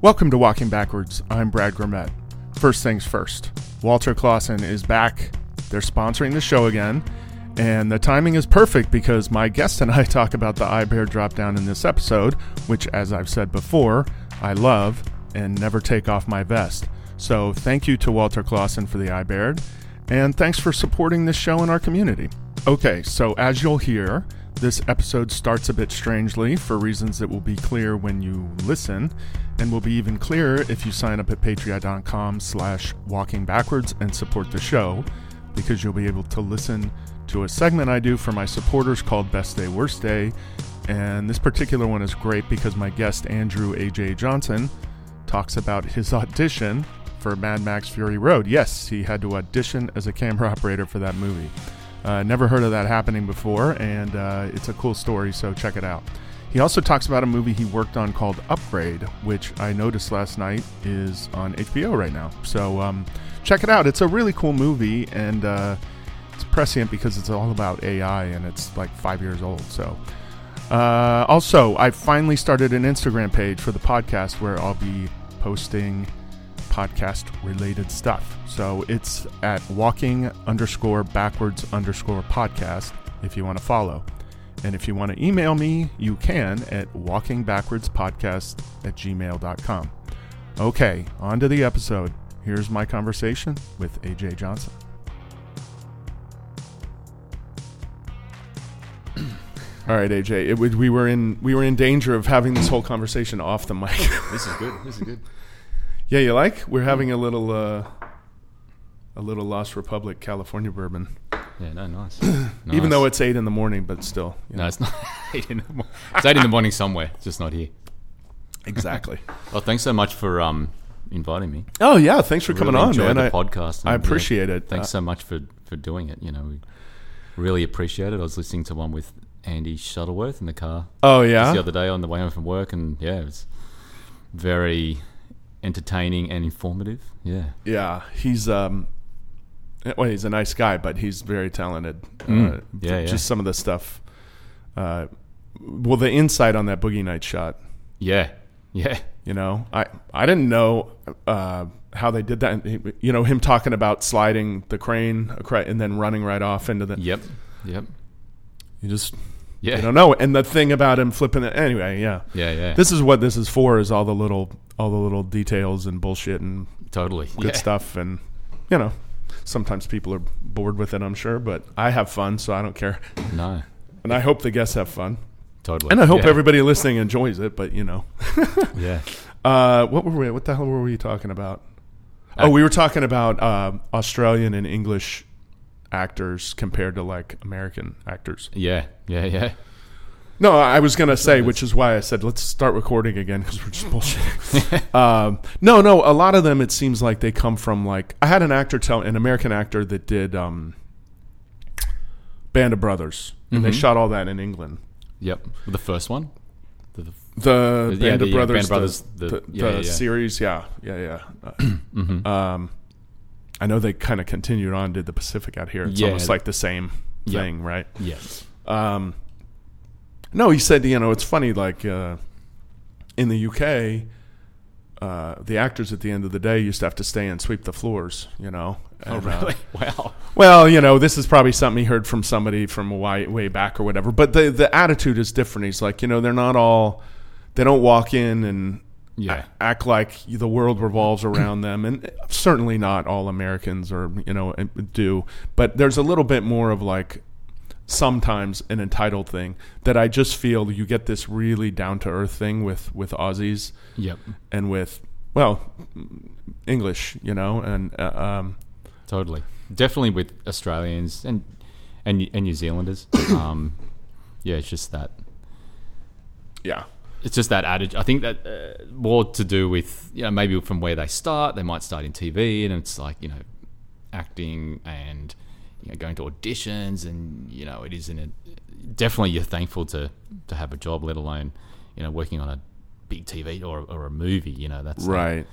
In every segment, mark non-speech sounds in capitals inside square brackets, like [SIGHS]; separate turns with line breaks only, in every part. Welcome to Walking Backwards. I'm Brad Grimet. First things first, Walter Clausen is back. They're sponsoring the show again, and the timing is perfect because my guest and I [LAUGHS] talk about the iBear drop down in this episode, which, as I've said before, I love and never take off my vest. So thank you to Walter Clausen for the iBear, and thanks for supporting this show and our community. Okay, so as you'll hear, this episode starts a bit strangely for reasons that will be clear when you listen, and will be even clearer if you sign up at patreon.com slash walking backwards and support the show, because you'll be able to listen to a segment I do for my supporters called Best Day, Worst Day. And this particular one is great because my guest, Andrew A.J. Johnson, talks about his [LAUGHS] audition for Mad Max Fury Road. Yes, he had to audition as a camera [LAUGHS] operator for that movie. Uh, never heard of that happening before, and uh, it's a cool story, so check it out. He also talks about a movie he worked on called Upgrade, which I noticed last night is on HBO right now. So um, check it out. It's a really cool movie, and uh, it's prescient because it's all about AI and it's like five years old. So uh, also, I finally started an Instagram page for the podcast where I'll be posting podcast related stuff. So it's at walking underscore backwards underscore podcast if you want to follow. And if you want to email me, you can at walkingbackwardspodcast at gmail.com. Okay, on to the episode. Here's my conversation with AJ Johnson. All right, AJ. It, would- we were in we were in danger of having this whole conversation off the mic. [LAUGHS]
This is good. This is good.
yeah, you like? We're
Hmm.
having a little uh, a little Lost Republic California bourbon,
[LAUGHS] Yeah,
[CLEARS THROAT]
no, nice.
even though it's eight in the morning, but still. you
no,
know.
it's not [LAUGHS] eight in the morning. It's eight in the morning somewhere. It's just not here.
exactly.
Well, thanks so much for um inviting me.
oh yeah, thanks for coming
really
on,
enjoyed
man.
The
I,
podcast.
I
and, yeah,
appreciate it. Uh,
Thanks so much for for doing it. You know, we really appreciate it. I was listening to one with Andy Shuttleworth in the car
oh
just
yeah,
the other day on the way home from work, and yeah, it was very entertaining and informative. Yeah,
yeah. He's um, eh, well, he's a nice guy, but he's very talented.
Mm.
Uh,
Yeah, yeah.
just some of the stuff. Uh, well, the insight on that boogie night shot.
yeah, yeah. [LAUGHS]
You know, I I didn't know uh, how they did that. And, You know, him talking about sliding the crane acro- and then running right off into the.
Yep, yep,
You just
yeah,
you don't know. And the thing about him flipping it anyway, yeah.
yeah, yeah.
This is what this is for: is all the little all the little details and bullshit and
totally
good
yeah.
stuff. And you know, sometimes people are bored with it. I'm sure, but I have fun, so I don't care.
No,
And I hope the guests have fun.
totally.
And I hope
yeah.
everybody listening enjoys it. But you know,
yeah.
Uh, what were we? What the hell were we talking about? oh,
Ac-
we were talking about um Australian and English actors compared to like American actors.
Yeah, yeah, yeah.
No, I was gonna say, which is why I said let's start recording again because we're just
[LAUGHS]
bullshitting. um, no, no, a lot of them it seems like they come from like I had an actor tell an American actor that did um, Band of Brothers, and
Mm-hmm.
they shot all that in England.
Yep. The first one? The, the,
The Band
yeah,
of
the, yeah,
Brothers,
Band
the-
of Brothers, the,
the,
yeah,
the
yeah, Mm-hmm. yeah.
series. Yeah, yeah, yeah. Uh,
[CLEARS THROAT]
um, I know they kind of continued on, did the Pacific out here. It's
Yeah.
almost like the same
Yeah.
thing, right?
Yes.
Um, no, he said, you know, it's funny, like uh, in the UK, uh, the actors at the end of the day used to have to stay and sweep the floors, you know.
Oh,
and, uh,
really? [LAUGHS] Wow.
well, you know, this is probably something he heard from somebody from a way, way back or whatever. But the the attitude is different. He's like, you know, they're not all, they don't walk in and
Yeah.
a- act like the world revolves around them, and certainly not all Americans or you know eh, do. But there's a little bit more of like sometimes an entitled thing that I just feel you get this really down to earth thing with with Aussies
Yep.
and with well English, you know, and uh, um,
Totally. Definitely with Australians and and and New [COUGHS] Zealanders. um, yeah, it's just that.
yeah.
It's just that adage. I think that uh, more to do with you know maybe from where they start. They might start in TV, and it's like you know, acting and you know going to auditions, and you know it isn't. A, definitely, you're thankful to to have a job, let alone you know working on a big TV or, or a movie. You know that's uh,
Right.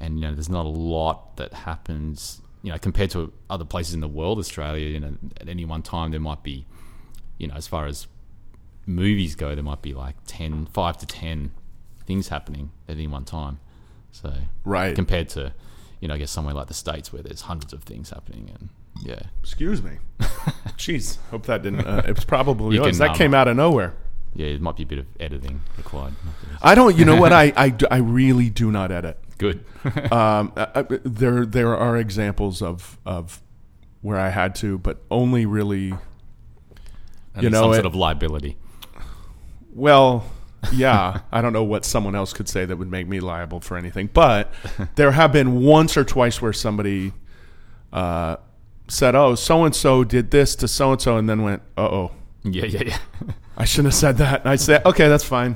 and you know there's not a lot that happens you know compared to other places in the world australia you know at any one time there might be you know as far as movies go there might be like 10 5 to 10 things happening at any one time So
Right.
compared to, you know, I guess somewhere like the states where there's hundreds of things happening and yeah,
Excuse me. Jeez. Hope that didn't. Uh, it was probably
You can
was. that
numb
came out of nowhere.
yeah, it might be a bit of editing required.
I don't. You know what? I I, d- I really do not edit.
Good. [LAUGHS]
Um, I, I- there there are examples of of where I had to, but only really.
And
You know,
some
it-
sort of liability.
Well, yeah. [LAUGHS] I don't know what someone else could say that would make me liable for anything, but there have been once or twice where somebody uh, said, "Oh, so and so did this to so and so," and then went, "Uh oh."
Yeah, yeah, yeah.
I shouldn't have said that. And I say, okay, that's fine.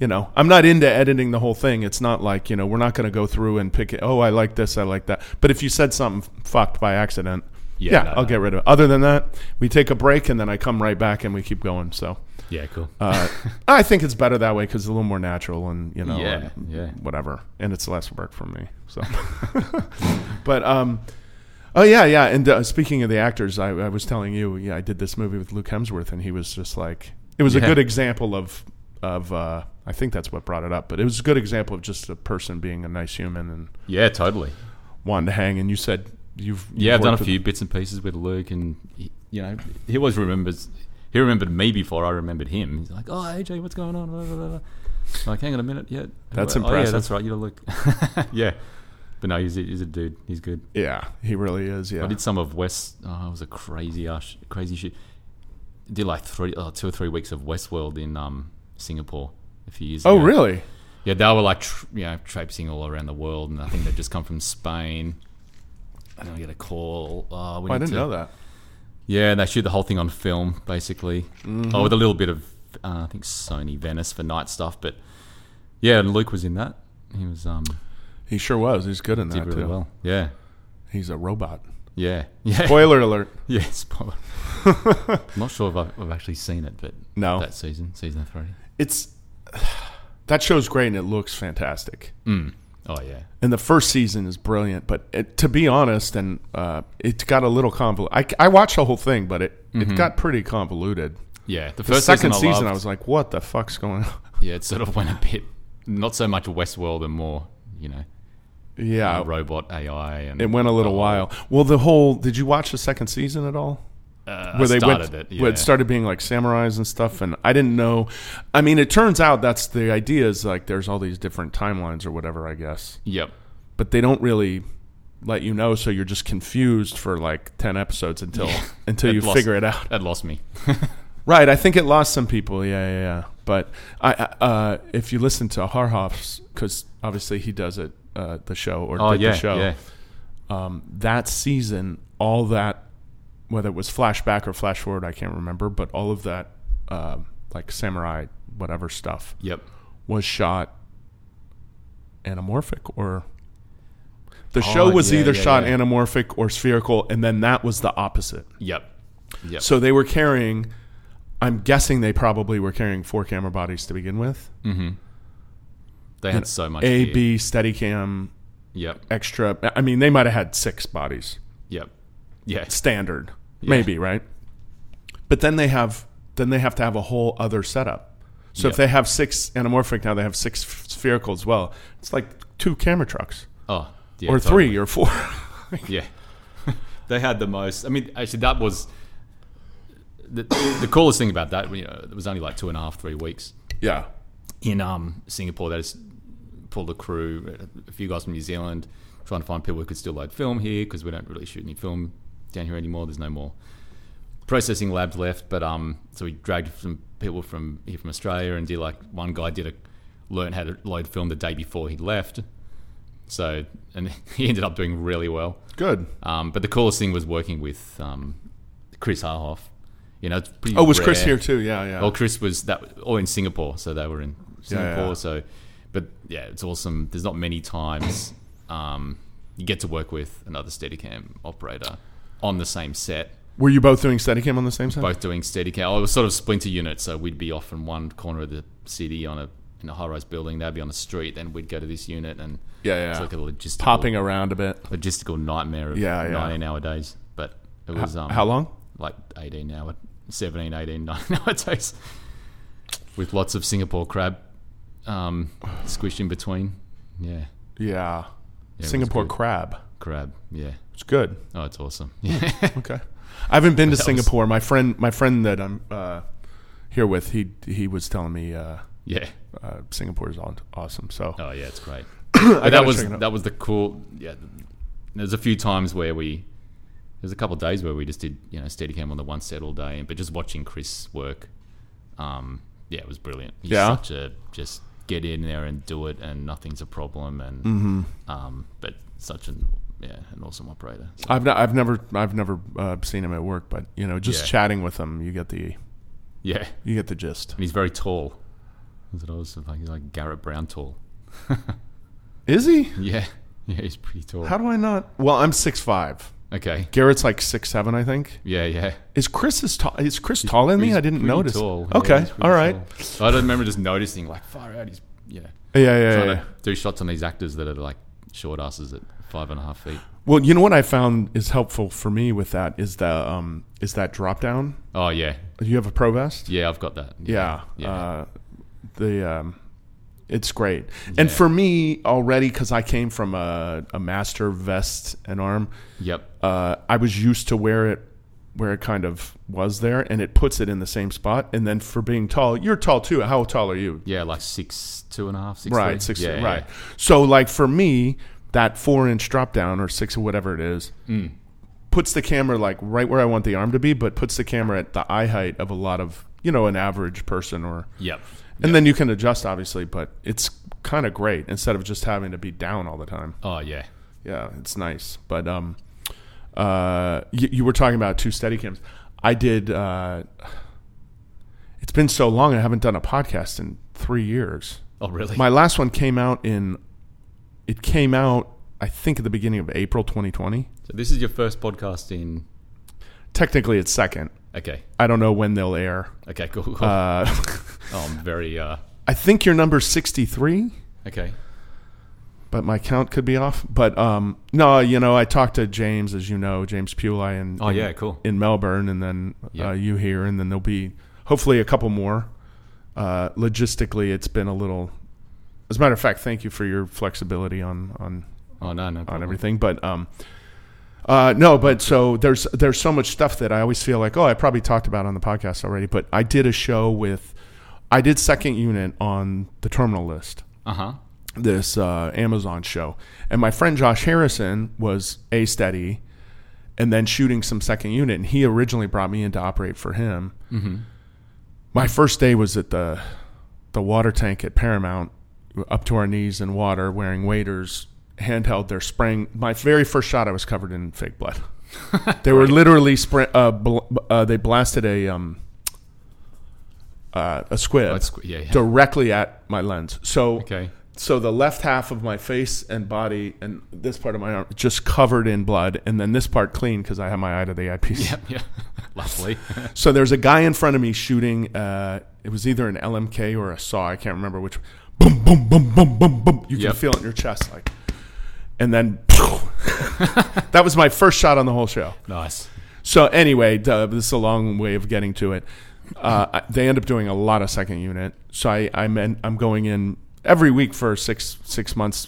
You know, I'm not into editing the whole thing. It's not like, you know, we're not going to go through and pick it. Oh, I like this. I like that. But if you said something fucked by accident, yeah,
Yeah, no,
I'll
no.
get rid of it. Other than that, we take a break and then I come right back and we keep going. So
Yeah, cool. [LAUGHS]
uh, I think it's better that way because it's a little more natural and, you know,
Yeah,
and
yeah.
whatever. And it's less work for me. So, [LAUGHS] but, um, Oh yeah, yeah. And uh, speaking of the actors, I, I was telling you, yeah, I did this movie with Luke Hemsworth, and he was just like, it was a
Yeah.
good example of of uh, I think that's what brought it up, but it was a good example of just a person being a nice human and
yeah, totally.
wanting to hang. And you said you've, you've
Yeah, I've done a
worked with-
few bits and pieces with Luke, and he, you know, he always remembers. He remembered me before I remembered him. He's like, "Oh, AJ, what's going on?" Blah, blah, blah, blah. I'm like, hang on a minute, yeah.
That's
Oh, yeah,
impressive.
that's right. You're Luke. [LAUGHS] yeah, but no, he's a, he's a dude. He's good.
Yeah, he really is. Yeah,
I did some of West. Oh, it was a crazy ass, crazy shit. Did like three, oh, two or three weeks of Westworld in um, Singapore a few years
oh
ago.
really?
Yeah, they were like tr- you know traipsing all around the world, and I think they'd just come from Spain. And then I get a call. Oh, we
Oh, I
need
didn't
to-
know that.
Yeah, and they shoot the whole thing on film, basically. Oh, with a little bit of, uh, I think Sony Venice for night stuff, but yeah, and Luke was in that. He was um
He sure was. He's good in
did
that
really
too.
well. Yeah,
He's a robot.
yeah, [LAUGHS] yeah,
Spoiler alert.
yeah.
[LAUGHS]
Spoiler. I'm not sure if I've, I've actually seen it, but
No,
that season, season three.
it's [SIGHS] that show's great and it looks fantastic.
Mm. Oh yeah,
and the first season is brilliant. But it, to be honest, and uh, it got a little convoluted. I, I watched the whole thing, but it, it got pretty convoluted.
yeah. The
The
Mm-hmm. first
second season,
season
I was like, "What the fuck's going on?" [LAUGHS]
yeah, it sort of went a bit not so much Westworld and more you know
yeah,
robot AI and
Oh. it went a little
the whole-
while. Well, the whole did you watch the second season at all?
Uh,
where
I
they
started
went,
it. Yeah.
where it started being like samurais and stuff, and I didn't know. I mean, it turns out that's the idea is like there's all these different timelines or whatever, I guess,
Yep.
but they don't really let you know, so you're just confused for like ten episodes until [LAUGHS] until
It
you
lost-
figure it out.
That lost me.
Right, I think it lost some people. Yeah, yeah, yeah. But I, I- uh, if you listen to Harhoff's, because obviously he does it, uh, the show or
Oh
did
yeah,
the show.
yeah.
Um, that season, all that, whether it was flashback or flash forward, I can't remember, but all of that, um like samurai whatever stuff,
Yep.
was shot anamorphic or. The
Oh,
show was
yeah,
either
yeah,
shot
yeah.
anamorphic or spherical, and then that was the opposite.
Yep. Yep.
So they were carrying. I'm guessing they probably were carrying four camera bodies to begin with.
mm-hmm. They had so much.
A,
gear.
B, Steadicam,
Yep.
extra. I mean, they might have had six bodies
Yep. Yeah.
standard, maybe right. But then they have then they have to have a whole other setup. So if
Yeah.
they have six anamorphic now, they have six f- spherical as well. It's like two camera trucks
Oh. Yeah,
or
totally.
three or four.
[LAUGHS] Yeah. they had the most. I mean, actually, that was the, the coolest thing about that. You know, it was only like two and a half, three weeks
yeah,
in um Singapore. They just pulled a crew, a few guys from New Zealand, trying to find people who could still load film here because we don't really shoot any film down here anymore. There's no more processing labs left. But um, so we dragged some people from here from Australia and did like one guy did a learn how to load film the day before he left. So and [LAUGHS] he ended up doing really well.
good.
Um, but the coolest thing was working with um, Chris Harhoff. You know, it's pretty
Oh, was Chris
rare.
here too? Yeah, yeah.
Well, Chris was that all in Singapore, so they were in Singapore.
yeah.
So, but yeah, it's awesome. There's not many times um, you get to work with another Steadicam operator on the same set,
Were you both doing Steadicam on the same side?
both doing Steadicam. Oh, it was sort of splinter units, so we'd be off in one corner of the city on a in a high-rise building. They'd be on a street, then we'd go to this unit, and
Yeah, yeah.
it's like a logistical
Popping around a bit.
logistical nightmare of
Yeah, yeah.
19 hour days. But it was um,
How long?
like 18 hour, 17, [LAUGHS] 18, 19 hour days with lots of Singapore crab um, squished in between. Yeah.
Yeah.
Yeah, it was
Singapore
good.
crab.
crab. Yeah.
It's
[LAUGHS]
good.
Oh, it's awesome. Yeah.
Okay. I haven't been to
[LAUGHS] That was-
Singapore. My friend, my friend that I'm uh, here with, he he was telling me uh,
yeah.
uh, Singapore is aw- awesome. So
Oh yeah,
[COUGHS]
it's great. But
gotta
that was
check it out.
that was the cool. Yeah, there's a few times where we there's a couple of days where we just did you know Steadicam on the one set all day, but just watching Chris work, um, yeah, it was brilliant. He's
Yeah.
such a just get in there and do it, and nothing's a problem, and
Mm-hmm.
um, but such an yeah an awesome operator. So,
I've not, I've never I've never uh, seen him at work, but you know, just
Yeah.
chatting with him, you get the
yeah, and
you get the gist.
he's very tall. That's what I was like. He's like Garrett Brown tall. [LAUGHS]
Is he?
Yeah, yeah, he's pretty tall.
How do I not? Well, I'm six five.
okay.
Garrett's like six seven, I think.
Yeah, yeah.
Is Chris is tall? Is Chris taller than me?
He's
I didn't
pretty
notice.
tall. Yeah,
Okay,
he's pretty
all right.
tall. So I don't remember just noticing like far out. He's yeah,
Yeah, yeah, yeah,
trying
yeah.
to do shots on these actors that are like short asses at five and a half feet.
Well, you know what I found is helpful for me with that is the um is that drop down.
Oh yeah,
You have a pro vest.
yeah, I've got that.
Yeah.
yeah,
Uh, the um, it's great. And
Yeah.
for me already, because I came from a, a master vest and arm,
yep.
uh, I was used to where it where it kind of was there, and it puts it in the same spot. And then for being tall, you're tall too. How tall are you?
Yeah, like six, two and a half, six.
Right,
three.
six.
Yeah,
right. So like for me, that four inch drop down or six or whatever it is.
Mm.
Puts the camera like right where I want the arm to be, but puts the camera at the eye height of a lot of you know an average person or
Yeah. Yep.
and then you can adjust, obviously, but it's kind of great instead of just having to be down all the time.
Oh yeah.
Yeah, it's nice. But um, uh, you, you were talking about two Steadicams. I did. Uh, it's been so long; I haven't done a podcast in three years.
Oh really?
My last one came out in. It came out, I think, at the beginning of April 2020.
so this is your first podcast in.
Technically, it's second.
Okay.
I don't know when they'll air.
Okay. Cool. cool.
Uh, [LAUGHS]
oh, I'm very. Uh,
I think you're number 63.
okay.
but my count could be off. But um, no, you know, I talked to James, as you know, James Puli, and
Oh, yeah, cool.
in Melbourne, and then
Yeah.
uh, you here, and then there'll be hopefully a couple more. Uh, logistically, it's been a little. As a matter of fact, thank you for your flexibility on on
Oh no, no.
on
problem.
everything. But um, uh, no, but so there's there's so much stuff that I always feel like oh I probably talked about on the podcast already. But I did a show with, I did second unit on the terminal list
Uh huh.
this uh, Amazon show, and my friend Josh Harrison was a steady, and then shooting some second unit, and he originally brought me in to operate for him. My first day was at the the water tank at Paramount, up to our knees in water, wearing waders, handheld. They're spraying. My very first shot, I was covered in fake blood. they were literally spray. Uh, bl- uh, they blasted a um uh, a squib
Oh, it's squ- yeah, yeah.
directly at my lens. So
Okay. [LAUGHS]
so the left half of my face and body and this part of my arm just covered in blood, and then this part clean because I had my eye to the eyepiece.
Yep. Yeah. [LAUGHS] Lovely.
So there's a guy in front of me shooting. Uh, it was either an LMK or a saw. I can't remember which. Boom, boom, boom, boom, boom, boom. You
Yep.
can feel it in your chest, like, and then [LAUGHS] that was my first shot on the whole show.
nice.
So anyway, the, this is a long way of getting to it. Uh, I- they end up doing a lot of second unit. So I, I'm in, I'm going in every week for six six months,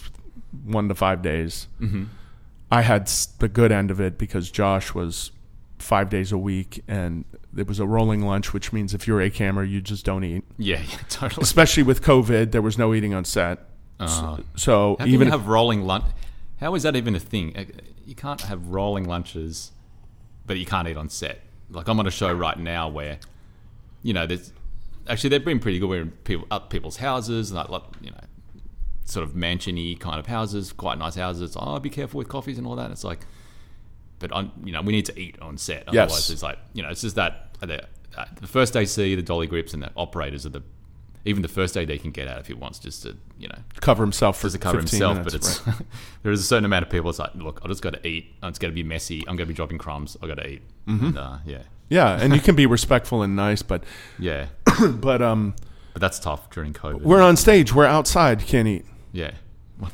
one to five days.
Mm-hmm.
I had s- the good end of it because Josh was five days a week, and it was a rolling lunch, which means if you're a camera, you just don't eat.
Yeah. Yeah. [LAUGHS] Totally.
Especially with COVID, there was no eating on set.
Uh,
So Ah.
How
even
even have rolling lunch? How is that even a thing? Uh, You can't have rolling lunches, but you can't eat on set. Like I'm on a show right now where, you know, there's actually they've been pretty good. We're in people up people's houses and like, like you know, sort of mansiony kind of houses, quite nice houses. Oh, be careful with coffees and all that. It's like, but on you know we need to eat on set. Otherwise,
Yes.
it's like you know it's just that the, uh, the first AC, the dolly grips, and the operators are the even the first AD can get out if he wants, just to you know
cover himself for
to cover
15
himself,
minutes,
but it's
[LAUGHS]
[LAUGHS] there is a certain amount of people. It's like, look, I just got to eat. It's going to be messy. I'm going to be dropping crumbs. I got to eat.
Mm-hmm.
And, uh, yeah,
yeah, and you can be respectful and nice, but
yeah,
but um,
but that's tough during COVID.
we're on stage, we're outside, can't eat.
yeah, what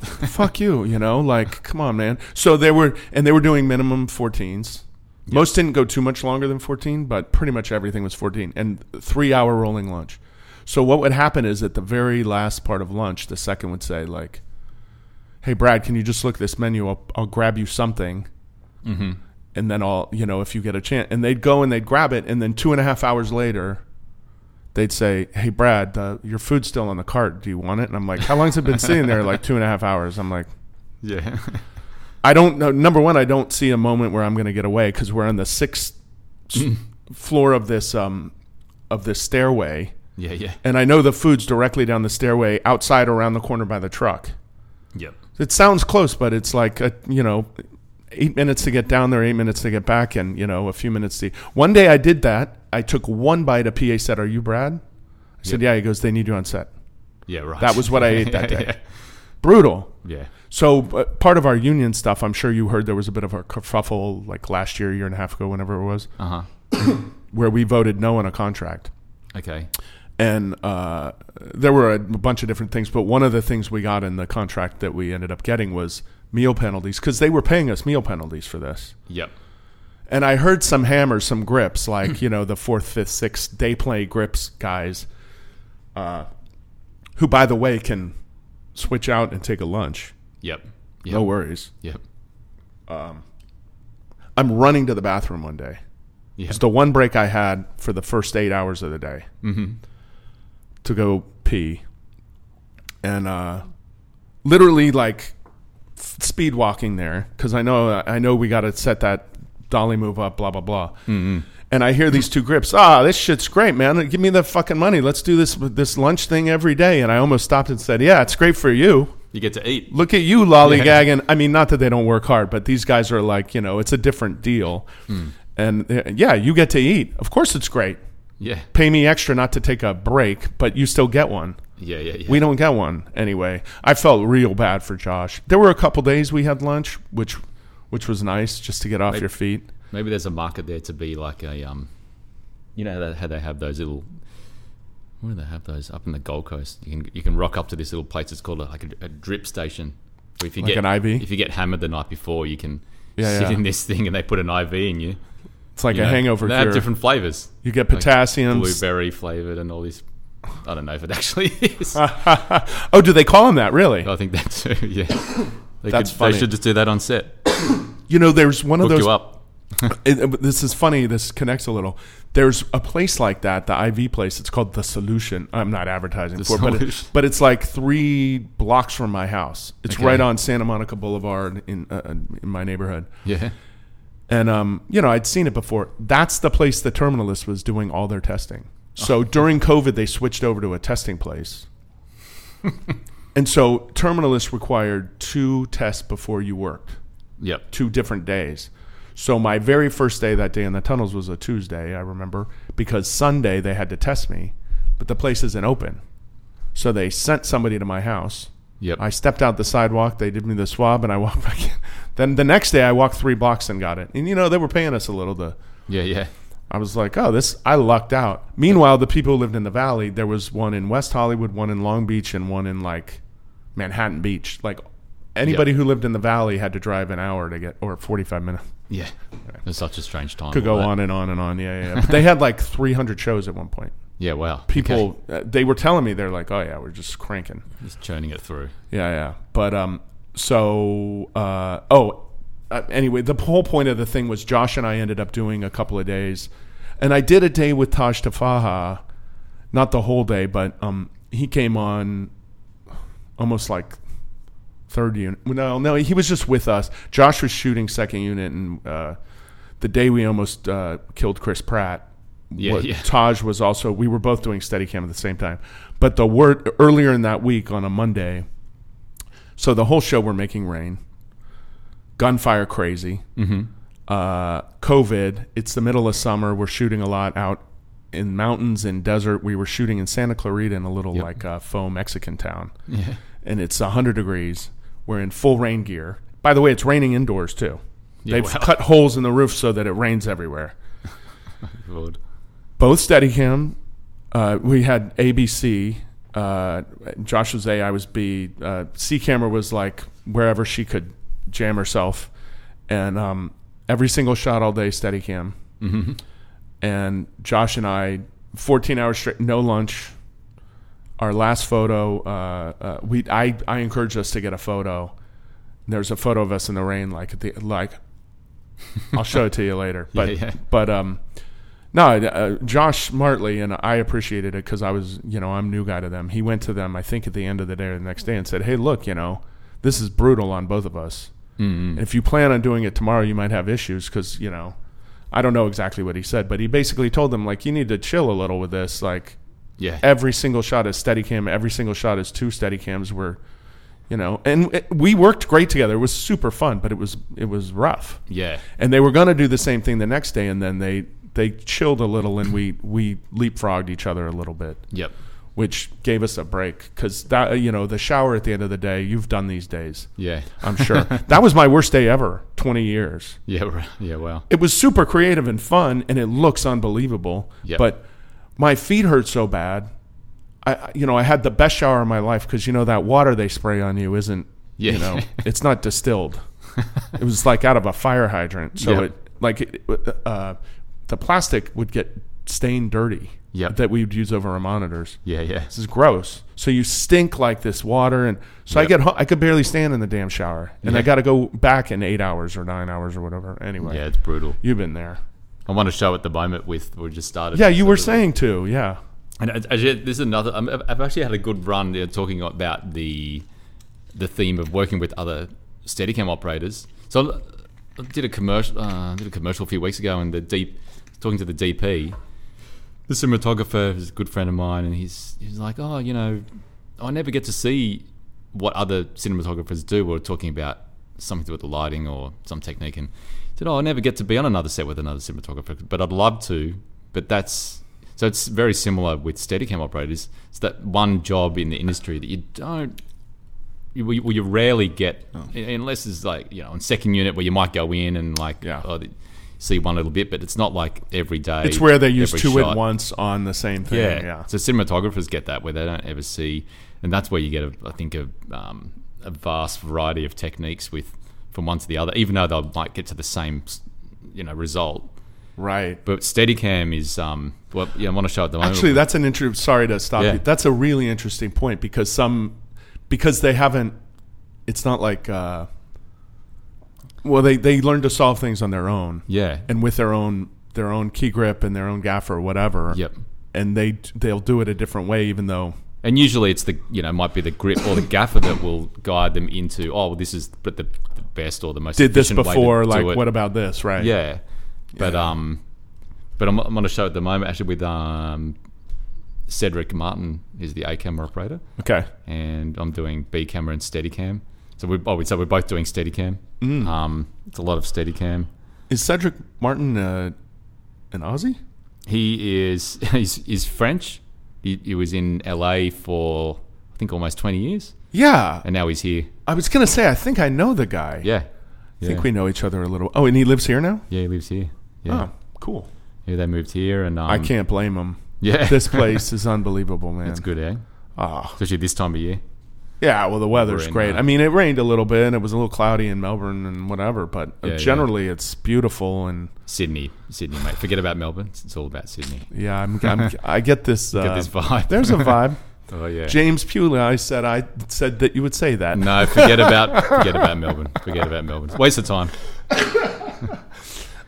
[LAUGHS]
the,
fuck you, you know, like come on, man. So they were and they were doing minimum 14s. Most didn't go too much longer than 14, but pretty much everything was 14 and 3-hour rolling lunch. So what would happen is at the very last part of lunch, the second would say like hey Brad, can you just look this menu? I'll, I'll grab you something, Mm-hmm.
hmm
and then I'll you know if you get a chance. And they'd go and they'd grab it, and then two and a half hours later, they'd say, hey Brad, uh, your food's still on the cart. Do you want it? And I'm like, how long's it been sitting there? Like two and a half hours. I'm like. [LAUGHS]
Yeah.
I don't know. Number one, I don't see a moment where I'm going to get away because we're on the sixth s- floor of this um, of this stairway,
yeah. Yeah.
and I know the food's directly down the stairway, outside around the corner by the truck.
Yep.
It sounds close, but it's like a, you know, eight minutes to get down there, eight minutes to get back, and you know, a few minutes to. One day I did that. I took one bite. A PA said, "Are you Brad?" I said,
Yep.
"Yeah." He goes, "They need you on set."
Yeah. Right.
That was what I ate
[LAUGHS]
that
Yeah,
day. Brutal.
Yeah. yeah.
So uh, part of our union stuff, I'm sure you heard there was a bit of a kerfuffle like last year, year and a half ago, whenever it was,
Uh huh.
where we voted no on a contract.
Okay.
And uh, there were a bunch of different things, but one of the things we got in the contract that we ended up getting was meal penalties because they were paying us meal penalties for this.
Yep.
And I heard some hammers, some grips, like, you know, the fourth, fifth, sixth day play grips guys, uh, who, by the way, can switch out and take a lunch.
Yep. Yep.
No worries.
Yep.
I'm running to the bathroom one day.
Yeah.
It's the one break I had for the first eight hours of the day
Mm-hmm.
to go pee. And uh, literally, like, f- speed walking there because I know I know we got to set that dolly move up, blah, blah, blah.
Mm-hmm.
And I hear these two grips. Ah, this shit's great, man. Give me the fucking money. Let's do this this lunch thing every day. And I almost stopped and said, Yeah, it's great for you.
You get to eat.
Look at you lollygagging. I mean, not that they don't work hard, but these guys are like, you know, it's a different deal.
Hmm.
And uh, yeah, you get to eat. Of course, it's great.
Yeah.
Pay me extra not to take a break, but you still get one.
Yeah. Yeah. Yeah.
We don't get one anyway. I felt real bad for Josh. There were a couple days we had lunch, which which was nice just to get off your feet.
Maybe there's a market there to be like a um, you know how they- how they have those little. Where do they have those up in the Gold Coast? You can you can rock up to this little place. It's called a, like a, a drip station. Where if you
Like
get
an IV?
if you get hammered the night before, you can
Yeah,
sit
yeah.
in this thing and they put an IV in you.
It's like
you
a
know.
hangover
They
cure.
have different flavors,
you get potassium.
blueberry flavored and all these. I don't know if it actually [LAUGHS] is. I
[LAUGHS] oh, do they call him that? Really?
think that too. [LAUGHS] Yeah, they
That's
could,
funny.
They should just do that on set.
You know, there's one of
Hook
those
you up.
it, uh, this is funny. This connects a little. There's a place like that, the IV place. It's called the Solution. I'm not advertising
The
for, it, but it,
Solution.
but it's like three blocks from my house. It's
Okay.
right on Santa Monica Boulevard in uh, uh, in my neighborhood.
Yeah.
And um, you know, I'd seen it before. That's the place the terminalist was doing all their testing.
[LAUGHS]
So during COVID, they switched over to a testing place. and so terminalist required two tests before you worked
Yep.
two different days. So my very first day that day in the tunnels was a Tuesday, I remember, because Sunday they had to test me, but the place isn't open. So they sent somebody to my house.
Yep.
I stepped out the sidewalk, they did me the swab, and I walked [LAUGHS] back in. Then the next day I walked three blocks and got it. And you know, they were paying us a little to
yeah. Yeah.
I was like, oh, this, I lucked out. Meanwhile, the people who lived in the valley, there was one in West Hollywood, one in Long Beach, and one in like Manhattan Beach. Like anybody who lived in the valley had to drive an hour to get, or 45 minutes.
Yeah. It was such a strange time.
Could
all
go
that.
on and on and on. Yeah, yeah. yeah. But they had like 300 shows at one point.
Yeah, wow. Okay.
People, uh, they were telling me, they're like, oh, yeah, we're just cranking.
just churning it through.
Yeah, yeah. But um, so uh, oh, uh, anyway, the whole point of the thing was Josh and I ended up doing a couple of days, and I did a day with Taj Tafaha, not the whole day, but um, he came on almost like third unit. No, no, he was just with us. Josh was shooting second unit, and uh, the day we almost uh, killed Chris Pratt.
Yeah,
what-
yeah. [LAUGHS]
Taj was also. We were both doing Steadicam at the same time, but the word earlier in that week on a Monday, so the whole show we're making rain. Gunfire crazy.
Mm-hmm.
Uh, COVID. It's the middle of summer. We're shooting a lot out in mountains and desert. We were shooting in Santa Clarita in a little
Yep.
like uh, faux Mexican town,
Yeah.
and it's 100 degrees. We're in full rain gear. By the way, it's raining indoors too.
Yeah,
They've
wow.
cut holes in the roof so that it rains everywhere.
Lord.
Both Steadicam. Uh, we had ABC. Uh, Josh was A. I was B. Uh, C camera was like wherever she could jam herself, and um, every single shot all day Steadicam.
Mm-hmm.
And Josh and I, 14 hours straight, no lunch. Our last photo, uh, uh, we I I encouraged us to get a photo, There's a photo of us in the rain, like at the like. I'll show it to you later, but
[LAUGHS] Yeah, yeah.
but um, no, uh, Josh Martley and I appreciated it because I was you know I'm new guy to them. He went to them I think at the end of the day or the next day and said, hey, look, you know, this is brutal on both of us.
Mm-mm.
If you plan on doing it tomorrow, you might have issues because, you know, I don't know exactly what he said, but he basically told them, like, you need to chill a little with this. Like,
Yeah.
every single shot is steady cam, every single shot is two steady cams were, you know, and it, we worked great together. It was super fun, but it was, it was rough.
Yeah.
And they were going to do the same thing the next day, and then they, they chilled a little and we, we leapfrogged each other a little bit
Yep.
which gave us a break because that you know the shower at the end of the day you've done these days
Yeah.
i'm sure that was my worst day ever 20 years
Yeah. [LAUGHS] right. Yeah. Wow.
it was super creative and fun and it looks unbelievable
Yep.
but my feet hurt so bad I- i you know i had the best shower of my life because you know that water they spray on you isn't
Yeah.
you
[LAUGHS]
know it's not distilled it was like out of a fire hydrant so
Yep.
it like it, uh, the plastic would get stained dirty
Yep.
that we would use over our monitors
Yeah. Yeah.
this is gross. So you stink like this water, and so I
Yep.
get ho- I could barely stand in the damn shower, and I
Yeah.
got to go back in eight hours or nine hours or whatever. Anyway,
Yeah. It's brutal.
you've been there.
I want to show at the moment with we just started.
Yeah, you were
Sort of-
saying too. Yeah,
And I- actually, this is another. I'm- I've I've actually had a good run uh, talking about the the theme of working with other Steadicam operators. So I- I did a commercial. Uh, did a commercial a few weeks ago, and the deep talking to the DP, the cinematographer, is a good friend of mine, and he's he's like, oh, you know, I never get to see what other cinematographers do. We're talking about something to do with the lighting or some technique, and he said, oh, I never get to be on another set with another cinematographer, but I'd love to. But that's so it's very similar with Steadicam operators. It's that one job in the industry that you don't you, well, you- well, you rarely get
Oh.
unless it's like you know on second unit where you might go in and like
Yeah.
oh, the- see one little bit, but it's not like every day.
it's where they use
every
two
shot.
at once on the same thing. Yeah,
Yeah. So cinematographers get that where they don't ever see, and that's where you get a, I think a um, a vast variety of techniques with from one to the other, even though they might get to the same you know result.
right.
But Steadicam is um well yeah I want to show at the moment.
Actually, that's an interesting. Sorry to stop
Oh. Yeah.
you. That's a really interesting point because some because they haven't. It's not like. Uh, well, they they learn to solve things on their own
yeah.
and with their own their own key grip and their own gaffer or whatever.
Yep.
and they they'll do it a different way, even though
And usually it's the you know it might be the grip or the gaffer that will guide them into oh well, this is but the, the best or the most
did this
efficient way to
before.
do
Like,
it.
what about this? Right?
Yeah. But um, but I'm, I'm on a show at the moment actually with um, Cedric Martin, who's the A camera operator,
Okay.
and I'm doing B camera and Steadicam. So we I would say we're both doing Steadicam.
Mm.
Um, it's a lot of Steadicam.
Is Cedric Martin uh, an Aussie?
He is [LAUGHS] he's, he's French. He, he was in LA for I think almost 20 years,
Yeah,
and now he's here.
I was gonna say I think I know the guy.
Yeah.
I
Yeah.
think we know each other a little. Oh, and he lives here now.
yeah, he lives here. Yeah.
Oh, cool.
yeah, they moved here, and um,
I can't blame him.
[LAUGHS]
[LAUGHS]
Yeah,
This place is unbelievable, man.
it's good, eh?
Ah,
Especially this time of year.
yeah. Well, the weather's
We're in,
great.
uh,
I mean, it rained a little bit, and it was a little cloudy in Melbourne and whatever. But uh,
Yeah, yeah.
generally, it's beautiful, and
Sydney, Sydney, mate. Forget about Melbourne. It's, it's all about Sydney.
yeah, I'm,
[LAUGHS]
I'm I get this. Uh,
Get this vibe.
There's
[LAUGHS]
a vibe.
oh yeah.
James Pula, I said I said that you would say that.
no, forget about forget about Melbourne. Forget about Melbourne. It's a Waste of time.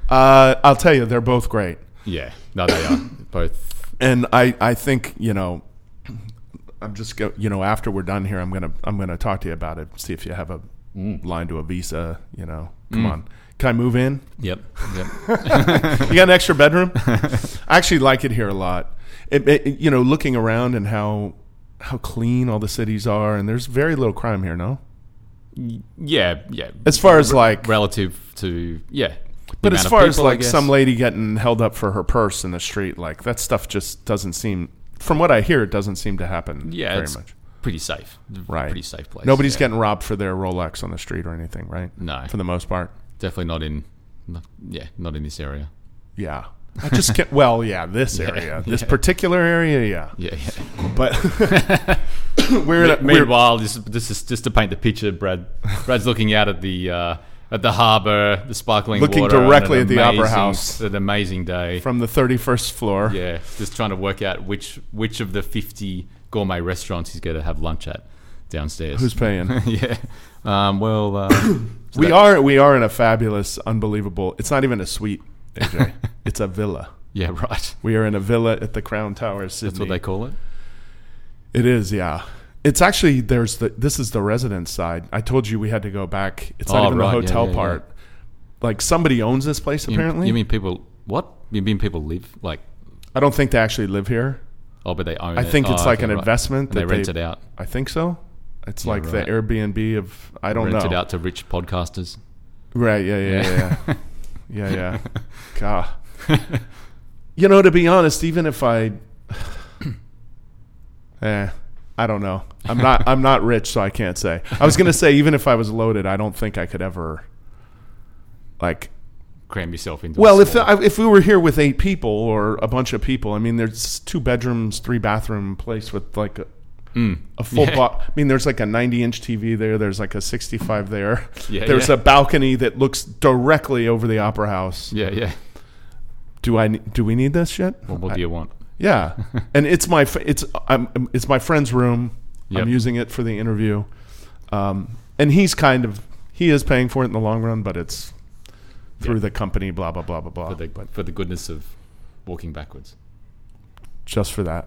Uh, I'll tell you, they're both great,
Yeah. No, they are both.
and I, I think you know, I'm just go, you know after we're done here, I'm gonna I'm gonna talk to you about it, see if you have a
Mm.
line to a visa. You know, come on, can I move in?
Yep. Yep.
You got an extra bedroom? [LAUGHS] I actually like it here a lot. It, it, you know, looking around and how how clean all the cities are, and there's very little crime here. No,
[LAUGHS] Yeah. Yeah.
as far as like
Relative to yeah. the
But
amount
as
of
far as
people, I
like
guess.
some lady getting held up for her purse in the street, like that stuff just doesn't seem. From what I hear, it doesn't seem to happen.
Yeah,
very
it's
much.
pretty safe.
Right.
Pretty safe place.
Nobody's
yeah.
getting robbed for their Rolex on the street or anything, right?
No.
For the most part,
Definitely not in. Not, yeah. Not in this area.
yeah. I just can't. Well, yeah,
[LAUGHS]
this area, this particular area, yeah.
Yeah. Yeah.
But [LAUGHS]
[LAUGHS]
we're at a, we're
Meanwhile, just, just just just to paint the picture, Brad Brad's looking out at the uh, at the harbour, the sparkling
Looking
water, on
directly
an
at the Opera
amazing-
House.
An amazing day.
from the thirty-first floor.
yeah, just trying to work out which which of the fifty gourmet restaurants he's going to have lunch at. downstairs.
Who's paying?
[LAUGHS] yeah. Um, well, uh, [COUGHS] so
we
that-
are we are in a fabulous, unbelievable. It's not even a suite,
[LAUGHS]
AJ. it's a villa.
Yeah, right.
We are in a villa at the Crown Tower, Sydney.
That's what they call it.
It is, yeah. It's actually there's the this is the residence side. I told you we had to go back. It's not
Oh,
even
right.
the
Yeah,
hotel
yeah, yeah.
part. Like somebody owns this place
You-
apparently.
You, mean people? What? You mean people live like?
I don't think they actually live here.
Oh, but they own.
I
it.
think it's
Oh,
like
okay,
an
right.
investment
And they
that they-
rent it out.
I think so. It's
Yeah,
like
right.
the Airbnb of I don't
Rent
know.
it out to rich podcasters.
Right, yeah, yeah, yeah.
[LAUGHS]
Yeah, yeah. yeah. God. You know, to be honest, even if I [SIGHS] Eh, I don't know. I'm not I'm not rich, so I can't say. I was gonna say even if I was loaded, I don't think I could ever like
Cram yourself into. a
Well, if
small-
I, if we were here with eight people or a bunch of people, I mean, there's two bedrooms, three bathroom place with like a,
Mm.
a [LAUGHS] full.
Yeah.
bo- I mean, there's like a 90 inch TV there. There's like a 65 [LAUGHS] there.
Yeah,
there's
yeah.
a balcony that looks directly over the opera house.
Yeah, yeah.
Do I ne- do we need this shit?
What more do you want? [LAUGHS]
Yeah, and it's my f- it's I'm, it's my friend's room.
Yep.
I'm using it for the interview, um, and he's kind of he is paying for it in the long run, but it's through
Yeah.
the company. Blah blah blah blah blah.
For the
but
for the goodness of walking backwards.
just for
[LAUGHS]
that.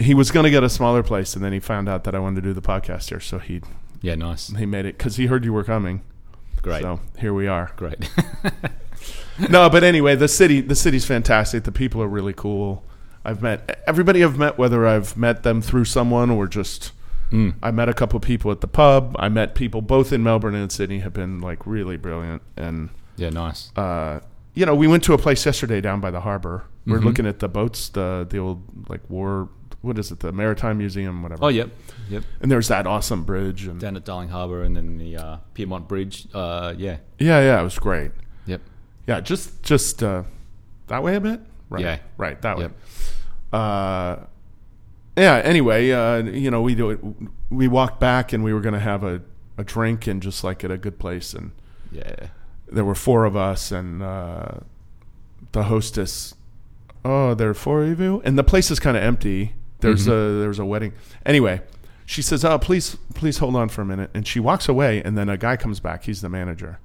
he was going to get a smaller place, and then he found out that I wanted to do the podcast here, so he
Yeah, nice.
he made it because he heard you were coming.
Great.
So here we are.
[LAUGHS] Great.
no, but anyway, the city the city's fantastic. The people are really cool. I've met everybody I've met, whether I've met them through someone or just
Mm.
I met a couple people at the pub. I met people both in Melbourne and Sydney have been like really brilliant. And
Yeah, nice.
uh, you know, we went to a place yesterday down by the harbor. We're
Mhm.
looking at the boats, the the old like war. What is it? The Maritime Museum, whatever.
Oh, yep, yep.
And there's that awesome bridge. And
Down at Darling Harbour and then the uh, Piedmont Bridge. Uh, yeah,
yeah, yeah, it was great.
yep.
Yeah, just just uh, that way a bit. Right.
Yeah.
Right. That
Yep.
way. Uh, yeah. Anyway, uh, you know, we do it. We walked back, and we were gonna have a, a drink and just like at a good place. And
Yeah.
there were four of us, and uh, the hostess. Oh, there are four of you, and the place is kind of empty. There's a there's a wedding. Anyway, she says, "Oh, please, please hold on for a minute," and she walks away, and then a guy comes back. He's the manager.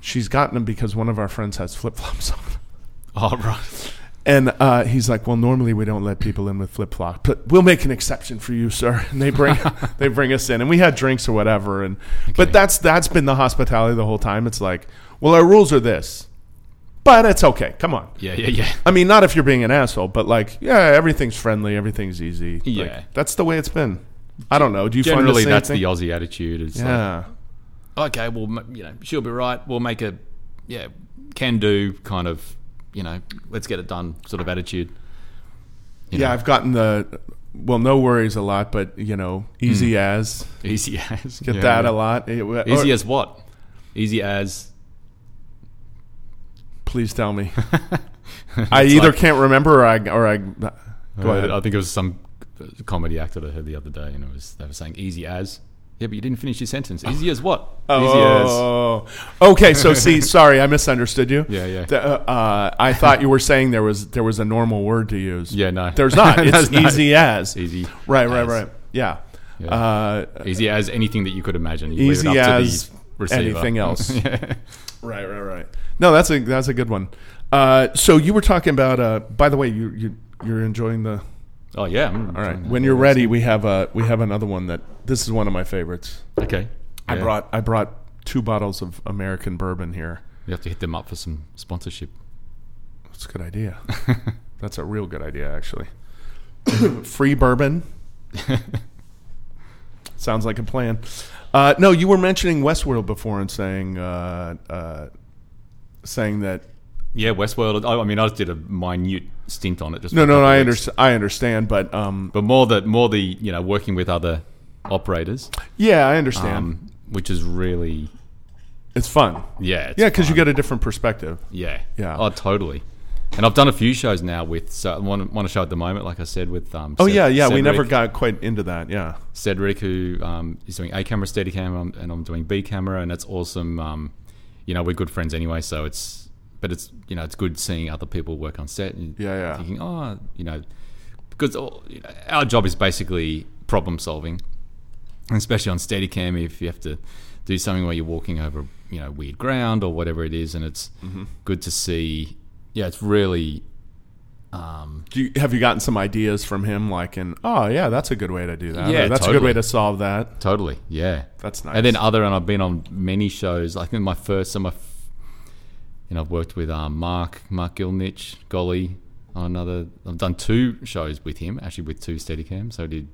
She's gotten him because one of our friends has flip flops [LAUGHS] on.
Oh, right.
And uh, he's like, "Well, normally we don't let people in with flip flops, but we'll make an exception for you, sir." And they
[LAUGHS]
bring they bring us in, and we had drinks or whatever. And but
Okay.
that's that's been the hospitality the whole time. It's like, well, our rules are this, but it's okay. Come on.
Yeah, yeah, yeah.
I mean, not if you're being an asshole, but like, yeah, everything's friendly, everything's easy. Like,
Yeah.
that's the way it's been. I don't know. Do you find the
Generally,
same
that's
thing?
the Aussie attitude. It's
yeah.
like, okay, well, m- you know, she'll be right. We'll make a, yeah, can do kind of, you know, let's get it done sort of attitude. [LAUGHS] You
yeah,
know,
I've gotten the well, no worries a lot, but you know, easy as
easy as
get
Mm. yeah,
that
yeah.
a lot. It- or-
Easy as what? Easy as
Please tell
[LAUGHS]
me. I either
like-
can't remember or I or I. Go
Uh,
ahead.
I think it was some comedy actor that I heard the other day, and it was they were saying easy as. Yeah, but you didn't finish your sentence. Easy as what? Easy
Oh, okay.
[LAUGHS]
So see, sorry, I misunderstood you.
Yeah, yeah.
The- uh, uh, I thought you were saying there was there was a normal word to use.
Yeah, no.
There's
[LAUGHS]
not. It's
There's not.
easy as.
as. Easy.
Right, right,
as.
right. Yeah.
Yeah.
Uh,
Easy as anything that you could imagine. You leave it
Easy
up to the
as
receiver.
anything else.
[LAUGHS] yeah.
right, right, right. No, that's a that's a good one. Uh, so you were talking about. Uh, by the way, you you you're enjoying the.
Oh yeah. I'm
All right.
enjoying
When
that.
you're ready, we have a we have another one that this is one of my favorites.
Okay.
I
Yeah.
brought I brought two bottles of American bourbon here.
You have to hit them up for some sponsorship. [LAUGHS]
That's a good idea. That's a real good idea, actually. [COUGHS] Free bourbon. Sounds like a plan. Uh, no, you were mentioning Westworld before and saying uh, uh, saying that.
Yeah, Westworld. I, I mean, I just did a minute stint on it. Just
No,
for a
no,
couple
I
of weeks.
understand. I understand, but um,
But more the more the you know working with other operators,
yeah, I understand.
um, which is really
it's fun.
yeah. it's
Yeah, because you
fun.
get a different perspective.
Yeah.
Yeah.
Oh, totally. And I've done a few shows now with so one, one show at the moment, like I said, with um.
Oh
Ced-
yeah, yeah. We
Cedric-
never got quite into that. Yeah.
Cedric, who um, is doing A camera, steady camera, and I'm- and I'm doing B camera, and it's awesome. Um, you know, we're good friends anyway, so it's but it's you know it's good seeing other people work on set and
Yeah, yeah.
thinking, oh, you know, because all, you know, our job is basically problem solving, And especially on Steadicam, if you have to do something where you're walking over, you know, weird ground or whatever it is, and it's
Mm-hmm.
good to see. Yeah, it's really. Um,
Do you, have you gotten some ideas from him, like, and oh yeah, that's a good way to do that.
Yeah,
or that's a good
totally.
way to solve that.
totally, yeah.
That's nice.
And then other, and I've been on many shows. I think my first, some of, you know, I've worked with um, Mark Mark Gilnich, Golly, on another. I've done two shows with him, actually with two Steadicams. So I did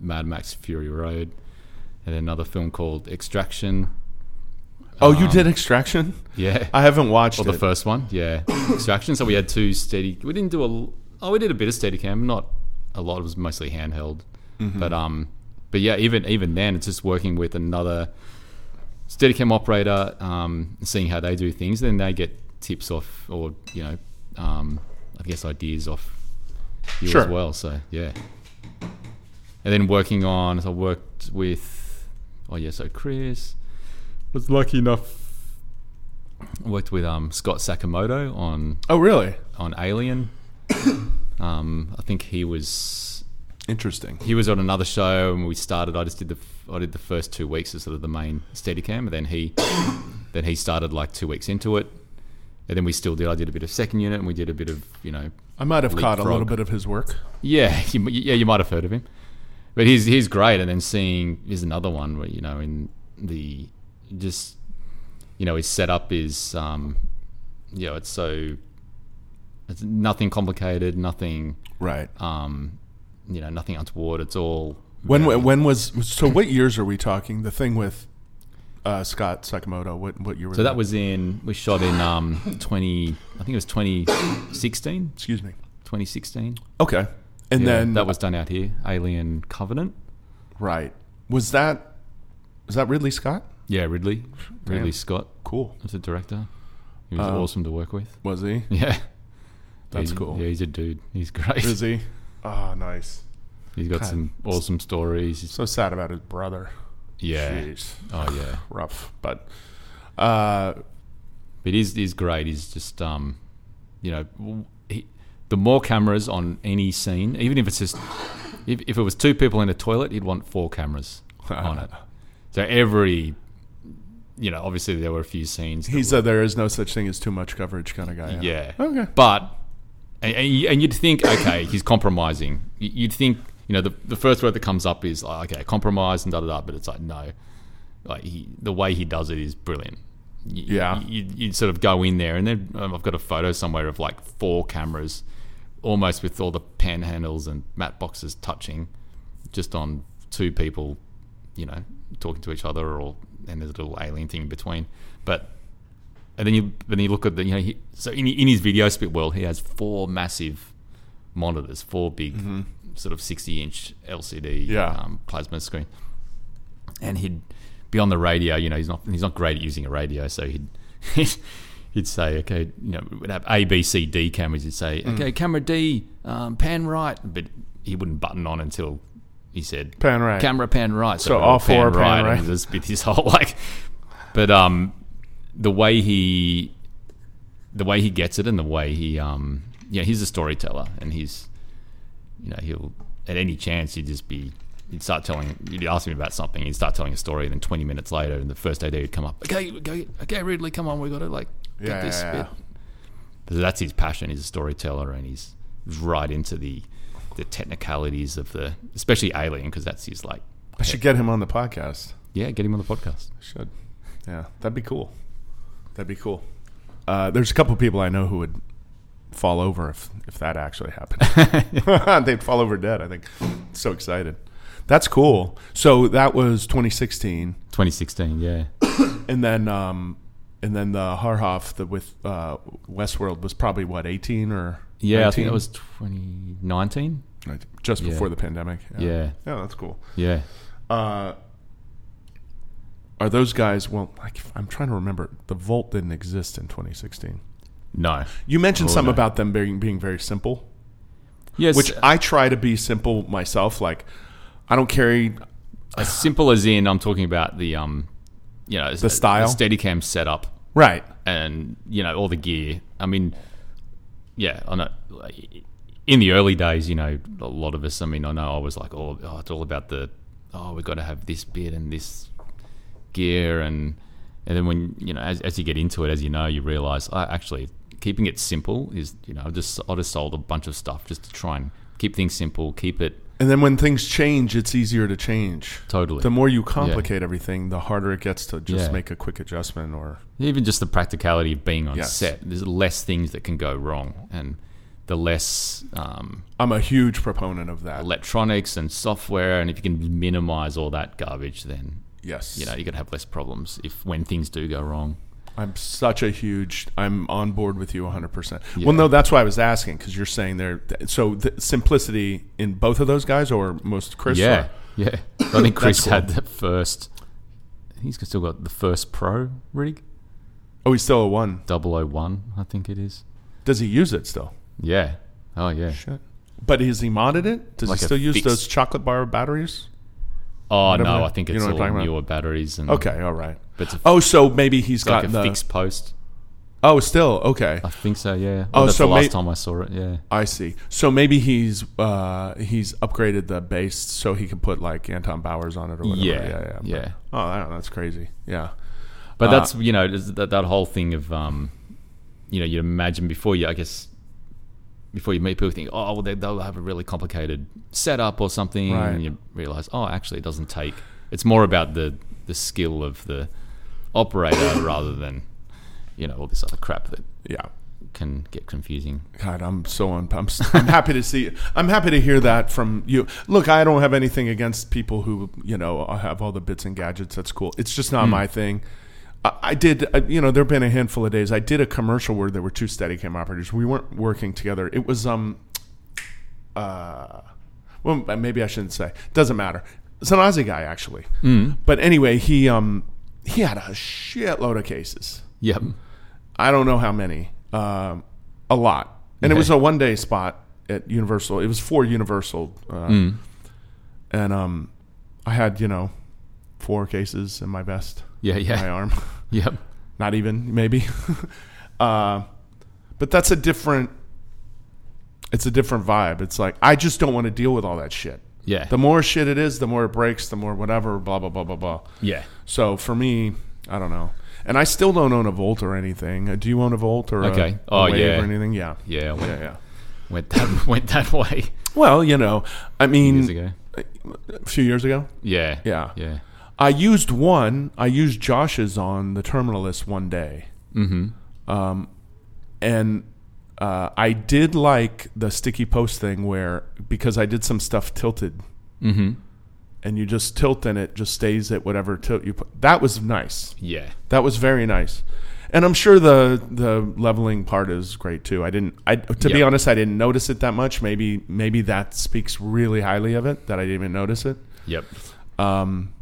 Mad Max Fury Road, and another film called Extraction.
oh, you did Extraction?
Yeah,
I haven't watched
or Um, the
it.
first one, yeah, Extraction. So we had two steady. We didn't do a. l- Oh, we did a bit of Steadicam, not a lot. It was mostly handheld, but um, but yeah, even even then, it's just working with another Steadicam operator, um, seeing how they do things. Then they get tips off, or you know, um, I guess ideas off you
Sure.
as well. So yeah, and then working on. So I worked with. Oh yeah, so Chris was lucky enough. Worked with um, Scott Sakamoto on
oh, really?
on Alien. [COUGHS] um, I think he was
Interesting.
he was on another show and we started. I just did the I did the first two weeks as sort of the main Steadicam, and then he [COUGHS] then he started like two weeks into it, and then we still did. I did a bit of second unit, and we did a bit of you know
I might have caught a little
Leapfrog.
bit of his work.
yeah, [LAUGHS] you, yeah, you might have heard of him, but he's he's great. And then seeing here's another one where you know in the just you know his setup is um, you know it's so it's nothing complicated, nothing
Right.
um, you know nothing untoward. It's all
When
very-
when was so? What years are we talking? The thing with uh, Scott Sakamoto. What what year? Was
so that was in we shot in um, twenty I think it was 2016,
Excuse me.
2016.
Okay. And
Yeah,
then
that was done out here, Alien Covenant.
right. Was that was that Ridley Scott?
Yeah, Ridley, Ridley
Damn.
Scott.
Cool.
as a director. He was
Um,
awesome to work with. [LAUGHS]
Was he?
Yeah.
That's
He-
cool.
Yeah, he's a dude. He's great.
Is
[LAUGHS]
he? Oh, nice.
he's got
God.
some awesome stories. He's-
So sad about his brother.
yeah.
Jeez.
Oh yeah.
Rough, but uh,
But he's he's great. He's just um, you know, w- he, the more cameras on any scene, even if it's just if, if it was two people in a toilet, he'd want four cameras
[LAUGHS]
on it. So every, you know, obviously there were a few scenes. that
he's a there is no such thing as too much coverage kind of guy. huh?
Yeah.
Okay.
But and, and you- and you'd think, okay, he's compromising. You- You'd think, you know, the, the first word that comes up is like, okay, compromise and da da da. But it's like no, like he, the way he does it is brilliant. You,
Yeah.
You, you sort of go in there, and then um, I've got a photo somewhere of like four cameras, almost with all the panhandles and mat boxes touching, just on two people, you know, talking to each other, or and there's a little alien thing in between, but and then you then you look at the you know he, so in in his video spit world he has four massive monitors, four big sort of sixty inch LCD
Yeah.
um, plasma screen, and he'd be on the radio. You know he's not he's not great at using a radio, so he'd. [LAUGHS] He'd say, okay, you know, we'd have A, B, C, D cameras. He'd say, okay, camera D, um, pan right, but he wouldn't button on until he said
Pan right.
camera pan right.
So
we're
all four are pan right.
and Just with his whole [LAUGHS] like, but um, the way he, the way he gets it, and the way he um, yeah, he's a storyteller, and he's, you know, he'll at any chance he'd just be. He'd start telling. You'd ask him about something. He'd start telling a story. Then twenty minutes later, and the first AD would come up. Okay, go, okay, Ridley, come on, we got to like get
Yeah,
this
yeah,
bit. So that's his passion. He's a storyteller, and he's right into the the technicalities of the, especially Alien, because that's his like
I should get him on the podcast.
yeah, get him on the podcast.
Should. Yeah, that'd be cool. That'd be cool. Uh, there's a couple people I know who would fall over if if that actually
[LAUGHS]
happened. [LAUGHS] They'd fall over dead. I think. So excited. That's cool. So that was 2016,
2016, yeah.
and then um, and then the Harhoff the, with uh, Westworld was probably what 18 or
Yeah, I
19?
think that was 2019.
Like, just
Yeah.
before the pandemic.
Yeah,
Yeah, that's cool.
yeah.
Uh, are those guys? Well, I, am trying to remember. The Volt didn't exist in 2016.
No.
You mentioned
Oh,
some
no.
about them being being very simple,
Yes,
which I try to be simple myself. Like, I don't carry.
as simple as in, I'm talking about the, um, you know, the
style?
the Steadicam setup,
Right.
and you know all the gear. I mean, yeah, I know. like, In the early days, you know, a lot of us. I mean, I know I was like, oh, oh it's all about the oh, we've got to have this bit and this gear, and and then when you know, as, as you get into it, as you know, you realize oh, actually keeping it simple is you know, I just I just sold a bunch of stuff just to try and keep things simple, keep it
And then when things change, it's easier to change.
totally.
The more you complicate everything, the harder it gets to just
Yeah.
make a quick adjustment or
Even just the practicality of being on
Yes.
set, there's less things that can go wrong, and the less um,
I'm a huge proponent of that.
electronics and software, and if you can minimize all that garbage, then
Yes.
you know you're gonna have less problems if when things do go wrong.
I'm such a huge. I'm on board with you 100. percent
Yeah.
Well, no, that's why I was asking because you're saying there. So the simplicity in both of those guys, or most Chris.
yeah, yeah.
[LAUGHS]
I think Chris
cool.
had the first. He's still got the first pro rig,
Oh, he's still a one.
001, I think it is.
Does he use it still?
Yeah. Oh yeah.
Shit. But has he modded it? Does
Like
he
a
still use
fixed-
those chocolate bar batteries?
Oh
Whatever
no,
the-
I think
you
it's
know what I'm
all
talking about.
newer batteries and
Okay, all right.
But it's a,
Oh, so maybe he's
like
got
a
the.
fixed post.
oh, still okay.
I think so. Yeah.
Oh,
Oh, that's
so
the
may-
last time I saw it. Yeah.
I see. So maybe he's uh, he's upgraded the base so he can put like Anton Bowers on it or whatever.
Yeah,
yeah, yeah.
yeah.
But- Oh, I don't know, that's crazy. Yeah.
But
Uh,
that's you know is that that whole thing of um, you know, you imagine before you, I guess, before you meet people, think, oh, well, they, they'll have a really complicated setup or something,
Right.
and you realize, oh, actually, it doesn't take. It's more about the the skill of the [COUGHS] operator rather than you know all this other crap that
Yeah.
can get confusing.
God, I'm so un- I'm, s- I'm happy to see. I'm happy to hear that from you. Look, I don't have anything against people who you know have all the bits and gadgets. That's cool. It's just not my thing. I, I did. I, you know, there've been a handful of days. I did a commercial where there were two Steadicam operators. We weren't working together. It was um, uh, well, maybe I shouldn't say. Doesn't matter. It's an Aussie guy actually. But anyway, he um, he had a shitload of cases.
Yep.
I don't know how many, um, a lot. And it
Okay.
was a one day spot at Universal. It was for Universal, uh, and um, I had you know four cases in my vest,
Yeah. [LAUGHS]
my
Yeah.
arm,
Yep.
not even maybe. [LAUGHS] uh, but that's a different. It's a different vibe. It's like I just don't want to deal with all that shit.
Yeah.
The more shit it is, the more it breaks, the more whatever, blah blah blah blah blah.
yeah.
So for me, I don't know. And I still don't own a Volt or anything. Uh, Do you own a Volt or a-
Okay.
a,
Oh,
Wave
yeah.
or anything? Yeah.
Yeah. Went,
Yeah, yeah.
went that [LAUGHS] went that way
Well, you know, I mean,
years ago.
a few years ago.
Mm. Yeah.
Yeah.
Yeah.
I used one. I used Josh's on the Terminalist one day. Um,
Mm-hmm.
and uh, I did like the sticky post thing where because I did some stuff tilted,
Mm-hmm.
and you just tilt and it just stays at whatever tilt you put. That was nice.
Yeah.
That was very nice. And I'm sure the the leveling part is great too. I didn't I to be
Yeah.
honest, I didn't notice it that much. Maybe maybe that speaks really highly of it that I didn't even notice it.
Yep.
Um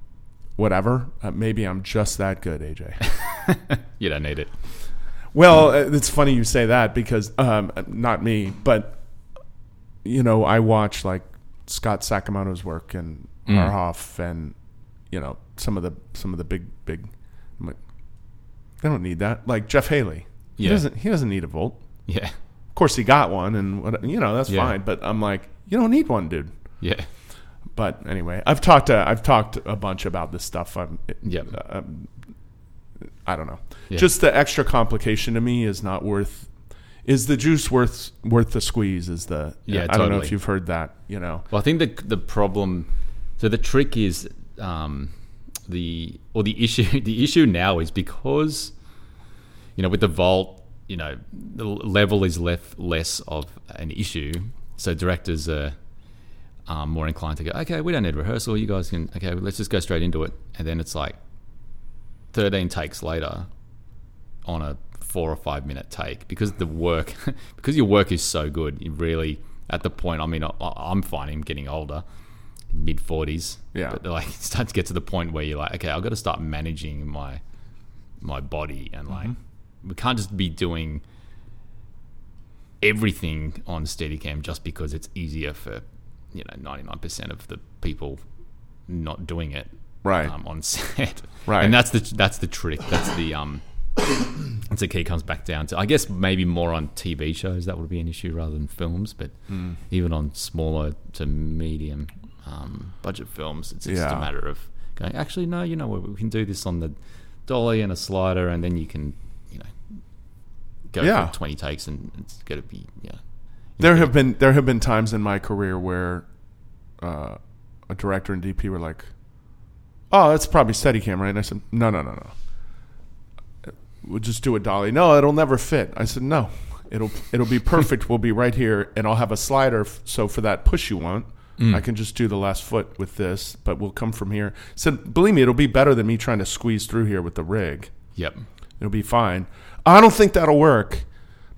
whatever. Uh, maybe I'm just that good, AJ.
You don't need it.
Well, uh, it's funny you say that because um, not me, but you know, I watch like Scott Sakamoto's work and
Mm.
Harhoff and you know some of the some of the big big. I'm like, they don't need that. Like Jeff Haley, he
Yeah.
doesn't he doesn't need a volt.
Yeah.
Of course, he got one, and what, you know that's
Yeah.
fine. But I'm like, you don't need one, dude.
Yeah. [LAUGHS]
But anyway, I've talked to, I've talked a bunch about this stuff. I'm,
Yep.
um, I don't know.
Yeah.
Just the extra complication to me is not worth. Is the juice worth worth the squeeze? Is the
Yeah,
I don't know
totally.
if you've heard that. You know.
Well, I think the the problem, so the trick is, um, the or the issue [LAUGHS] the issue now is because, you know, with the vault, you know, the l- level is left less of an issue. So directors are um, more inclined to go, okay, we don't need rehearsal. You guys can okay, let's just go straight into it. And then it's like, thirteen takes later, on a four or five minute take because the work [LAUGHS] because your work is so good you really at the point i mean I, i'm finding getting older mid 40s
Yeah.
but like [LAUGHS] it starts to get to the point where you're like okay i've got to start managing my my body and like we can't just be doing everything on steadicam just because it's easier for you know 99% of the people not doing it
Right.
um, on [LAUGHS] set.
Right.
And that's the that's the trick. That's the um. That's the key. Comes back down to I guess maybe more on
Hmm.
TV shows that would be an issue rather than films, but even on smaller to medium um, budget films. It's just
Yeah.
a matter of going. Actually, no, you know what? We can do this on the dolly and a slider, and then you can, you know, go
Yeah.
for twenty takes, and it's gonna be yeah.
There have been there have been times in my career where uh, a director and DP were like, "Oh, that's probably Steadicam, right?" And I said, "No, no, no, no. We'll just do a dolly. No, it'll never fit." I said, "No, it'll it'll be perfect. we'll be right here, and I'll have a slider. f- So for that push you want, I can just do the last foot with this, but we'll come from here." I said, "Believe me, it'll be better than me trying to squeeze through here with the rig."
Yep.
It'll be fine. I don't think that'll work.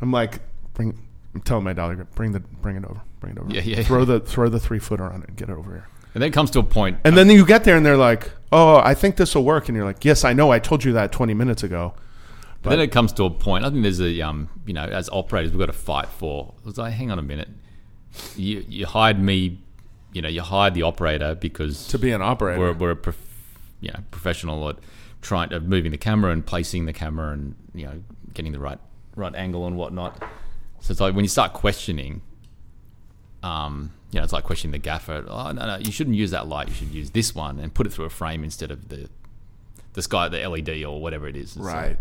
I'm like, bring. I'm telling my dollar, bring the, bring it over, bring it over.
Yeah, yeah.
Throw the, throw the three footer on it and get it over here.
And then it comes to a point,
And then you get there and they're like, oh, I think this will work. And you're like, yes, I know. I told you that 20 minutes ago.
But then it comes to a point. I think there's a um, you know, as operators, we've got to fight for. It was like, hang on a minute, you you hired me, you know, you hired the operator because
To be an operator,
we're we're a prof, you know professional at trying at moving the camera and placing the camera and you know getting the right right angle and whatnot. So it's like when you start questioning, um, you know, it's like questioning the gaffer. Oh no, no, you shouldn't use that light. You should use this one and put it through a frame instead of the the sky, the LED or whatever it is. It's like,
right?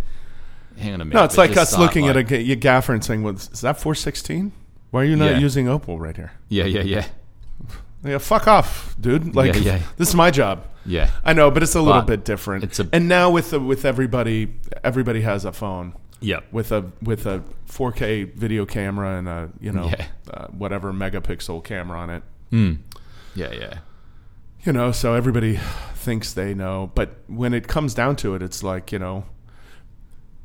hang on a minute.
No, it's
but
like
just
us
start,
looking
like-
at a ga- your gaffer and saying, well, is that 416? Why are you not
Yeah.
using opal right here?
Yeah, yeah, yeah,
Yeah, fuck off, dude. Like,
Yeah, yeah.
this is my job.
yeah.
I know, but it's a little
But
bit different.
it's a-
and now with the, with everybody, everybody has a phone.
Yeah.
with a with a 4K video camera and a you know
Yeah.
uh, whatever megapixel camera on it.
Mm. Yeah, yeah.
You know, so everybody thinks they know, but when it comes down to it, it's like you know,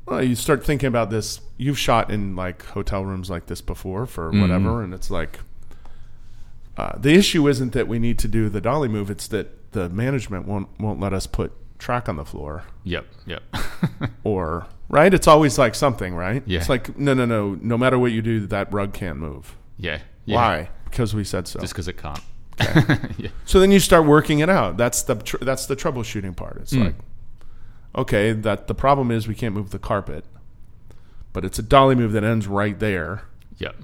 well, you start thinking about this. You've shot in like hotel rooms like this before for whatever, and it's like uh, the issue isn't that we need to do the dolly move; it's that the management won't won't let us put track on the floor.
Yep, yep. [LAUGHS]
or right it's always like something right
Yeah.
it's like no no no no matter what you do that rug can't move
yeah, yeah.
why because we said so
Just because it can't. [LAUGHS] yeah.
so then you start working it out that's the tr- that's the troubleshooting part
Hmm.
it's like okay that the problem is we can't move the carpet but it's a dolly move that ends right there
Yep.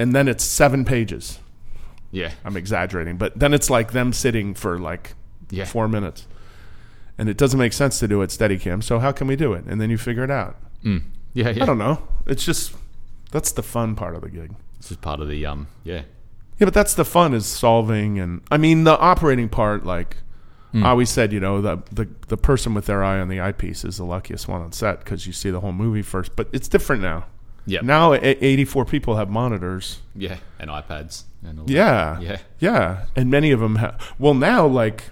and then it's seven pages
Yeah.
i'm exaggerating but then it's like them sitting for like
Yeah.
four minutes and it doesn't make sense to do it steady cam so how can we do it and then you figure it out
Yeah, yeah.
I don't know. It's just that's the fun part of the gig.
This is part of the um. Yeah.
Yeah, but that's the fun is solving and I mean the operating part. Like I always said, you know, the the the person with their eye on the eyepiece is the luckiest one on set because you see the whole movie first. But it's different now.
Yeah.
Now eighty four people have monitors.
Yeah. And iPads. And all
Yeah.
Yeah.
Yeah. And many of them have. Well, now like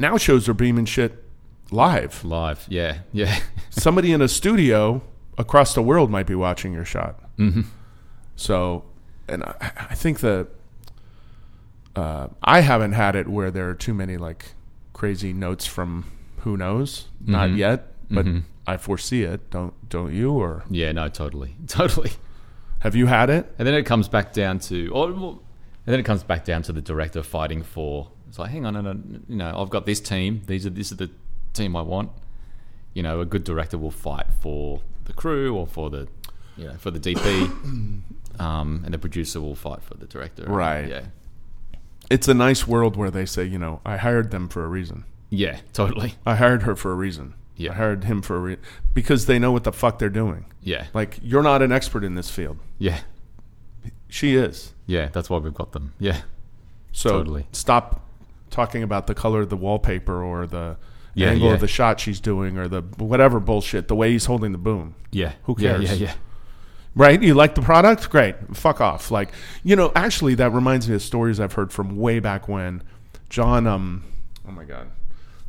now shows are beaming shit live.
That. Live. Yeah. Yeah. [LAUGHS]
somebody in a studio across the world might be watching your shot. Mm-hmm. So, and I, I think the uh, I haven't had it where there are too many like crazy notes from who knows, not yet, but I foresee it. Don't don't you? Or
yeah. No. Totally. [LAUGHS] Totally.
have you had it?
And then it comes back down to, or, well, and then it comes back down to the director fighting for. It's like, hang on, no, no, you know, I've got this team. These are this is the team I want. You know, a good director will fight for the crew or for the, you know, for
[COUGHS]
the DP, um, and the producer will fight for the director.
Right.
Yeah.
It's a nice world where they say, you know, I hired them for a reason.
Yeah. Totally.
I hired her for a reason.
Yeah.
I hired him for a reason because they know what the fuck they're doing.
Yeah.
Like you're not an expert in this field.
yeah.
She is.
Yeah. That's why we've got them. Yeah.
So
Totally.
stop talking about the color of the wallpaper or the
Yeah,
angle
yeah.
of the shot she's doing or the whatever bullshit, the way he's holding the boom.
Yeah.
Who
Yeah.
cares?
Yeah. [LAUGHS] yeah.
Right? You like the product? Great. Fuck off. Like, you know, actually that reminds me of stories I've heard from way back when John um oh my god.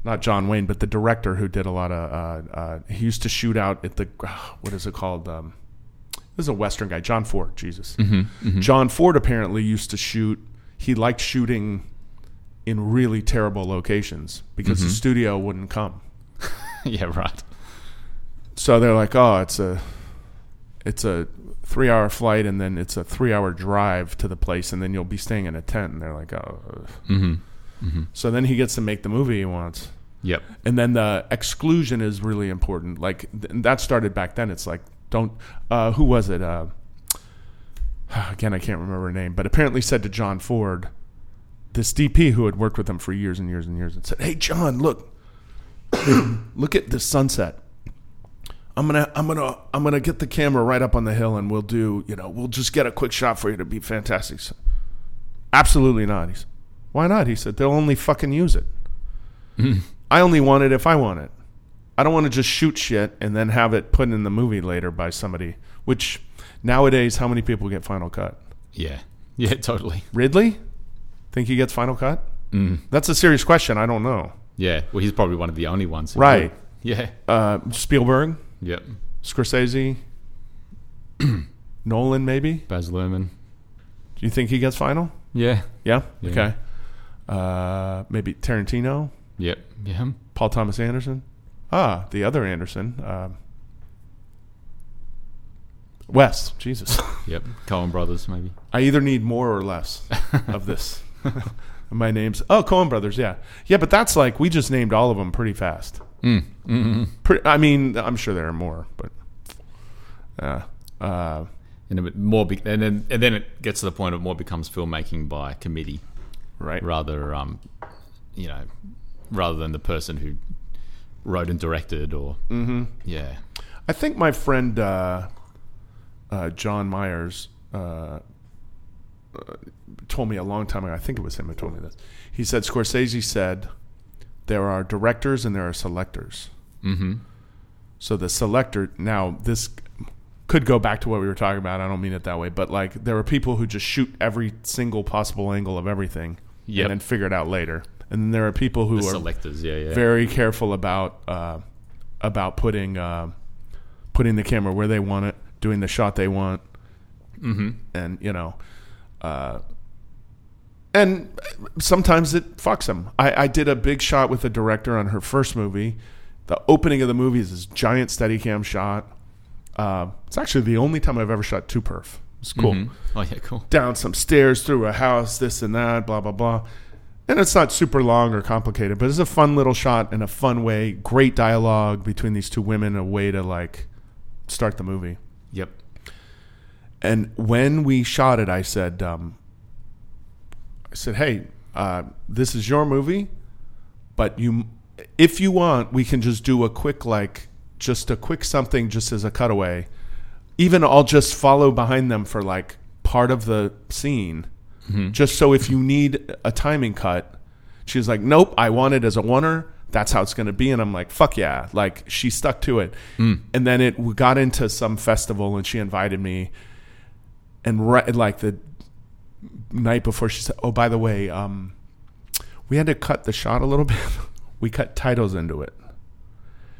Not John Wayne, but the director who did a lot of uh, uh, he used to shoot out at the uh, what is it called um this is a Western guy, John Ford. Jesus, John Ford apparently used to shoot. He liked shooting in really terrible locations because the studio wouldn't come.
yeah. Right.
So they're like, "Oh, it's a, it's a three-hour flight, and then it's a three-hour drive to the place, and then you'll be staying in a tent." And they're like, "Oh." ugh." So then he gets to make the movie he wants.
Yep.
And then the exclusion is really important. Like th- and that started back then. It's like don't. Uh, [SIGHS] who was it? Uh, again, I can't remember her name, but apparently said to John Ford, this DP who had worked with him for years and years and years and said, "Hey, John, look, [COUGHS] look at this sunset. I'm gonna, I'm gonna, I'm gonna get the camera right up on the hill, and we'll do, you know, we'll just get a quick shot for you to be fantastic." So, Absolutely not. He said, "Why not?" He said, "They'll only fucking use it. I only want it if I want it. I don't want to just shoot shit and then have it put in the movie later by somebody. Which nowadays, how many people get Final Cut?
Yeah. Yeah, totally.
Ridley? Think he gets Final Cut? Mm. That's a serious question. I don't know.
Yeah. Well, he's probably one of the only ones. who
Right.
would. Yeah.
Uh, Spielberg,
Yep.
Scorsese, [CLEARS THROAT] Nolan, maybe?
Baz Luhrmann.
Do you think he gets final?
Yeah.
Yeah?
Yeah.
Okay. Uh, maybe Tarantino,
Yep. Yeah.
Paul Thomas Anderson. Ah, the other Anderson. Um, Wes. Jesus. [LAUGHS]
Yep. Cohen Brothers, maybe.
I either need more or less of
[LAUGHS]
this. My name's oh Cohen Brothers, yeah, yeah, but that's like we just named all of them pretty fast.
Mm. Mm-mm.
Pre- I mean, I'm sure there are more, but uh, uh,
And, a bit more be- and, then, and then it gets to the point of more becomes filmmaking by committee
right,
rather, um, you know, rather than the person who wrote and directed or. Mm-hmm. Yeah.
I think my friend uh, uh, John Myers uh, uh, told me a long time ago. I think it was him who told me this. He said Scorsese said there are directors and there are selectors.
Mm-hmm.
So the selector now this could go back to what we were talking about. I don't mean it that way, but like there are people who just shoot every single possible angle of everything
Yep.
and then figure it out later. And then there are people who
The
are
selectors. Yeah. Yeah.
very careful about uh, about putting uh, putting the camera where they want it, doing the shot they want,
mm-hmm.
and you know, uh, and sometimes it fucks them. I, I did a big shot with the director on her first movie. The opening of the movie is this giant Steadicam shot. Uh, it's actually the only time I've ever shot two perf. It's cool
Mhm. Oh, yeah. Cool.
down some stairs through a house, this and that, blah blah blah. And it's not super long or complicated, but it's a fun little shot in a fun way. Great dialogue between these two women, a way to like start the movie.
Yep.
And when we shot it, I said, um, I said, hey, uh, this is your movie, but you, if you want, we can just do a quick like, just a quick something, just as a cutaway. Even I'll just follow behind them for like part of the scene, just so if you need a timing cut. She was like, nope, I want it as a oneer. That's how it's going to be. And I'm like, fuck yeah. Like, she stuck to it. And then it we got into some festival and she invited me and right like the night before she said oh by the way um we had to cut the shot a little [LAUGHS] bit we cut titles into it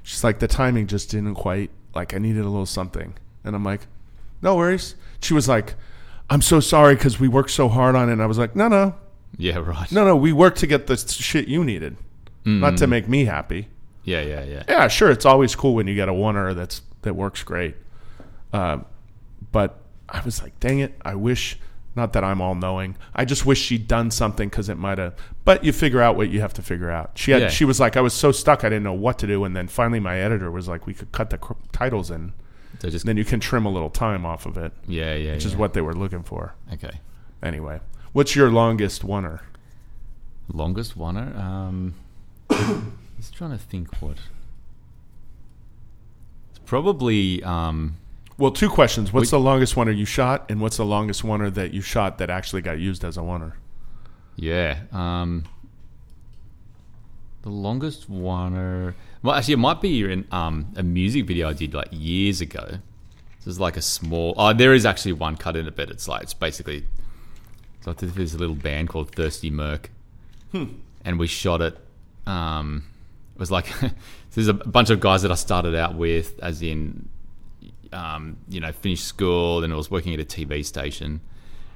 she's like the timing just didn't quite like i needed a little something and i'm like no worries she was like i'm so sorry because we worked so hard on it and i was like no no
Yeah. Right.
no no we worked to get the s- shit you needed not to make me happy
Yeah. Yeah. Yeah.
yeah, sure. It's always cool when you get a oneer that's that works great. Uh, but I was like, dang it, I wish. Not that I'm all knowing. I just wish she'd done something because it might have. But you figure out what you have to figure out. She had.
Yeah.
She was like, I was so stuck, I didn't know what to do. And then finally, my editor was like, we could cut the cr- titles in.
So just.
Then you can trim a little time off of it,
yeah. Yeah.
which
yeah.
is what they were looking for.
Okay.
Anyway, what's your longest oneer?
Longest one. Um, [COUGHS] just trying to think what. It's probably. Um,
Well, two questions. What's the longest oneer you shot, and what's the longest oneer that you shot that actually got used as a oneer?
yeah. Um, the longest one. Or, well, actually, it might be in um, a music video I did like years ago. This is like a small. Oh, there is actually one cut in it, but it's like it's basically. So I think there's a little band called Thirsty Merc,
Hmm.
and we shot it. Um, it was like [LAUGHS] there's a bunch of guys that I started out with, as in, um, you know, finished school, and I was working at a TV station.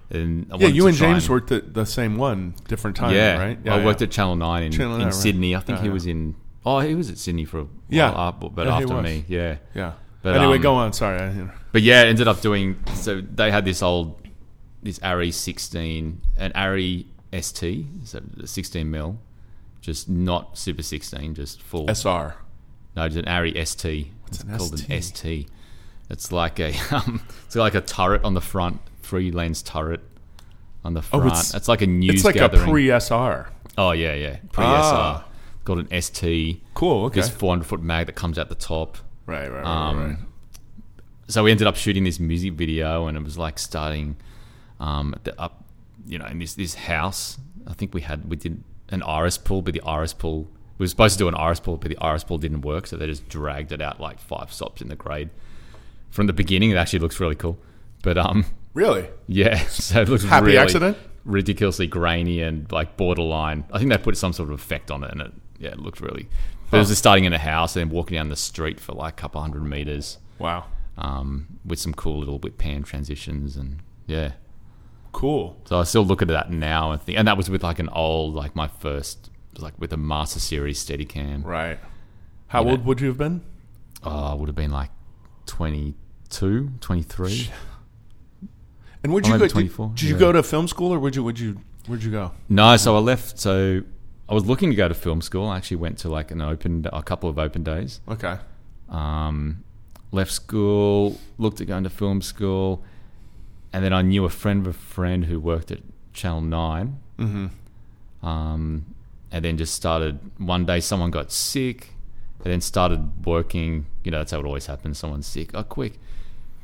And I
Yeah,
wanted
you
to
and
try
James worked at the same one, different time,
yeah,
Oh,
Oh,
right?
I worked at Channel Nine in,
Channel
in
9, right.
Sydney. I think
Yeah,
he
yeah.
was in. Oh, he was at Sydney for a while,
Yeah.
up- but
Yeah, he
after
was.
me, yeah.
Yeah.
But,
anyway,
um,
go on. Sorry. I,
But yeah, it ended up doing. So they had this old, this Arri 16, an Arri ST, so the 16 mil, just not Super 16, just full.
SR.
no, just an Arri ST. What's it's
an
called
ST?
an ST. [LAUGHS] It's like a, um, it's like a turret on the front, three lens turret. on the
Oh,
front.
it's-
it's, like a news
it's like
gathering.
a pre SR.
oh yeah, yeah. Pre
Ah.
SR. Got an ST.
Cool. Okay.
This 400 foot mag that comes out the top.
right. Right. Right.
um,
right.
so we ended up shooting this music video and it was like starting um, at the up you know in this this house i think we had we did an iris pool but the iris pool we were supposed to do an iris pool but the iris pool didn't work so they just dragged it out like five stops in the grade from the beginning it actually looks really cool but um
Really?
yeah [LAUGHS] so it looks
Happy
really
accident?
ridiculously grainy and like borderline i think they put some sort of effect on it and it yeah it looked really but it was just starting in a house and then walking down the street for like a couple hundred meters
Wow.
um, with some cool little whip pan transitions and yeah.
Cool.
So I still look at that now and think, and that was with like an old like my first it was like with a Master Series Steadicam.
Right. How
You know-
old would you have been?
Oh, I would have been like 22, 23.
And would
I'm
you go?
maybe
Did,
24,
did you
yeah.
go to film school or would you? Would you? Where'd you go?
No, so I left. So I was looking to go to film school. I actually went to like an open a couple of open days.
Okay.
um, left school, looked at going to film school, and then I knew a friend of a friend who worked at Channel 9 Mm-hmm. Um, and then just started. One day, someone got sick, and then started working. You know, that's how it always happens. Someone's sick. Oh, quick!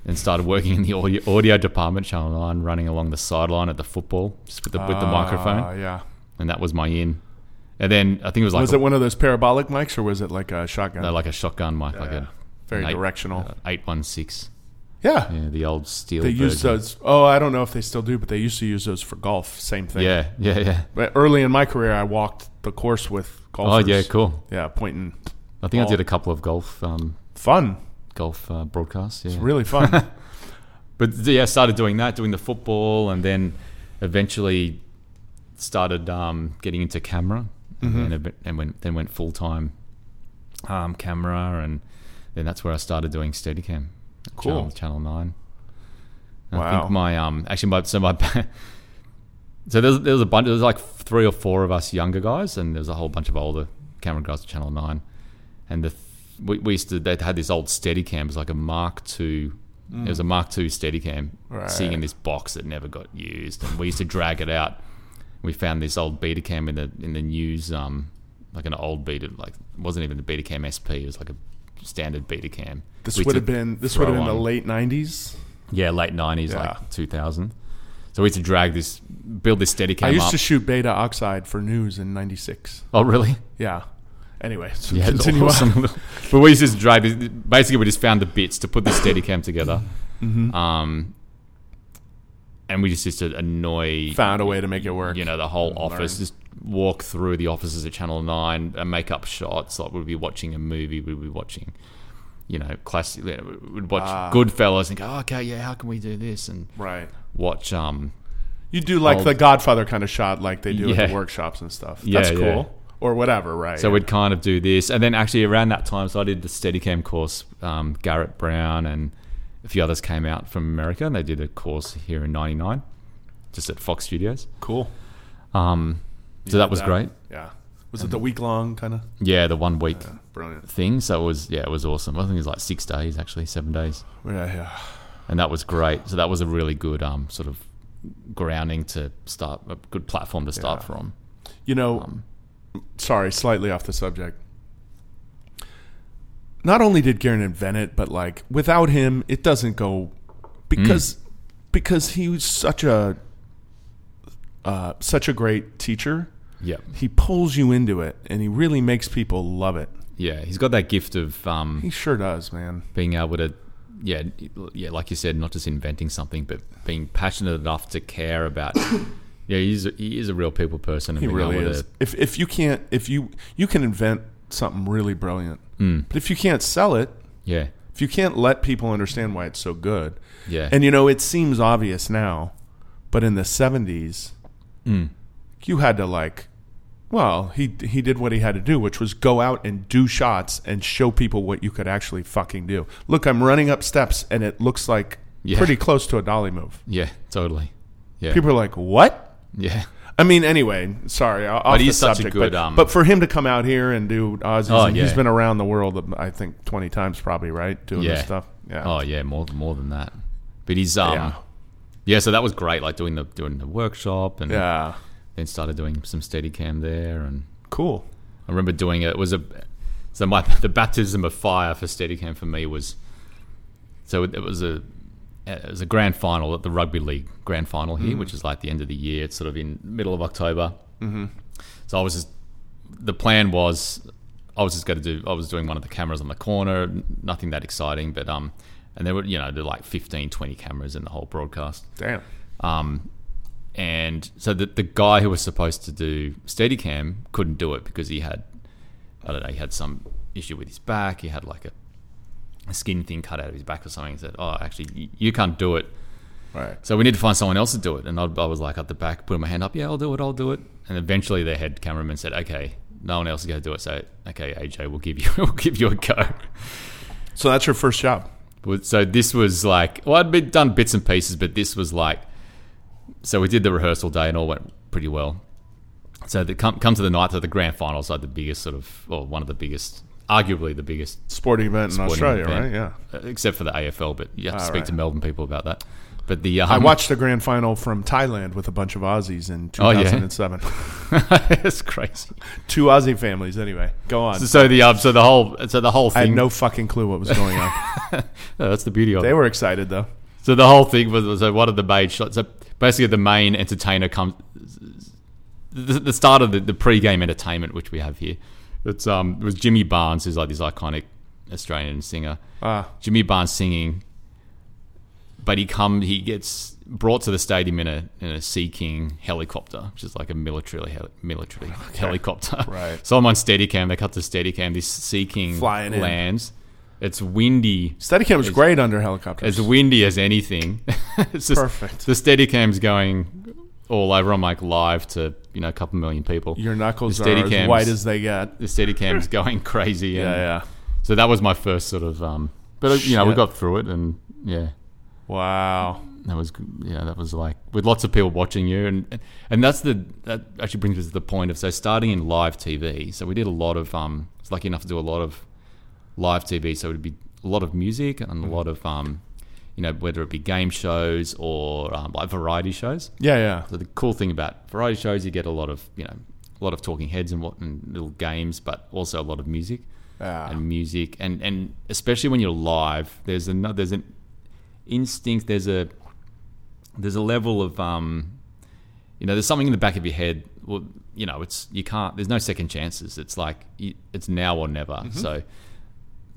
And started working in the audio, audio department, Channel Nine, running along the sideline at the football, just with the, with the
Ah,
microphone,
yeah.
and that was my in. And then I think it was like
was
a,
it one of those parabolic mics or was it like a shotgun?
no, like a shotgun mic, like
Yeah.
a
Very
an eight-
directional.
uh, eight one six.
yeah.
Yeah, the old steel.
They used
version.
those. Oh, I don't know if they still do, but they used to use those for golf. Same thing.
Yeah, yeah, yeah.
But early in my career, I walked the course with
Oh
golfers. Oh.
yeah, cool.
Yeah, pointing.
I think
Ball.
I did a couple of golf, um,
Fun.
golf uh, broadcasts. Yeah,
Really fun.
[LAUGHS] but yeah, I started doing that, doing the football, and then eventually started um, getting into camera,
Mm-hmm.
and, then, a bit- and went, then went full time um, camera, and then that's where I started doing Steadicam.
Cool.
Channel, Channel Nine. I
Wow.
think my um actually my so my [LAUGHS] so there's there's a bunch there's like three or four of us younger guys and there's a whole bunch of older camera guys at Channel Nine, and the th- we, we used to they had this old Steadicam it was like a Mark II. It was a Mark II Steadicam
Right.
sitting in this box that never got used, and we used to drag it out. We found this old Betacam in the in the news, um, like an old Beta, like it wasn't even a Betacam SP. It was like a standard Betacam.
this
We
would have
used to
been. This would have
throw
been the
on-
late '90s.
yeah, late nineties,
Yeah.
like two thousand. So we used to drag this, build this steady
I
cam
used
up.
to shoot beta oxide for news in '96.
oh, really?
Yeah. Anyway, so
Yeah, it's
continue on.
awesome. but we used to just drag this. Basically, we just found the bits to put the steady cam together. Um, and we just used to annoy,
[LAUGHS] Found a way to make it work.
you know, the whole office. Just walk through the offices at Channel Nine and make up shots. Like we'd be watching a movie, we'd be watching. You know, classic. We'd watch
Ah.
Goodfellas and go, oh, okay, yeah, how can we do this? And
Right.
watch um,
You do like
Old-
the Godfather kind of shot, like they do at the
Yeah.
workshops and stuff.
Yeah,
That's cool.
yeah.
Or whatever, right?
So we'd kind of do this, and then actually around that time, so I did the Steadicam course. Um, Garrett Brown and a few others came out from America, and they did a course here in '99, just at Fox Studios.
cool.
Um, so that was great.
Yeah. Was it the week long kind of?
Yeah, the one week
Brilliant.
thing. So it was yeah, it was awesome. I think it was like six days actually, seven days,
Yeah, yeah.
and that was great. So that was a really good um, sort of grounding to start a good platform to start
Yeah.
from.
You know, sorry, slightly off the subject. Not only did Garen invent it, but like without him, it doesn't go because because he was such a uh, such a great teacher.
Yeah,
He pulls you into it, and he really makes people love it.
yeah, he's got that gift of um,
He sure does, man.
being able to yeah yeah like you said not just inventing something but being passionate enough to care about [COUGHS] yeah he is, he is a real people person and
He
being
really
able
is.
to
If if you can't, if you you can invent something really brilliant, but if you can't sell it,
mm, yeah
if you can't let people understand why it's so good,
yeah
And you know, it seems obvious now, but in the seventies,
Mm.
you had to like, well, he he did what he had to do, which was go out and do shots and show people what you could actually fucking do. Look, I'm running up steps, and it looks like
Yeah.
pretty close to a dolly move.
yeah totally yeah
People are like, what?
yeah
I mean, anyway, sorry, o- off
But he's
the
such a
subject,
good,
but,
um,
but for him to come out here and do Aussies,
Oh,
and he's
yeah.
been around the world, um, I think, twenty times probably, right? Doing
yeah
this stuff, yeah.
oh yeah more more than that but he's um
Yeah.
yeah, yeah, so that was great. Like doing the doing the workshop and
Yeah.
then started doing some steady cam there and
Cool.
I remember doing it. It was a so my [LAUGHS] the baptism of fire for Steadicam for me was so it, it was a it was a grand final at the rugby league grand final here, which is like the end of the year. It's sort of in middle of October. Mm-hmm. So I was just the plan was I was just going to do I was doing one of the cameras on the corner, n- nothing that exciting, but um and there were you know there were like 15, 20 cameras in the whole broadcast.
Damn.
Um, and so the, the guy who was supposed to do Steadicam couldn't do it because he had, I don't know, he had some issue with his back. He had like a, a skin thing cut out of his back or something. He said, Oh, actually, you, you can't do it.
Right.
So we need to find someone else to do it. And I, I was like at the back, putting my hand up, Yeah, I'll do it, I'll do it. And eventually their head cameraman said, Okay, no one else is going to do it. So, okay, AJ, we'll give you, [LAUGHS] we'll give you a go.
So that's your first job.
Was- So this was like, well, I'd been done bits and pieces, but this was like, so we did the rehearsal day and all went pretty well. So the, come come to the night, so the grand finals, like the biggest sort of, or one of the biggest, arguably the biggest,
Sporting event in
Sporting
Australia,
event.
right? Yeah.
uh, except for the AFL. But you have to
Ah,
speak to
right.
Melbourne people about that. But the um,
I watched the grand final from Thailand with a bunch of Aussies in
Oh, yeah.
2007.
[LAUGHS] it's crazy.
Two Aussie families, anyway. Go on.
[LAUGHS] So the um, so the whole so the whole
I had
thing.
no fucking clue what was going
[LAUGHS]
on.
No, that's the beauty of it.
they were excited though.
So the whole thing was, was so one of the main shots. So basically, the main entertainer comes. The, the start of the, the pre-game entertainment, which we have here, it's um, it was Jimmy Barnes, who's like this iconic Australian singer.
Ah,
Jimmy Barnes singing, but he come he gets brought to the stadium in a in a Sea King helicopter, which is like a military heli-
[LAUGHS]
military helicopter.
Right.
[LAUGHS] So I'm on Steadicam. They cut to Steadicam. This Sea King
Flying in.
lands. It's windy.
Steadicam was great under helicopters.
As windy as anything. [LAUGHS] it's just,
Perfect.
The Steadicam's going all over. I'm like live to you know a couple million people.
Your knuckles
the
are as
Steadicams-
white as they get.
the Steadicam's going crazy. And
Yeah, yeah.
So that was my first sort of. Um, but uh, you know we
Shit.
got through it, and yeah,
Wow.
that was yeah that was like with lots of people watching you, and and that's the that actually brings us to the point of so starting in live TV. So we did a lot of um, I was lucky enough to do a lot of live TV. So it would be a lot of music and a
Mm-hmm.
lot of um, you know whether it be game shows or um, like variety shows.
Yeah, yeah.
So the cool thing about variety shows, you get a lot of you know a lot of talking heads and what and little games, but also a lot of music
Ah,
and music and and especially when you're live, there's an there's an instinct, there's a there's a level of um, you know, there's something in the back of your head. Well, you know, it's you can't. There's no second chances. It's like you, it's now or never.
Mm-hmm.
So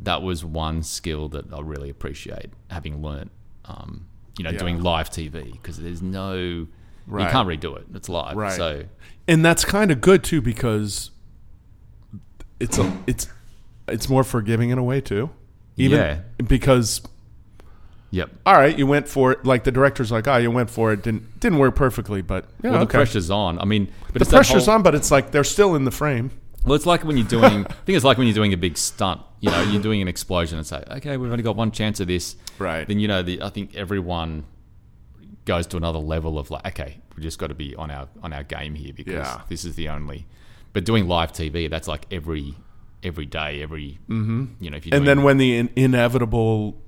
that was one skill that I really appreciate having learnt. Um, you know,
Yeah.
doing live TV because there's no you
Right.
can't redo it. It's live.
Right.
So
and that's kind of good too because it's a it's it's more forgiving in a way too. Even
Yeah.
because
yep.
all right, you went for it. Like the director's like, oh, you went for it. Didn't didn't work perfectly, but yeah,
Well, the
okay.
pressure's on. I mean, but
the
it's that
pressure's
whole-
on, but it's like they're still in the frame.
Well, it's like when you're doing. [LAUGHS] I think it's like when you're doing a big stunt. You know, you're doing an explosion and say, "Okay, we've only got one chance of this."
Right.
Then you know, the, I think everyone goes to another level of like, "Okay, we just got to be on our on our game here because
Yeah.
this is the only." But doing live TV, that's like every every day, every you know, if you're
Mm-hmm. and
doing,
then when the in- inevitable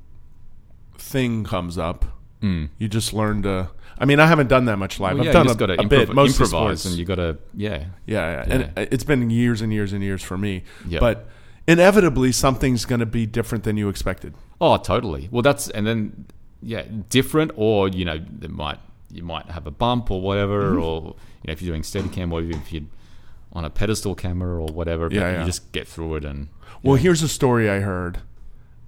thing comes up, you just learn to. I mean, I haven't done that much live.
Mm. well, yeah,
I've done
you
a,
just gotta
a bit,
improv-
mostly
improvise,
sports.
and you got to yeah,
yeah, yeah, and
Yeah.
it- it's been years and years and years for me.
Yeah.
But inevitably, something's going to be different than you expected.
Oh, totally. Well, that's and then yeah, different or you know, they might you might have a bump or whatever,
Mm-hmm.
or you know, if you're doing Steadicam or even if you're on a pedestal camera or whatever, but
Yeah, yeah.
you just get through it and
Well, here's a story I heard,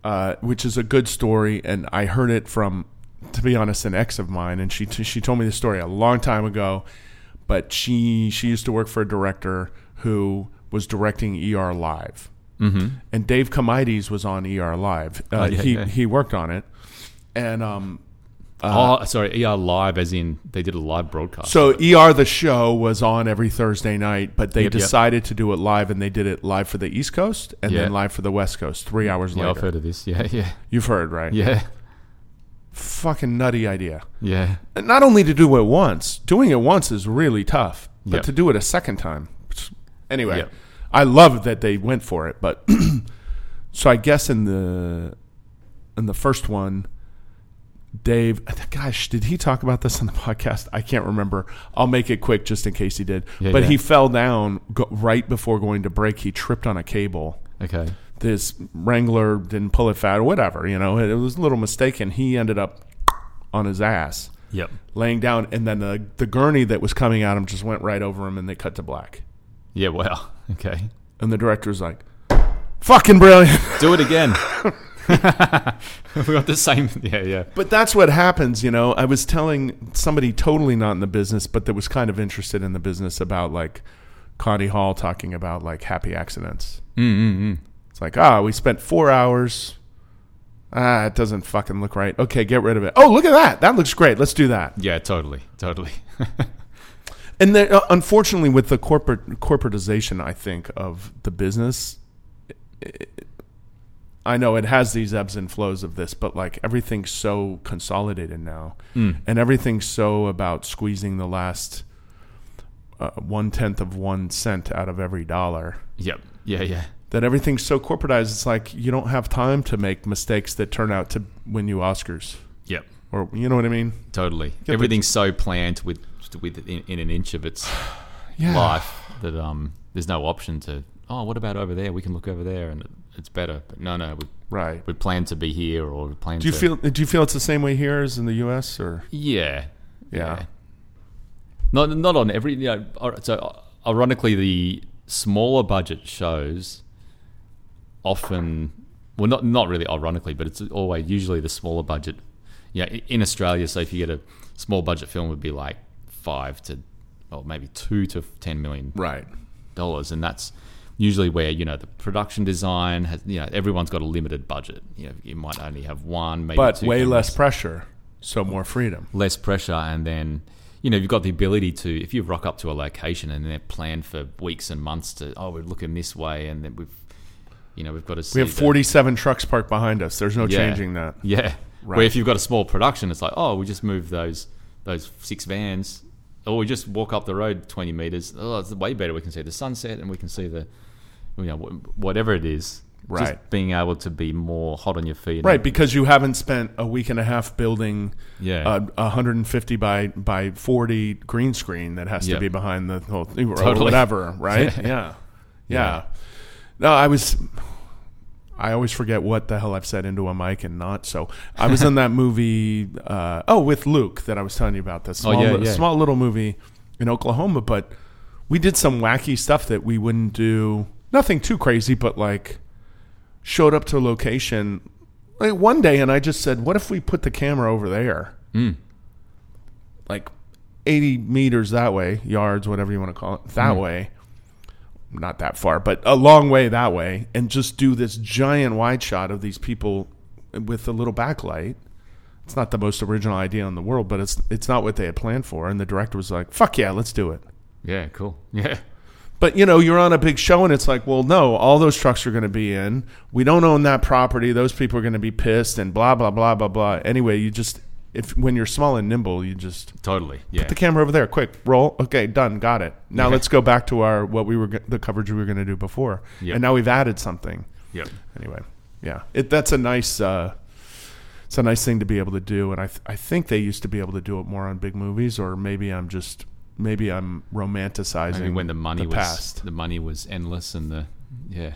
uh, which is a good story, and I heard it from, to be honest, an ex of mine, and she she told me this story a long time ago, but she she used to work for a director who was directing ER Live, mm-hmm. and Dave Comides was on ER Live. Uh,
Oh, yeah,
he
yeah.
he worked on it, and um,
oh, sorry, ER live as in they did a live broadcast.
So ER the show was on every Thursday night, but they
Yep, yep.
decided to do it live, and they did it live for the East Coast and then
Yeah.
live for the West Coast. Three hours
yeah, I've
later,
heard of this. Yeah, [LAUGHS] yeah,
you've heard right?
yeah,
Fucking nutty idea.
yeah.
And not only to do it once, doing it once is really tough, but
Yep.
to do it a second time. it's- Anyway,
Yep.
I love that they went for it, but [CLEARS THROAT] so I guess in the in the first one, Dave, gosh, did he talk about this on the [LAUGHS] podcast? I can't remember. I'll make it quick just in case he did.
Yeah,
but
yeah.
he fell down go, right before going to break. He tripped on a cable.
Okay.
This Wrangler didn't pull it fat or whatever, you know, it was a little mistaken. He ended up on his ass
Yep.
laying down, and then the, the gurney that was coming at him just went right over him and they cut to black.
Yeah. Wow. [LAUGHS] Okay.
And the director's like, fucking brilliant. [LAUGHS]
Do it again. [LAUGHS] we got the same. Yeah. Yeah.
But that's what happens, you know. I was telling somebody totally not in the business, but that was kind of interested in the business about like Connie Hall talking about like happy accidents.
Mm, Mm-mm-mm.
It's like, ah, we spent four hours. Ah, it doesn't fucking look right. Okay, get rid of it. Oh, look at that. That looks great. Let's do that.
Yeah. Totally. Totally. [LAUGHS]
And there, uh, unfortunately, with the corporate corporatization, I think of the business. it- I know it has these ebbs and flows of this, but like everything's so consolidated now,
Mm.
and everything's so about squeezing the last uh, one tenth of one cent out of every dollar
Yep. Yeah. Yeah.
that everything's so corporatized. It's like you don't have time to make mistakes that turn out to win you Oscars,
Yep.
or you know what I mean?
Totally.
the-
Everything's so planned with with in, in an inch
[SIGHS]
of its life that um there's no option to oh what about over there we can look over there and it's better but no no we,
right.
we plan to be here or we plan
Do you
to
feel? Do you feel it's the same way here as in the U.S. or
yeah
yeah.
not not on every you know, ir- so uh, ironically the smaller budget shows often well not not really ironically but it's always usually the smaller budget yeah i- in Australia so if you get a small budget film it would be like 5 to or maybe 2 to 10 million
Right.
dollars, and that's usually where you know the production design has you know everyone's got a limited budget. You know, you might only have one, maybe
but
two
way
cameras.
less pressure, so more freedom.
less pressure, and then you know you've got the ability to if you rock up to a location and they're planned for weeks and months to oh we're looking this way, and then we've you know we've got to see
We have
the-
47 trucks parked behind us. There's no
Yeah.
changing that.
[LAUGHS] Yeah.
Right.
Where if you've got a small production, it's like, oh, we just move those those six vans, or we just walk up the road twenty meters. Oh, it's way better. We can see the sunset and we can see the, you know, wh- whatever it is.
Right.
Just being able to be more hot on your feet.
Right, because you haven't spent a week and a half building
Yeah.
a 150 by by 40 green screen that has to
Yeah.
be behind the whole or
Totally.
whatever.
[LAUGHS]
Right? yeah.
Yeah.
yeah, No, I was. I always forget what the hell I've said into a mic and not. So I was in
[LAUGHS]
that movie. Uh, oh, with Luke that I was telling you about. That small,
Oh, yeah,
li-
yeah.
small little movie in Oklahoma, but we did some wacky stuff that we wouldn't do. Nothing too crazy, but like showed up to a location like one day and I just said, What if we put the camera over there?
Mm.
Like 80 meters that way, yards, whatever you want to call it, that
Hmm.
way. Not that far, but a long way that way, and just do this giant wide shot of these people with a little backlight. It's not the most original idea in the world, but it's it's not what they had planned for. And the director was like, "Fuck yeah, let's do it."
Yeah. Cool. [LAUGHS] Yeah.
But you know, you're on a big show, and it's like, well, no, all those trucks are going to be in. We don't own that property. Those people are going to be pissed, and blah blah blah blah blah. Anyway, you just if when you're small and nimble, you just
Totally. Yeah.
the camera over there, quick roll. Okay, done, got it. Now
Okay.
let's go back to our what we were g- the coverage we were going to do before,
Yep.
and now we've added something.
Yep.
Anyway, yeah, it, that's a nice. Uh, it's a nice thing to be able to do, and I th- I think they used to be able to do it more on big movies, or maybe I'm just maybe I'm romanticizing
I mean, when the money was
past.
the money was endless and the
[LAUGHS]
yeah,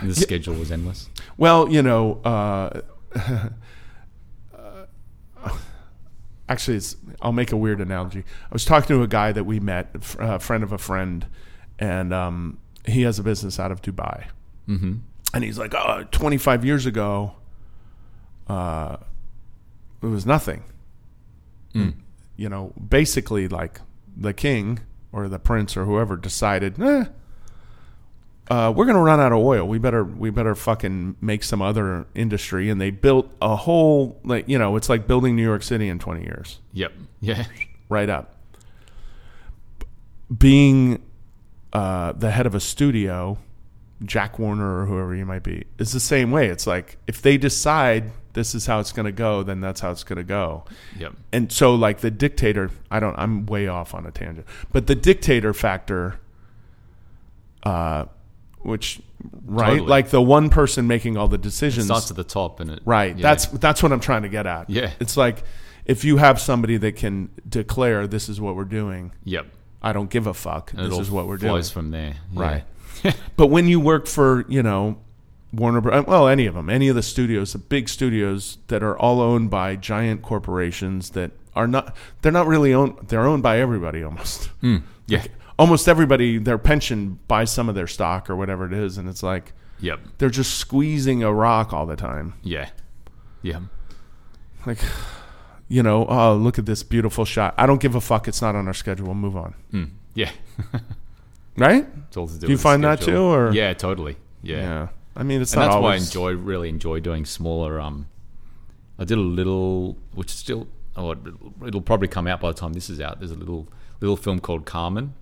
and the schedule was endless.
Well, you know, uh, uh, [LAUGHS] actually, it's, I'll make a weird analogy. I was talking to a guy that we met, a fr- a friend of a friend, and um, he has a business out of Dubai.
Mm-hmm.
And he's like, oh, 25 years ago, uh, it was nothing.
Mm.
You know, basically, like the king or the prince or whoever decided, eh, uh, we're going to run out of oil. We better we better fucking make some other industry. And they built a whole like you know it's like building New York City in twenty years,
Yep.
[LAUGHS]
Yeah.
right up. Being uh, the head of a studio, Jack Warner or whoever you might be, is the same way. It's like if they decide this is how it's going to go, then that's how it's going to go
Yep.
and so like the dictator i don't i'm way off on a tangent but the dictator factor uh which right
Totally.
like the one person making all the
It
decisions
starts at the top and it
right
yeah.
that's that's what i'm trying to get at
Yeah.
it's like if you have somebody that can declare this is what we're doing
yep.
i don't give a fuck
And it
this
all
is what we're doing
flows from there. Yeah.
Right. but when you work for, you know, Warner, Bros. well, any of them, any of the studios, the big studios that are all owned by giant corporations that are not, they're not really owned, they're owned by everybody almost.
Mm, yeah.
Almost everybody, their pension buys some of their stock or whatever it is. And it's like,
Yep.
they're just squeezing a rock all the time.
Yeah. Yeah.
Like, you know, oh, look at this beautiful shot. I don't give a fuck. It's not on our schedule. Move on.
Mm, yeah.
Right?
It's all to do.
Hmm. you
with the
find that
schedule.
too, or-
yeah, totally. Yeah.
I mean, it's
and
not
that's why I
always.
enjoy really enjoy doing smaller. Um, I did a little, which is still, oh, it- it'll probably come out by the time this is out. There's a little little film called Carmen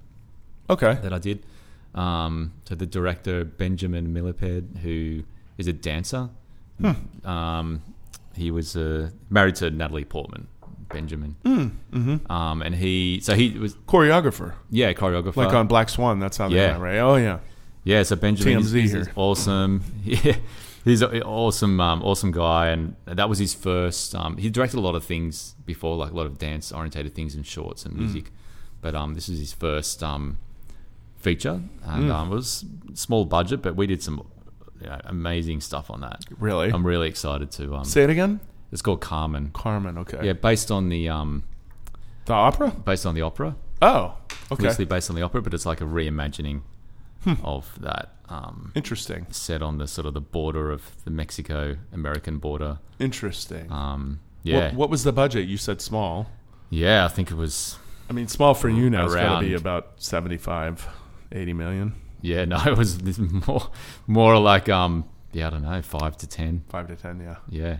Okay.
that I did. Um, so the director Benjamin Milliped, who is a dancer,
Hmm.
um, he was uh, married to Natalie Portman. Benjamin,
Hmm,
mm-hmm. um, and he, so he was,
Choreographer.
yeah, choreographer.
Like on Black Swan, that's how they
Yeah.
got it, right? Oh yeah,
Yeah, so Benjamin is,
TMZ
is-
here.
is awesome. [LAUGHS] Yeah, he's an awesome, um, awesome guy, and that was his first. Um, he directed a lot of things before, like a lot of dance orientated things and shorts
Hmm.
and music, but um, this was his first um, feature, and
Hmm.
um, it was small budget, but we did some you know, amazing stuff on that.
really.
I'm really excited to. Um,
Say it again,
it's called Carmen.
Carmen. Okay,
Yeah, based on the um,
the opera.
based on the opera.
Oh, okay, Hmm.
Loosely based on the opera, but it's like a reimagining of that. Um,
interesting,
set on the sort of the border of the Mexico American border.
interesting.
Um, yeah,
What, what was the budget? You said small.
yeah, I think it was.
I mean, small for you now. It's got
Around.
to be about 75, 80 million,
Yeah, [LAUGHS] no, it was this more more like um, yeah, I don't know, five to ten.
five to ten. Yeah,
Yeah,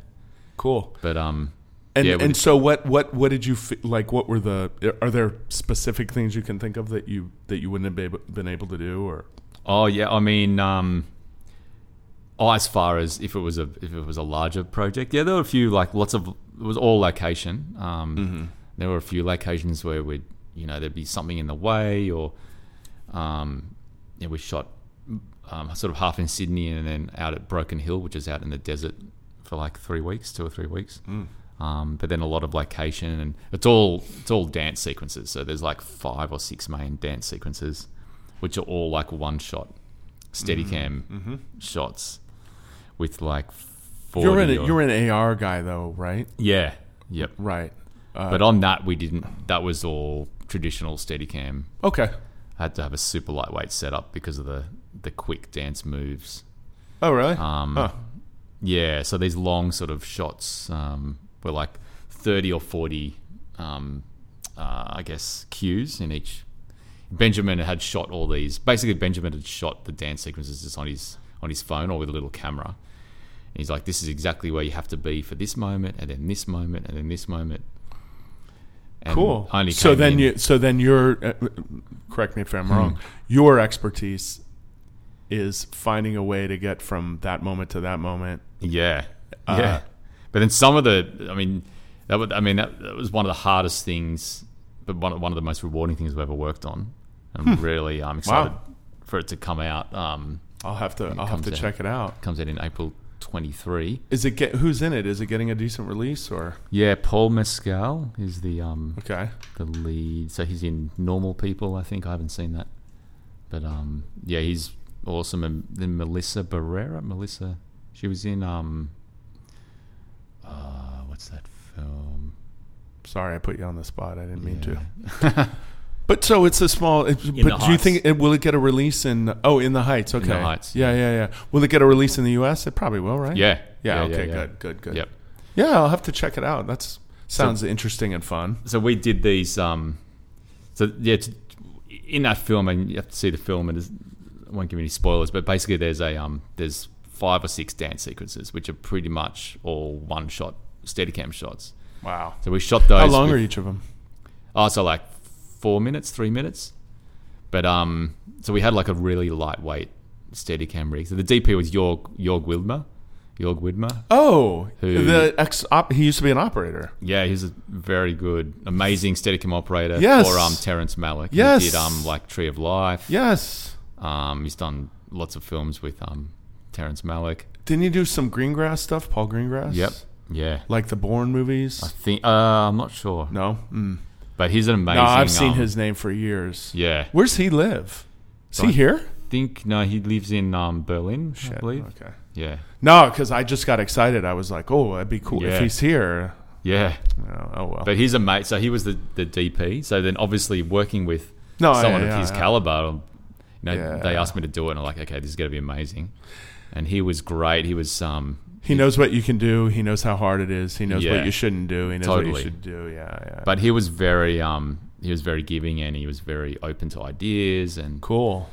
cool.
but um,
And
Yeah, we
and
did-
so what what what did you fe- like? What were the are there specific things you can think of that you that you wouldn't have be able- been able to do or
oh yeah, I mean um. Oh, as far as if it was a if it was a larger project, yeah, there were a few like lots of it was all location. Um, There were a few locations where we'd you know there'd be something in the way, or um, yeah, we shot um, sort of half in Sydney and then out at Broken Hill, which is out in the desert for like three weeks, two or three weeks. Um, but then a lot of location and it's all it's all dance sequences. So there's like five or six main dance sequences, which are all like one shot, steadicam shots, with like 40
you're in
or-
a, you're an AR guy though, right?
yeah yep.
Right. Uh,
But on that we didn't. That was all traditional steadicam.
okay.
I had to have a super lightweight setup because of the the quick dance moves.
Oh really?
Um,
Huh.
Yeah, so these long sort of shots um, were like 30 or 40, um, uh, I guess, cues in each. Benjamin had shot all these. Basically, Benjamin had shot the dance sequences just on his on his phone or with a little camera. And he's like, "This is exactly where you have to be for this moment, and then this moment, and then this moment." And
cool.
I Only
so
came
then
in-
you so then your uh, correct me if I'm wrong.
Hmm.
Your expertise is finding a way to get from that moment to that moment.
Yeah,
Uh,
yeah. But then some of the, I mean, that would, I mean, that, that was one of the hardest things, but one of, one of the most rewarding things I've ever worked on. I'm really, I'm excited for it to come out. Um,
I'll have to I'll have
comes
to
out.
check it out.
comes out in April 23.
Is it get who's in it? Is it getting a decent release or
Yeah, Paul Mescal is the um
okay?
the lead. So he's in Normal People, I think. I haven't seen that, but um, yeah, he's awesome. And then Melissa Barrera, Melissa, she was in um, uh, what's that film?
Sorry, I put you on the spot. I didn't mean
Yeah.
to. But so it's a small. It, but
In the
do you
Heights.
think it, will it get a release in? Oh, in the Heights. Okay.
the Heights,
Yeah, yeah, yeah. Will it get a release in the U.S.? It probably will, right?
Yeah.
Yeah. okay. Good. Good. Good.
Yep.
Yeah, I'll have to check it out. That's sounds interesting and fun.
So we did these. Um, so yeah, t- in that film, and you have to see the film, and there's- I won't give any spoilers, but basically there's a um, there's five or six dance sequences, which are pretty much all one shot steadicam shots.
Wow.
So we shot those.
How long
with-
are each of them?
Oh, so like four minutes, three minutes. But um, so we had like a really lightweight steadicam rig. So the DP was Jorg Jorg Widmer. Jorg Widmer.
Oh,
Who-
the ex op, he used to be an operator.
Yeah, he's a very good, amazing Steadicam operator
Yes.
for um, Terrence Malick.
Yes.
He did um, like Tree of Life.
Yes.
Um, he's done lots of films with um, Terrence Malick.
Didn't he do some Greengrass stuff? Paul Greengrass.
Yep. Yeah.
Like the Bourne movies.
I think uh, I'm not sure,
no. Mm.
but he's an amazing.
No, I've seen
um,
his name for years.
Yeah.
Where's he live? Is he
Don't-
here?
Think no, he lives in um, Berlin, I believe.
Okay.
Yeah.
No, because I just got excited. I was like, "Oh, that'd be cool if
Yeah.
he's here."
Yeah.
Oh, oh well.
But he's a mate. So he was the, the DP. So then obviously working with
No,
someone
Oh, yeah,
of
yeah,
his
yeah.
caliber, um, you know,
Yeah.
they asked me to do it, and I'm like, okay, this is going to be amazing. And he was great. He was um,
He knows what you can do. He knows how hard it is. He knows
Yeah.
what you shouldn't do. He knows what
Totally.
you should do. Yeah, yeah.
but he was very um, he was very giving, and he was very open to ideas. And
cool.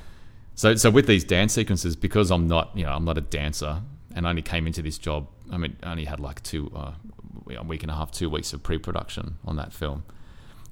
so so with these dance sequences, because I'm not you know I'm not a dancer, and I only came into this job. I mean, I only had like two uh, a week and a half, two weeks of pre-production on that film.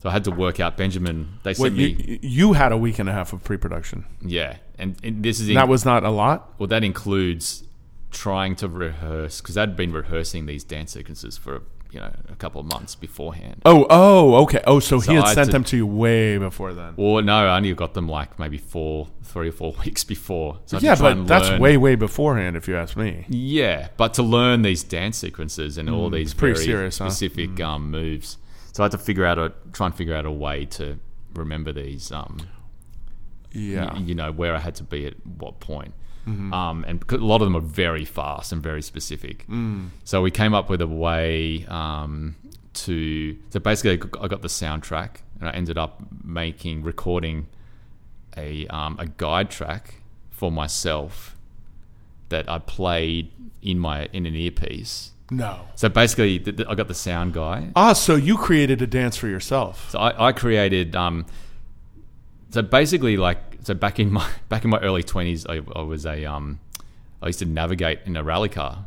So I had to work out Benjamin. They
Well,
sent
you,
me,
you had a week and a half of pre-production.
yeah, and, and this is
That was not a lot.
Well, that includes trying to rehearse because I'd been rehearsing these dance sequences for you know a couple of months beforehand.
Oh, oh, okay. Oh, so,
So
he had
I had
sent
to-
them to you way before then.
Or no, I only got them like maybe four, three or four [LAUGHS] weeks before. So I had to
yeah,
try
but
and
that's
learn-
way, way beforehand, if you ask me.
Yeah, but to learn these dance sequences and all these
Mm, pretty
very
serious, huh? Mm.
specific um, moves, so I had to figure out a try and figure out a way to remember these. Um, y-
Yeah.
you know where I had to be at what point. Um, and because a lot of them are very fast and very specific. So we came up with a way um, to. So basically, I got- I got the soundtrack, and I ended up making recording a um, a guide track for myself that I played in my in an earpiece.
No.
So basically, th- th- I got the sound guy,
Ah, so you created a dance for yourself.
so I, I created. Um, so basically, like, so back in my [LAUGHS] back in my early twenties, I, I was a um, I used to navigate in a rally car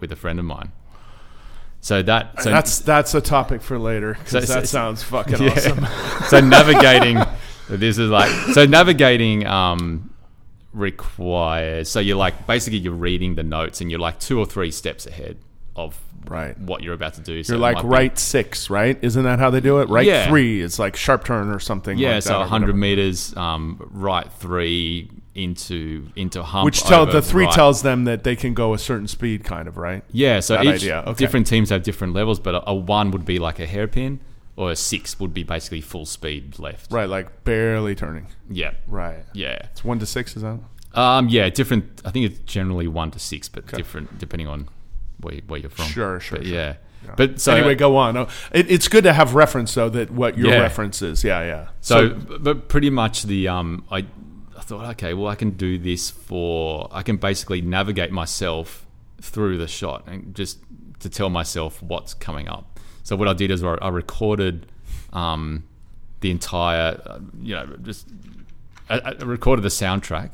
with a friend of mine. So that so
that's that's a topic for later
So-
because
so-
that
[LAUGHS]
sounds fucking
yeah.
awesome. [LAUGHS]
so navigating. this is like so navigating. Um, requires so you're like basically you're reading the notes and you're like two or three steps ahead of
Right.
what you're about to do. So
You're
it
like
might be-
right six, right? Isn't that how they do it? Right
Yeah.
three. It's like sharp turn or something.
Yeah,
like
so
that or
100
whatever.
meters, um, right three into into hump.
Which tell
over
the three
right.
tells them that they can go a certain speed, kind of right.
Yeah, so
that
each
idea, okay.
different teams have different levels, but a, a one would be like a hairpin, or a six would be basically full speed left.
Right, like barely turning.
Yeah,
Right.
yeah,
It's one to six, is that?
um, yeah. Different. I think it's generally one to six, but different depending on where you- where you're from.
Sure, sure,
But
sure.
yeah. But so
anyway, go on. Oh, it, it's good to have reference though that what your
Yeah.
reference is. Yeah, yeah.
So, b- but pretty much the um, I, I thought, okay, well, I can do this for, I can basically navigate myself through the shot and just to tell myself what's coming up. So what I did is I, I recorded, um, the entire, uh, you know, just I, I recorded the soundtrack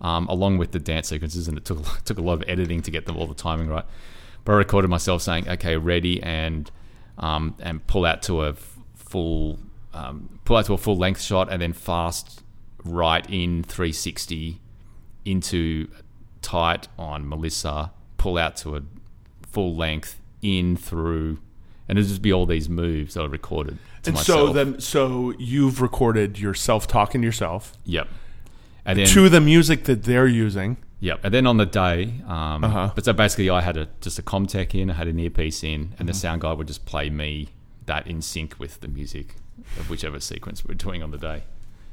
um, along with the dance sequences, and it took [LAUGHS] took a lot of editing to get them all the timing right. But I recorded myself saying, "Okay, ready," and um, and pull out to a f- full um, pull out to a full length shot, and then fast right in 360 into tight on Melissa, pull out to a full length in through, and it'd just be all these moves that I recorded. To
and
myself.
so then, so you've recorded yourself talking to yourself
Yep. And then
to the music that they're using.
yep. And then on the day, um,
Uh-huh.
but so basically, I had a just a Comtech in, I had an earpiece in, and
Mm-hmm.
the sound guy would just play me that in sync with the music of whichever sequence we we're doing on the day.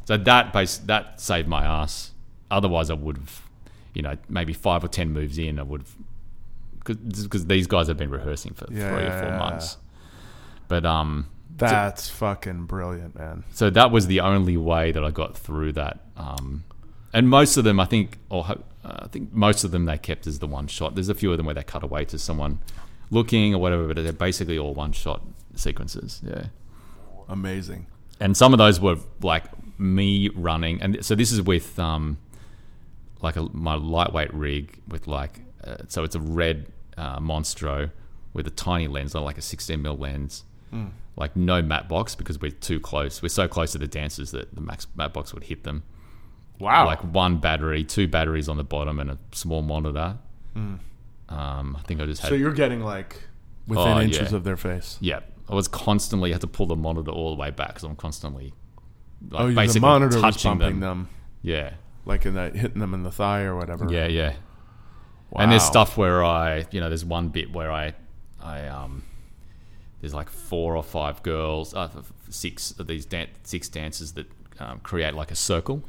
So that base that saved my ass. Otherwise, I would have, you know, maybe five or ten moves in, I would have, because these guys have been rehearsing for three or
Yeah.
four months. But um,
That's fucking brilliant, man.
so that was the only way that I got through that. Um, and most of them, I think, or ho- uh, I think most of them they kept as the one shot. There's a few of them where they cut away to someone looking or whatever, but they're basically all one shot sequences. Yeah.
Amazing.
And some of those were like me running, and so this is with um, like a, my lightweight rig with like uh, so it's a red uh, Monstro with a tiny lens, like a 16 mil lens, like no mat box because we're too close. We're so close to the dancers that the max mat box would hit them.
Wow.
Like one battery, two batteries on the bottom, and a small monitor. Um, I think I just had.
so you're getting like within
Oh,
inches
yeah.
of their face.
yeah, I was constantly had to pull the monitor all the way back because I'm constantly. Like,
oh, yeah, the monitor was bumping them.
Yeah.
like in that hitting them in the thigh or whatever.
Yeah, yeah.
Wow.
And there's stuff where I, you know, there's one bit where I, I um, there's like four or five girls, uh, f- f- six of these dan- six dancers that um, create like a circle.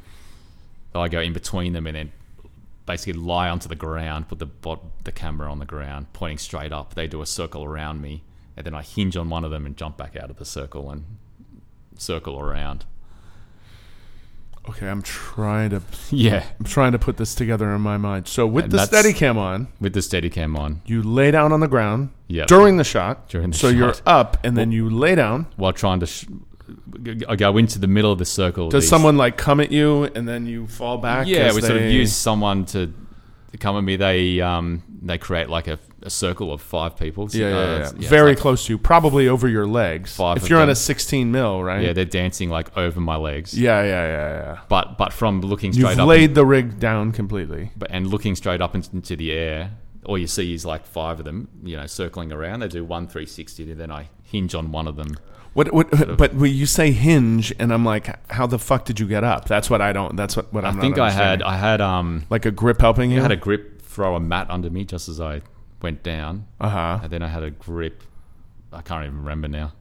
So I go in between them and then basically lie onto the ground, put the bot- the camera on the ground, pointing straight up. They do a circle around me, and then I hinge on one of them and jump back out of the circle and circle around. [LAUGHS]
Okay, I'm trying to
Yeah,
I'm trying to put this together in my mind. So with
And
the
that's-
Steadicam on,
with the steadicam on.
you lay down on the ground
Yeah.
during the shot.
During the
so you're
shot.
up and then you lay down.
while trying to sh- I go into the middle of the circle.
Does
These-
someone like come at you and then you fall back?
Yeah,
as
we sort of
they-
use someone to, to come at me. They um they create like a, a circle of five people. So,
Yeah,
uh,
yeah, yeah.
it's- it's
Very
like-
close to you, probably over your legs.
Five
if
of
you're on
them.
a 16 mil, right?
yeah, they're dancing like over my legs.
yeah, yeah, yeah. yeah.
But but from looking straight
You've
up
laid the rig down completely.
but and looking straight up in- into the air, all you see is like five of them, you know, circling around. They do one three sixty, and then I hinge on one of them.
What? What? But when you say hinge, and I'm like, how the fuck did you get up? That's what I don't. That's what. what I'm
I
not
think I had
understanding.
I had um
like a grip helping you.
I had a grip throw a mat under me just as I went down.
uh huh.
And then I had a grip. I can't even remember now.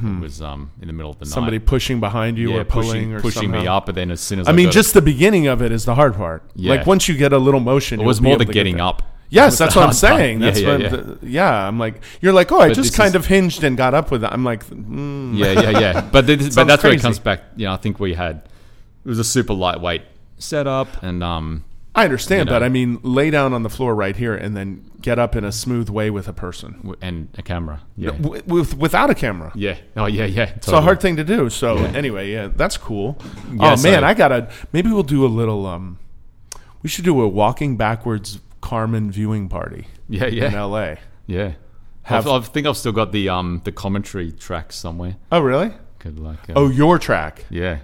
It was um in the middle of the
Hmm. Somebody
night.
pushing behind you
yeah,
or pulling
pushing,
or
pushing me
somehow-
up, and then as soon as
I
I
mean,
got-
just the beginning of it is the hard part.
Yeah.
Like once you get a little motion,
it was
you'll be
more
able
the
to get
getting
there.
up. [LAUGHS]
Yes,
That
that's
was
what
the
I'm
hard
saying.
part.
That's
yeah,
what.
yeah,
the- yeah, I'm like, you're like, oh, I
But
just
this
kind
is-
of hinged and got up with it. I'm like, mm.
yeah, yeah, yeah,
[LAUGHS]
yeah. But this, but
Sounds
that's where it
crazy.
comes back. You know, I think we had it was a super lightweight setup, and um
I understand,
You know.
but I mean, lay down on the floor right here and then get up in a smooth way with a person,
w- and a camera. Yeah,
W- with without a camera.
yeah. Oh yeah, yeah.
It's a hard thing to do. So anyway, yeah, that's cool.
Yeah,
oh
so-
man, I gotta. Maybe we'll do a little. Um, we should do a walking backwards Carmen viewing party
Yeah,
in
yeah,
L.A.
yeah.
Have-
I've, I think I've still got the um the commentary track somewhere.
Oh really?
Could like uh,
Oh, your track.
yeah,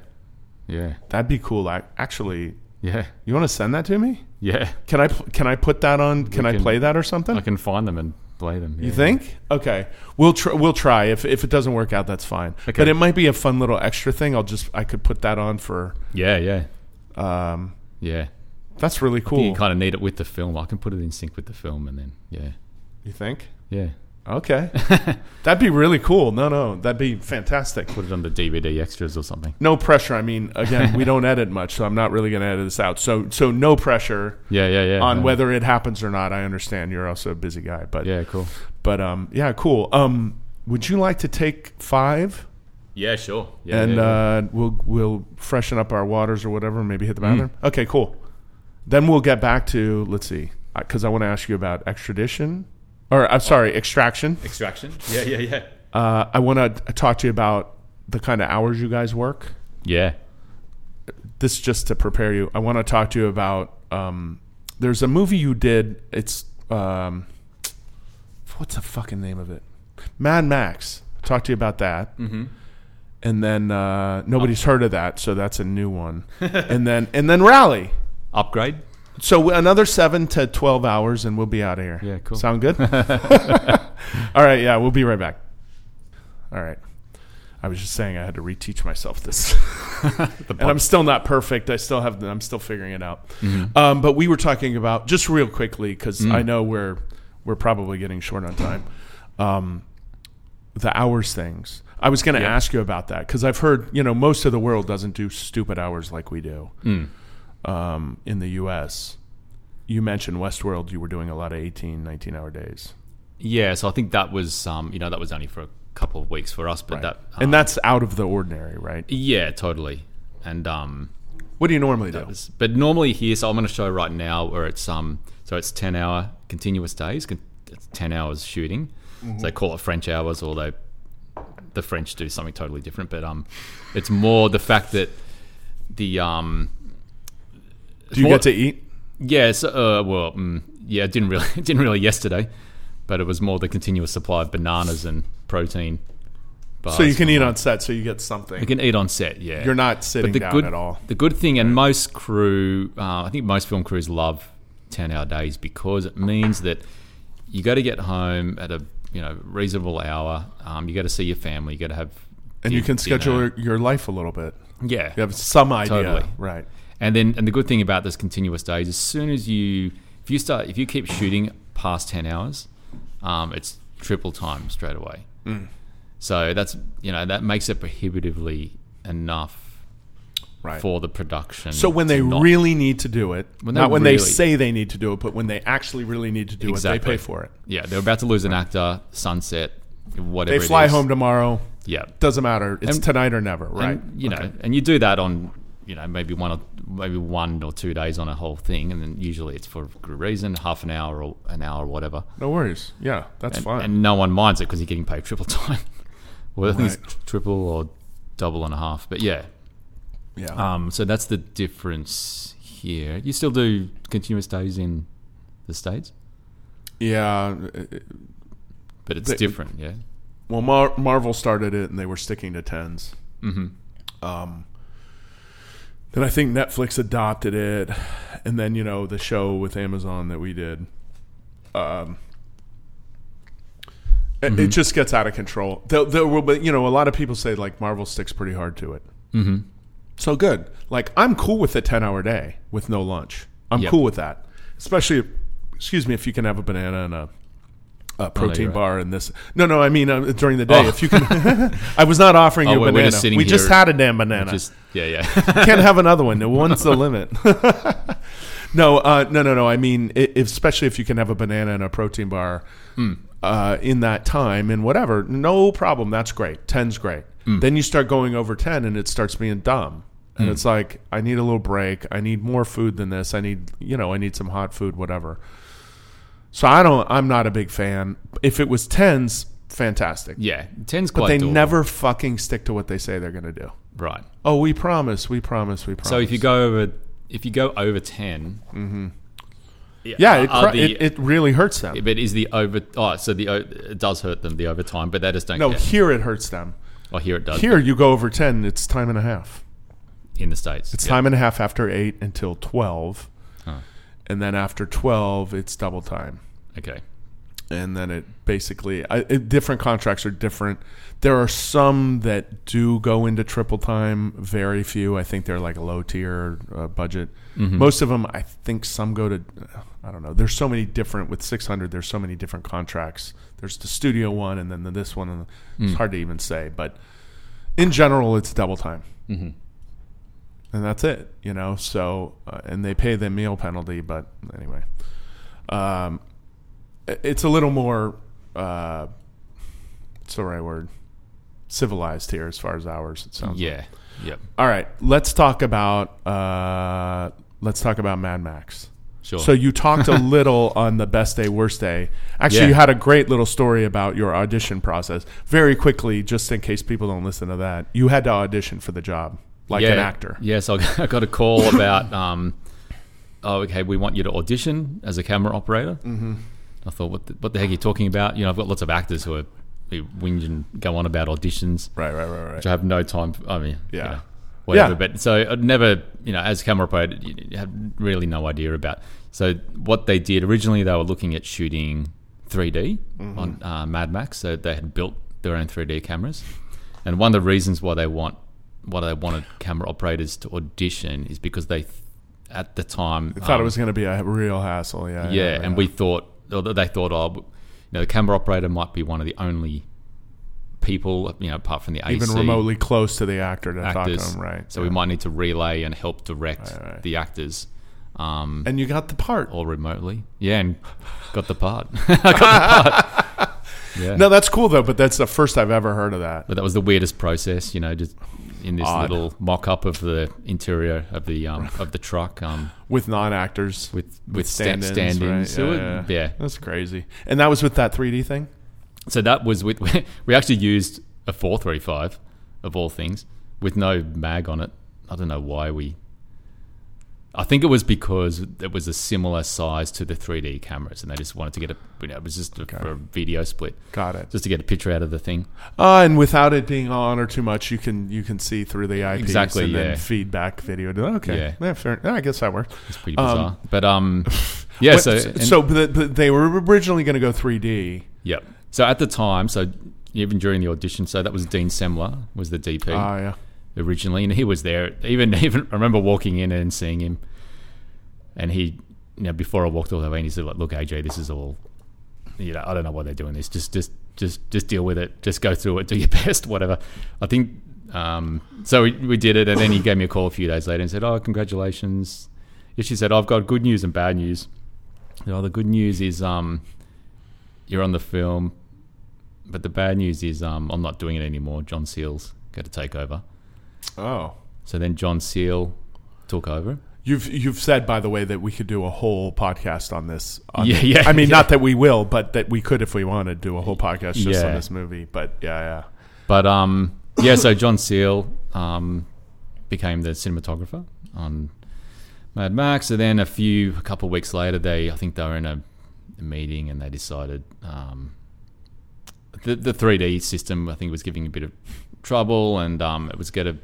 yeah,
That'd be cool. I, actually,
yeah,
you want to send that to me?
yeah.
Can I pl- can I put that on? Can, I
can-
play that or something?
I can find them and play them.
You think? Okay, we'll tr- we'll try. If if it doesn't work out, that's fine. But it might be a fun little extra thing. I'll just I could put that on for.
Yeah, yeah,
Um,
yeah.
that's really cool.
You kind of need it with the film. I can put it in sync with the film, and then yeah,
you think?
yeah. [LAUGHS]
Okay, that'd be really cool. No, no, that'd be fantastic.
Put it on the DVD extras or something.
No pressure. I mean, again, we don't edit much, so I'm not really going to edit this out. So so no pressure
Yeah, yeah, yeah.
on
yeah.
whether it happens or not. I understand you're also a busy guy, but
Yeah, cool.
but um yeah, cool. Um, would you like to take five?
Yeah, sure. Yeah,
and
yeah, yeah.
uh, we'll we'll freshen up our waters or whatever. Maybe
Mm-hmm.
hit the bathroom. Okay, cool. Then we'll get back to let's see, because I want to ask you about extradition, or I'm sorry, extraction.
extraction. Yeah, yeah, yeah.
Uh, I want to talk to you about the kind of hours you guys work.
Yeah,
This is just to prepare you. I want to talk to you about. Um, there's a movie you did. It's um, what's the fucking name of it? Mad Max. Talk to you about that.
mm-hmm.
and then uh, nobody's heard of that, so that's a new one. [LAUGHS] and then and then rally.
upgrade.
So another seven to twelve hours, and we'll be out of here.
Yeah, cool.
Sound
[LAUGHS]
good? [LAUGHS] All right, yeah, we'll be right back. All right. I was just saying I had to reteach myself
[LAUGHS]
this, [LAUGHS] and I'm still not perfect. I still have. I'm still figuring it out.
Mm-hmm.
Um, but we were talking about just real quickly because
Mm.
I know we're we're probably getting short on time. Um, the hours things. I was going to ask you about that because I've heard you know most of the world doesn't do stupid hours like we do um, in the U.S. You mentioned Westworld. You were doing a lot of 18, 19 hour days,
Yeah, so I think that was um, you know, that was only for a couple of weeks for us, but that um,
and that's out of the ordinary, right?
yeah, totally. And um,
What do you normally do?
It's- But normally here, so I'm going to show right now where it's um, so it's ten hour continuous days, con- it's ten hours shooting.
Mm-hmm.
So they call it French hours, although the French do something totally different. But um, it's more the fact that the um,
Do you
More-
get to eat?
yeah, so, uh, well, mm, yeah, it didn't really, [LAUGHS] it didn't really yesterday, but it was more the continuous supply of bananas and protein.
So you
bars.
can eat on set, so you get something.
you can eat on set. Yeah,
You're not sitting down
good,
at all.
The good thing, and most crew, uh, I think most film crews love ten-hour days because it means that you got to get home at a you know reasonable hour. Um, you got to see your family. You got to have
And you
di-
can schedule
dinner.
your, your life a little bit.
Yeah,
You have some idea,
Totally.
right?
And then, and the good thing about this continuous days, as soon as you, if you start, if you keep shooting past ten hours, um, it's triple time straight away.
Mm.
So that's you know that makes it prohibitively enough
Right.
for the production.
So when they
to not-
really need to do it,
When they
not when they
really-
say they need to do it, but when they actually really need to do it, they
Exactly.
pay for it.
yeah, they're about to lose an actor, sunset, whatever.
They
it
fly
is.
home tomorrow.
Yeah,
Doesn't matter. It's
And-
tonight or never, right?
And, you know, and you do that on you know maybe one or maybe one or two days on a whole thing, and then usually it's for a good reason, half an hour or an hour or whatever.
No worries. Yeah, that's
And,
fine.
and no one minds it because you're getting paid triple [LAUGHS] time. well, I think
Right.
it's tr- triple or double and a half, but yeah.
yeah.
Um, so that's the difference here. You still do continuous days in the states,
yeah. uh,
but it's
But-
different. Yeah.
Well, Mar- Marvel started it and they were sticking to 10s.
Mm-hmm.
Um, then I think Netflix adopted it, and then you know the show with Amazon that we did. Um, it- it,
Mhm.
just gets out of control. There, there will, but you know, a lot of people say like Marvel sticks pretty hard to it.
Mm-hmm.
So good. Like I'm cool with a 10 hour day with no lunch. I'm
Yep.
cool with that, especially, if- excuse me, if you can have a banana and a. A protein
Oh, you're right.
bar and this. No, no, I mean uh, during the day.
Oh.
If you can,
[LAUGHS]
[LAUGHS] I was not offering
Oh,
you a
we're- we're
banana.
just sitting
we just
here-
had a damn banana
Just yeah,
[LAUGHS]
yeah. [LAUGHS]
can't have another one. No, one's the limit. [LAUGHS] no, uh, no, no, no. I mean, i if, especially if you can have a banana and a protein bar uh, in that time and whatever, no problem. That's great. Ten's great. Then you start going over ten, and it starts being dumb. And it's like, I need a little break. I need more food than this. I need, you know, I need some hot food, whatever. So I don't. I'm not a big fan. If it was tens, fantastic.
yeah, ten's quite.
But they
doable.
never fucking stick to what they say they're going to do.
right.
Oh, we promise. We promise. We promise.
So if you go over, if you go over 10
Mm-hmm. Yeah, it,
are
cr-
the-
it, it really hurts them.
but is the over? Oh, so the o- it does hurt them the overtime, but they just don't.
no,
get,
here it hurts them.
oh, here it does.
Here you go over 10, it's time and a half.
in the states,
It's
Yeah.
time and a half after 8 until 12.
Huh.
And then after 12, it's double time.
Oh, Okay.
And then it basically, I, it, different contracts are different. There are some that do go into triple time, very few. I think they're like a low tier uh, budget. Most of them, I think some go to, uh, I don't know. There's so many different, with 600, there's so many different contracts. There's the studio one and then the, this one. And the, It's hard to even say, but in general, it's double time. And that's it, you know? So, uh, and they pay the meal penalty, but anyway. Um, i- it's a little more, uh, what's the right word? Civilized here as far as ours, it sounds
Yeah. Yep.
all right, let's talk about uh, let's talk about Mad Max.
Sure.
So you talked
[LAUGHS]
a little on the best day, worst day. Actually,
Yeah.
you had a great little story about your audition process. Very quickly, just in case people don't listen to that, you had to audition for the job like an actor.
Yes, I got- I got a call about, um, oh, okay, we want you to audition as a camera operator. Mm-hmm. I thought, what the, what the heck are you talking about? You know, I've got lots of actors who are who whinge and go on about auditions,
Right, right, right, right.
which I have no time. For, I mean,
Yeah.
you know, whatever.
Yeah.
But so I'd never, you know, as camera operator, you you had really no idea about. So what they did originally, they were looking at shooting 3D
Mm-hmm.
on uh, Mad Max. So they had built their own 3D cameras, and one of the reasons why they want why they wanted camera operators to audition is because they, th- at the time,
I thought
um,
it was going to be a real hassle. Yeah,
yeah, and we thought, or they thought, oh, you know, the camera operator might be one of the only people, you know, apart from the
even
AC
remotely close to the actor to talk
actors,
to him, right?
So we might need to relay and help direct
Right, right.
the actors, um,
and you got the part.
all remotely. Yeah, and [LAUGHS] got the part. [LAUGHS] I got
[LAUGHS]
the part. Yeah.
No, that's cool though, but that's the first I've ever heard of that.
But that was the weirdest process, you know, just in this
Odd.
little mock-up of the interior of
[LAUGHS]
the um, of the truck um,
With non-actors,
with with stand
stand-ins,
stand
right?
So it-
Yeah,
yeah,
That's crazy. And that was with that 3D thing?
So that was with [LAUGHS] we actually used a four three five of all things with no mag on it. I don't know why we. I think it was because it was a similar size to the 3D cameras, and they just wanted to get a. You know, it was just a, for a video split,
Got it.
just to get a picture out of the thing.
Uh, and without it being on or too much, you can you can see through the IPs
Exactly,
and
yeah.
then feedback video. Okay, yeah,
Yeah.
fair. yeah, I guess that works.
It's pretty
Um,
bizarre,
[LAUGHS]
but um, yeah.
But-
so
so,
and-
but, but they were originally going to go 3D.
yeah. So at the time, so even during the audition, so that was Dean Semler was the DP.
Ah, yeah.
originally, and he was there. Even [LAUGHS] even I remember walking in and seeing him, and he, you know, before I walked all the way, in, he said, like, "Look, AJ, this is all, you know, I don't know why they're doing this. Just just just just deal with it. Just go through it. Do your [LAUGHS] best. Whatever." I think. Um, so we, we did it, and then he gave me a call a few days later and said, "Oh, congratulations." She said, "I've got good news and bad news." You know, the good news is um, you're on the film, but the bad news is um, I'm not doing it anymore. John Seale's going to take over.
Oh,
So then John Seal took over.
you've you've said by the way that we could do a whole podcast on this. On
Yeah, yeah,
I mean,
yeah.
not that we will, but that we could if we wanted do a whole podcast just
Yeah.
on this movie. But yeah, yeah.
But um, yeah, so John Seal um, became the cinematographer on Mad Max. And then a few, a couple of weeks later, they, I think they were in a, a meeting and they decided um, the, the 3D system, I think, was giving a bit of trouble and um, it was going to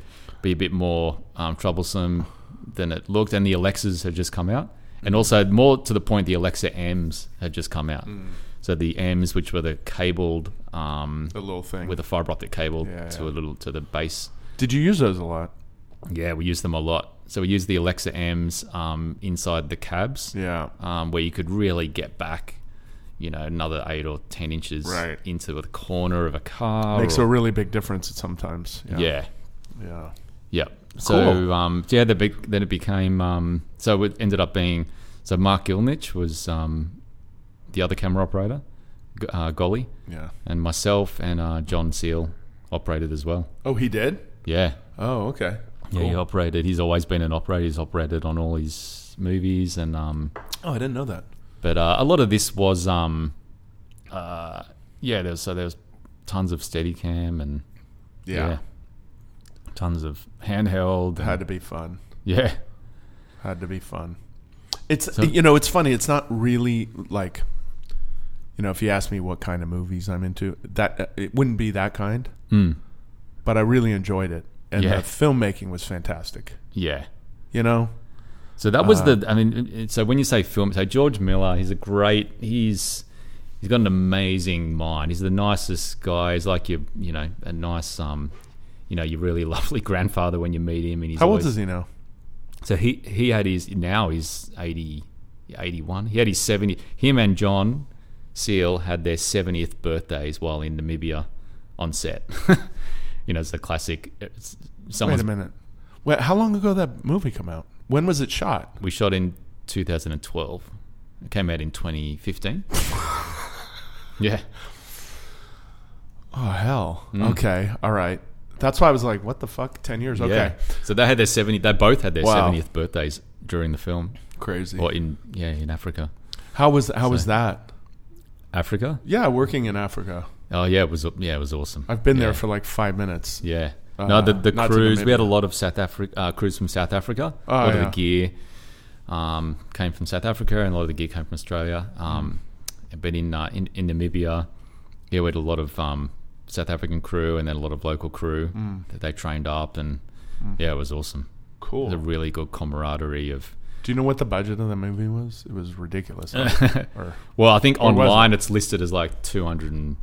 be a bit more um, troublesome than it looked. And the Alexas had just come out. And also, more to the point, the Alexa M's had just come out. So the M's, which were the cabled um,
The little thing.
with a fiber optic cable
Yeah,
to
yeah.
a little to the base.
Did you use those a lot?
Yeah, we use them a lot. So we use the Alexa M's um, inside the cabs,
Yeah.
um, where you could really get back, you know, another eight or ten inches
Right.
into the corner of a car.
Makes a
or-
really big difference sometimes. Yeah.
Oh. yeah,
Yeah.
yeah. So um, yeah, the big, then it became um, so it ended up being so Mark Gilnich was um, the other camera operator, G- uh, Golly,
Yeah.
and myself and uh, John Seal operated as well.
Oh, he did.
Yeah,
Oh, okay.
Yeah, he operated. He's always been an operator. He's operated on all his movies, and um,
Oh, I didn't know that.
but uh, a lot of this was um, uh, yeah. There was, so there was tons of Steadicam and yeah, tons of handheld. and-
Had to be fun.
[LAUGHS] yeah,
Had to be fun. It's
So-
you know, it's funny. It's not really like you know, if you ask me what kind of movies I'm into, that uh, it wouldn't be that kind.
mm,
But I really enjoyed it, and
Yeah.
the filmmaking was fantastic.
yeah.
You know,
So that
Uh,
was the. I mean, it- so when you say film, so George Miller, he's a great. He's he's got an amazing mind. He's the nicest guy. He's like you, you know, a nice um, you know, your really [LAUGHS] lovely grandfather when you meet him, and he's
how
always,
old is he now?
So he he had his now he's 80, 81. He had his 70. Him and John Seal had their 70th birthdays while in Namibia on set. [LAUGHS] you know, it's the classic. It's,
Wait
someone's,
a minute. Wait, how long ago that movie come out? When was it shot?
We shot in 2012. It came out in 2015. [LAUGHS] yeah.
Oh hell. Okay. All right. That's why I was like, what the fuck? Ten years? Okay.
Yeah. So they had their 70. They both had their
Wow.
70th birthdays during the film,
Crazy.
or in yeah in Africa.
How was how was that?
Africa.
Yeah, working in Africa.
Oh yeah, it was yeah it was awesome.
I've been
Yeah.
there for like five minutes.
Yeah.
Uh,
no, the, the
not to
crews. We had a
Namibia.
lot of South Africa uh, crews from South Africa.
Oh,
a lot of
yeah.
the gear um, came from South Africa, and a lot of the gear came from Australia. Um, But in, uh, in in Namibia, yeah, we had a lot of um, South African crew, and then a lot of local crew
Mm.
that they trained up, and yeah, it was awesome. It was a
Cool.
really good camaraderie of.
Do you know what the budget of the movie was? It was
[LAUGHS]
ridiculous. or,
Well, I think
Or was it?
online it's listed as like two hundred and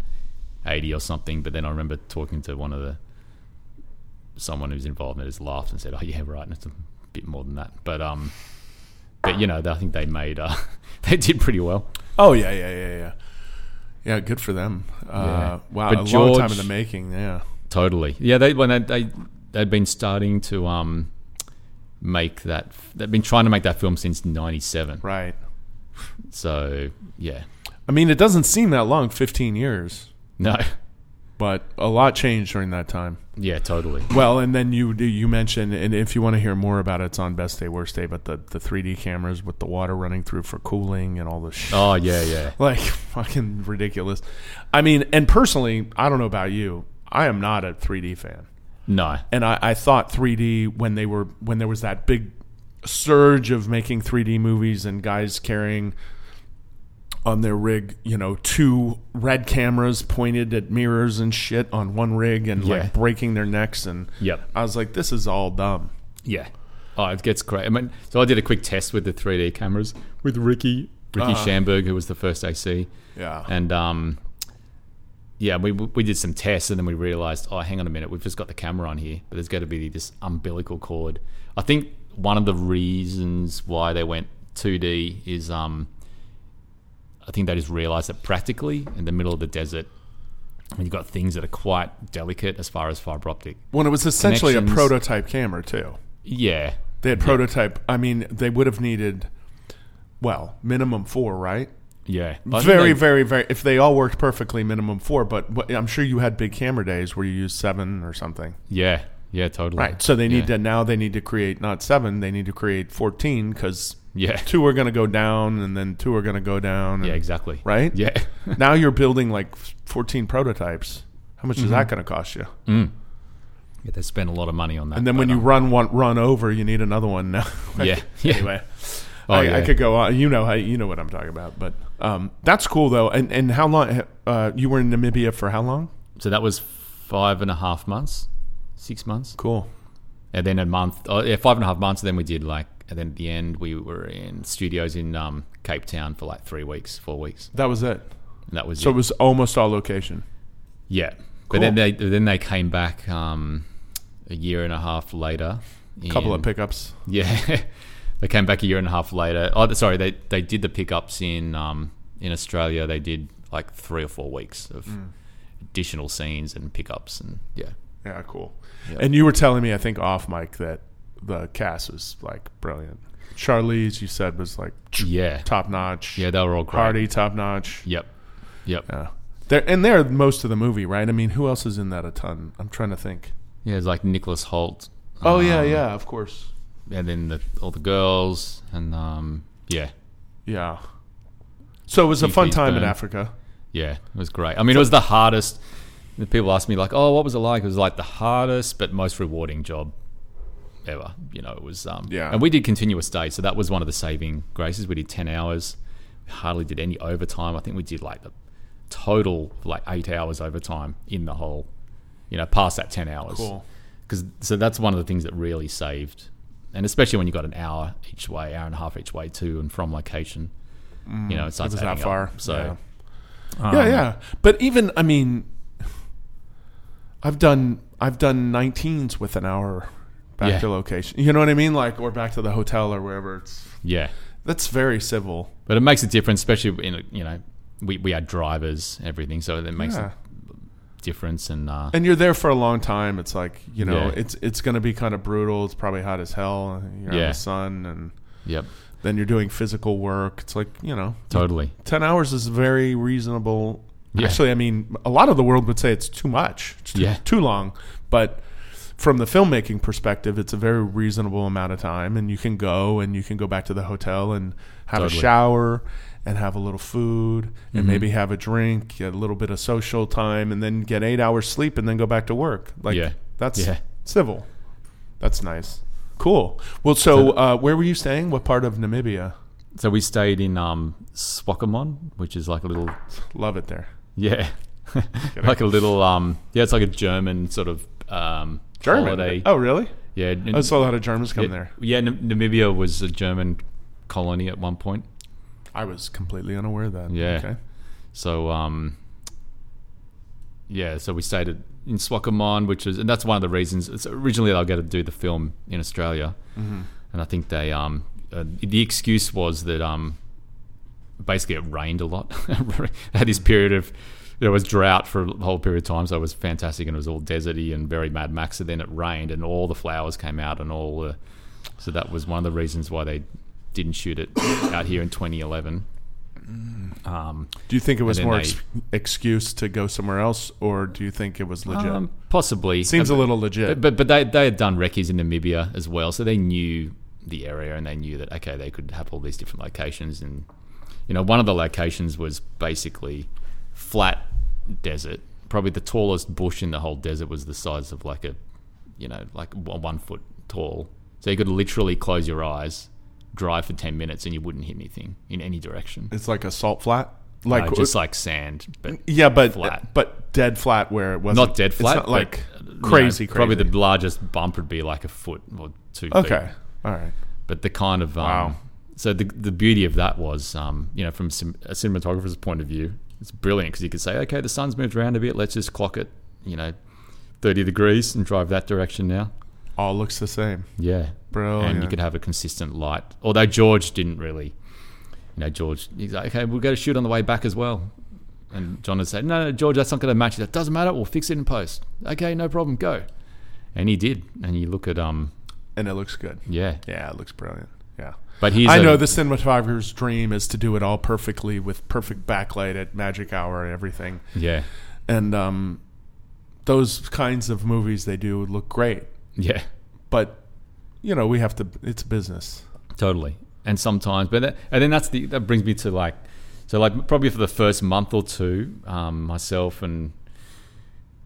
eighty or something, but then I remember talking to one of the someone who's involved and just laughed and said, "Oh yeah, right, and it's a bit more than that." But um, but you know, I think they made uh, [LAUGHS] they did pretty well.
oh yeah, yeah, yeah, yeah. Yeah, good for them. Uh, Wow,
But
a long time
George-
in the making. Yeah.
Totally, yeah. They when they, they they'd been starting to um make that they've been trying to make that film since '97.
Right.
So yeah,
I mean, it doesn't seem that long, fifteen years,
no, [LAUGHS]
but a lot changed during that time.
yeah, totally.
Well, and then you you mentioned, and if you want to hear more about it, it's on Best Day, Worst Day. But the the 3D cameras with the water running through for cooling and all this shit.
Oh yeah, yeah.
like [LAUGHS] fucking ridiculous. I mean, and personally, I don't know about you. I am not a 3D fan,
No,
and I, I thought 3D when they were when there was that big surge of making 3D movies and guys carrying on their rig, you know, two red cameras pointed at mirrors and shit on one rig and
Yeah.
like breaking their necks and
Yep.
I was like, this is all dumb.
Yeah. Oh, it gets great. I mean, so I did a quick test with the 3D cameras with Ricky, Ricky Schamberg, who was the first AC,
Yeah.
and um, yeah, we we did some tests and then we realized, oh, hang on a minute, we've just got the camera on here, but there's got to be this umbilical cord. I think one of the reasons why they went 2D is um, I think they just realized that practically in the middle of the desert, when you've got things that are quite delicate as far as fiber optic.
Well, it was essentially a
Connections.
prototype camera too.
Yeah,
They had prototype. I mean, they would have needed, well, minimum four, right?
yeah, I think
very,
they-
very, very. If they all worked perfectly, minimum four. But what, I'm sure you had big camera days where you used seven or something,
yeah, yeah, totally.
right? So they need
Yeah.
to now. They need to create not seven. They need to create fourteen because
Yeah,
two are going to go down, and then two are going to go down.
yeah,
and-
exactly.
Right.
Yeah, [LAUGHS]
now you're building like 14 prototypes. How much is
Mm-hmm.
that going to cost you?
yeah, they spent a lot of money on that.
And then when
but,
you
um,
run one run over, you need another one now. [LAUGHS]
yeah, [LAUGHS] yeah,
anyway,
Oh,
I, I
yeah.
could go on. You know, how- you know what I'm talking about. But um, that's cool though. And and how long? Uh, you were in Namibia for how long?
so that was five and a half months, six months.
Cool.
and then a month, oh, yeah, five and a half months. And then we did like, and then at the end, we were in studios in um, Cape Town for like three weeks, four weeks.
That was it.
And that was
So
it.
it was almost all location.
yeah.
Cool.
But then they then they came back um, a year and a half later.
A couple
in-
of pickups.
Yeah, [LAUGHS] they came back a year and a half later. Oh, th- sorry, they they did the pickups in um, in Australia. They did like three or four weeks of additional scenes and pickups, and yeah,
Mm. Yeah, cool.
Yep.
And you were telling me, I think off mic, that the cast was like brilliant. Charlize, you said, was like
yeah,
top notch.
yeah. They were all great.
Hardy, top notch.
Yep, yep.
Yeah. They're, and they're most of the movie, right? I mean, who else is in that a ton? I'm trying to think.
Yeah, it's like Nicholas Holt.
Oh, yeah,
um,
yeah, of course.
and then the, all the girls and um yeah
Yeah. So it was a fun
Ethan's
time in
been-
Africa.
yeah it was great i mean it was the hardest the people asked me like oh what was it like it was like the hardest but most rewarding job ever you know it was um
Yeah.
and we did continuous days so that was one of the saving graces we did 10 hours we hardly did any overtime i think we did like the total like eight hours overtime in the whole you know past that 10 hours because so that's one of the things that really saved, and especially when you got an hour each way, hour and a half each way to and from location. you know,
Mm.
it's
It
not
was that far.
So um,
yeah. yeah, yeah. But even, I mean, I've done I've done 19s with an hour back
Yeah.
to location. You know what I mean? Like, or back to the hotel or wherever. It's
yeah,
that's very civil.
but it makes a difference, especially in you know we we had drivers, everything, so it makes
Yeah.
a difference. And uh,
And you're there for a long time. It's like you know,
Yeah.
it's it's going to be kind of brutal. It's probably hot as hell. You're in
Yeah.
the sun and.
yep,
then you're doing physical work. It's like, you know,
totally.
10 hours is very reasonable.
Yeah.
Actually, I mean, a lot of the world would say it's too much, it's too,
Yeah.
too long. But from the filmmaking perspective, it's a very reasonable amount of time. And you can go and you can go back to the hotel and have a
Totally. Mm-hmm.
shower and have a little food and maybe have a drink, get a little bit of social time, and then get eight hours sleep and then go back to work. Like,
Yeah.
that's
Yeah.
civil. That's nice. Cool. Well, so uh, where were you staying? What part of Namibia?
So we stayed in um, Swakopmund, which is like a little
Love it there. [LAUGHS]
yeah, [LAUGHS] like a little um, yeah, it's like a German sort of um, holiday.
Oh, really?
yeah,
I saw a lot of Germans come
Yeah,
there.
Yeah, Nam- Namibia was a German colony at one point.
I was completely unaware of that.
Yeah.
Okay.
So, um, yeah, so we stayed at, in Swakopmund, which is, and that's one of the reasons. It's originally they were going to do the film in Australia, and I think they, um, uh, the excuse was that um, basically it rained a lot. [LAUGHS] Had this period of there was drought for a whole period of time, so it was fantastic, and it was all deserty and very Mad Max. And then it rained, and all the flowers came out, and all the so that was one of the reasons why they didn't shoot it out here in 2011. Um,
Do you think it was
then
more
they-
ex- excuse to go somewhere else, or do you think it was legit?
Um, possibly
Seems a
Um,
little legit.
But but they they had done recce's in Namibia as well, so they knew the area and they knew that okay they could have all these different locations and you know one of the locations was basically flat desert. Probably the tallest bush in the whole desert was the size of like a you know like one one foot tall, so you could literally close your eyes, drive for ten minutes, and you wouldn't hit anything in any direction.
it's like a salt flat,
Like
like
just like sand, but
yeah, but
flat.
but dead flat where it wasn't
not dead
it's
flat,
not
but, uh,
like
you know,
crazy, crazy.
Probably the largest bump would be like a foot or two. feet.
okay. All right.
but the kind of um,
Wow.
so the the beauty of that was um, you know from cin- a cinematographer's point of view, it's brilliant because you could say, okay, the sun's moved around a bit. Let's just clock it, you know, 30 degrees and drive that direction now.
All looks the same.
Yeah.
Brilliant.
And you could have a consistent light. Although George didn't really, you know, George, he's like, okay, we'll go to shoot on the way back as well. And John had said, no, no, George, that's not going to match. That doesn't matter. We'll fix it in post. Okay, no problem. Go. And he did. And you look at, um,
and it looks good.
yeah.
Yeah, it looks brilliant. Yeah.
But he's,
I
a-
know the cinematographer's dream is to do it all perfectly with perfect backlight at magic hour and everything.
Yeah.
And um, those kinds of movies they do look great.
Yeah.
But, you know, we have to, it's business.
Totally. And sometimes, but that- and then that's the that brings me to like, so like probably for the first month or two, um, myself and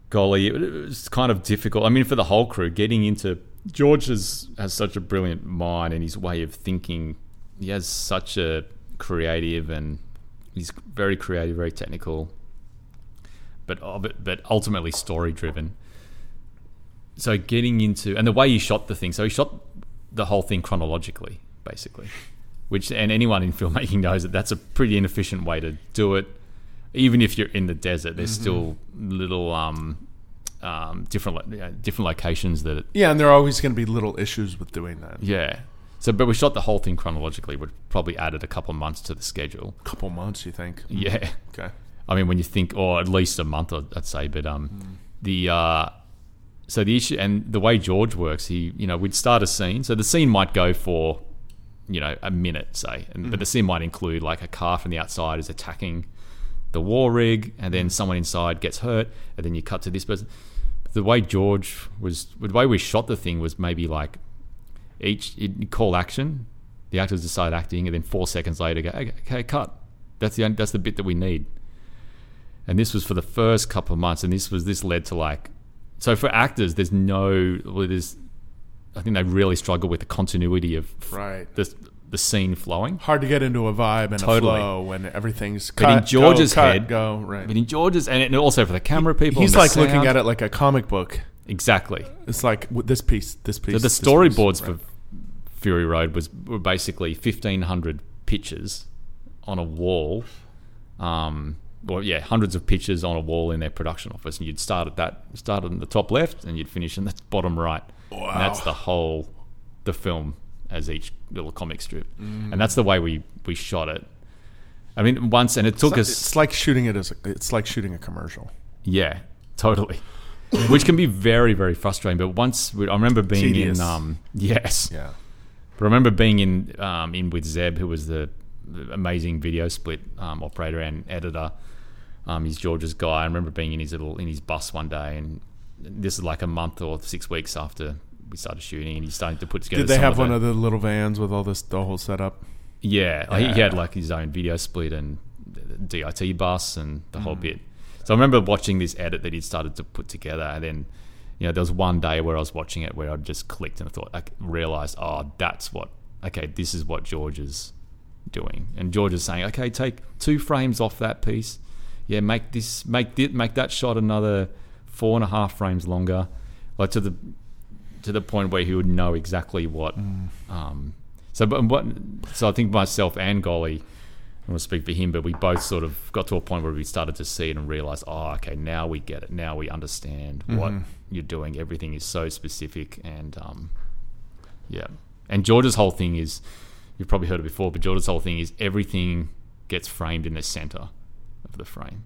golly, it was kind of difficult. I mean, for the whole crew, getting into George has has such a brilliant mind and his way of thinking. He has such a creative and he's very creative, very technical, but of it, but ultimately story driven. So getting into and the way he shot the thing, so he shot the whole thing chronologically, basically. Which and anyone in filmmaking [LAUGHS] knows that that's a pretty inefficient way to do it. Even if you're in the desert, there's still little um, um, different lo- yeah, different locations that it,
Yeah, and there are always going to be little issues with doing that.
yeah. So, but we shot the whole thing chronologically. Would probably added a couple of months to the schedule.
A couple months, you think?
Yeah. [LAUGHS]
Okay.
I mean, when you think, or at least a month, I'd I'd say. But um, the uh, so the issue and the way George works, he you know we'd start a scene, so the scene might go for you know a minute, say, and, but the scene might include like a car from the outside is attacking the war rig, and then someone inside gets hurt, and then you cut to this person. The way George was, the way we shot the thing was maybe like each you call action, the actors decide acting, and then four seconds later go, okay, okay cut. That's the only, that's the bit that we need and this was for the first couple of months and this was this led to like so for actors there's no well, there's i think they really struggle with the continuity of f-
Right.
the, the scene flowing
Hard to get into a vibe and
Totally.
a flow when everything's
in
cut,
George's
go, cut,
head-
go right.
but in george's and and also for the camera people
He's
and the
like looking
sound.
at it like a comic book.
exactly
It's like w- this piece, this piece.
so the
this piece, right.
storyboards for fury road was were basically 1500 pictures on a wall um well, yeah, hundreds of pictures on a wall in their production office, and you'd start at that, start in the top left, and you'd finish in the bottom right.
Wow.
And that's the whole, the film as each little comic strip, and that's the way we we shot it. I mean, once, and it took
It's-
us,
It's like shooting it as a, it's like shooting a commercial.
yeah, totally, which can be very very frustrating. But once we, I remember being
Tedious.
in, um, [LAUGHS] yes,
Yeah.
But I remember being in um, in with Zeb, who was the, the amazing video split um, operator and editor. Um, he's George's guy. I remember being in his little in his bus one day, and this is like a month or six weeks after we started shooting, and he's starting to put together.
Did they
some
have one
the-
of the little vans with all this the whole setup?
yeah, like, he- he had
Yeah.
like his own video split and the DIT bus and the whole bit. So I remember watching this edit that he'd started to put together, and then you know there was one day where I was watching it where I just clicked and I thought I realized, oh, that's what. Okay, this is what George is doing, and George is saying, okay, take two frames off that piece. Yeah, make this, make this, make that shot another four and a half frames longer, like to the to the point where he would know exactly what.
Mm.
Um, so, but what? So I think myself and Golly, I want to speak for him, but we both sort of got to a point where we started to see it and realize, oh, okay, now we get it. Now we understand
Mm-hmm.
what you're doing. Everything is so specific, and um, yeah. And George's whole thing is, you've probably heard it before, but George's whole thing is everything gets framed in the center of the frame.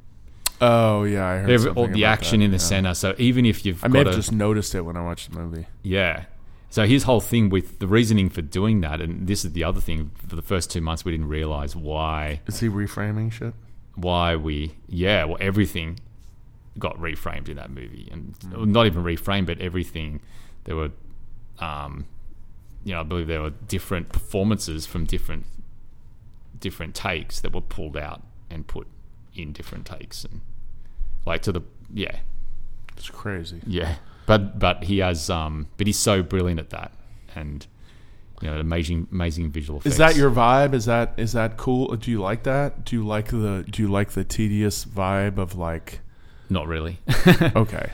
Oh yeah, I heard
Every,
something
all the
about
action
that,
in the
yeah.
center. So even if you've
I may
got
have
a-
just noticed it when I watched the movie.
yeah. So his whole thing with the reasoning for doing that, and this is the other thing. For the first two months, we didn't realize why
Is he reframing shit?
why we yeah well everything got reframed in that movie, and not even reframed, but everything there were, um, you know, I believe there were different performances from different different takes that were pulled out and put in different takes, and like to the yeah
It's crazy.
yeah, but but he has um, but he's so brilliant at that, and you know, amazing amazing visual effects.
Is that your vibe? Is that is that cool? Do you like that? Do you like the do you like the tedious vibe of
[LAUGHS]
like
Not really.
okay.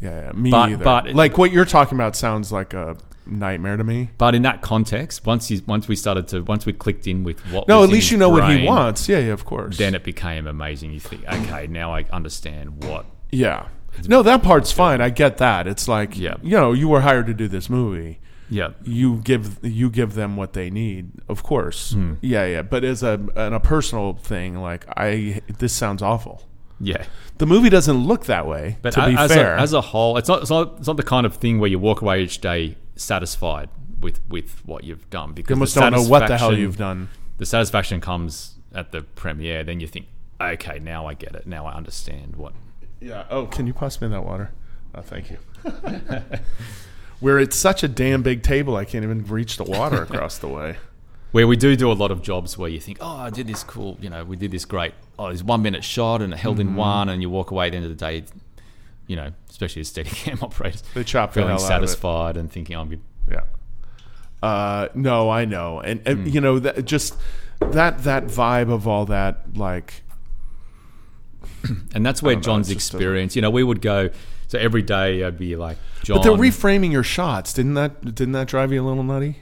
Yeah, yeah me
But-
either.
but-
like what you're talking about sounds like a nightmare to me.
But in that context, once you, once we started to once we clicked in with what
No,
was
at
in
least
his
you know what he
brain,
wants. Yeah, yeah, of course.
Then it became amazing. You think, okay, now I understand what
yeah. No, that part's fine. I get that. It's like,
Yeah.
you know, you were hired to do this movie.
yeah
You give you give them what they need, of course.
Hmm.
Yeah, yeah. But as a and a personal thing, like I, this sounds awful.
yeah.
The movie doesn't look that way.
But
to
a-
be
as,
fair,
A, as a whole, it's not, it's not it's not the kind of thing where you walk away each day satisfied with with what you've done because
you almost don't know what the hell you've done.
The satisfaction comes at the premiere. Then you think, okay, now I get it. Now I understand what.
Yeah. Oh, can you pass me that water? Oh, thank you. [LAUGHS] Where it's such a damn big table, I can't even reach the water across the
[LAUGHS]
way.
Where we do do a lot of jobs where you think, oh, I did this cool, you know, we did this great. Oh, this one minute shot and it held
Mm.
in one, and you walk away at the end of the day, you know, especially as [LAUGHS] steadicam operators,
They chop the
feeling
hell out of it.
satisfied and thinking, I'm good.
Yeah. Uh, no, I know, and,
Hmm.
and you know that just that that vibe of all that, like
And that's where John's
it's just a-
experience, you know, we would go, so every day I'd be like, John.
but they're reframing your shots. Didn't that didn't that drive you a little nutty?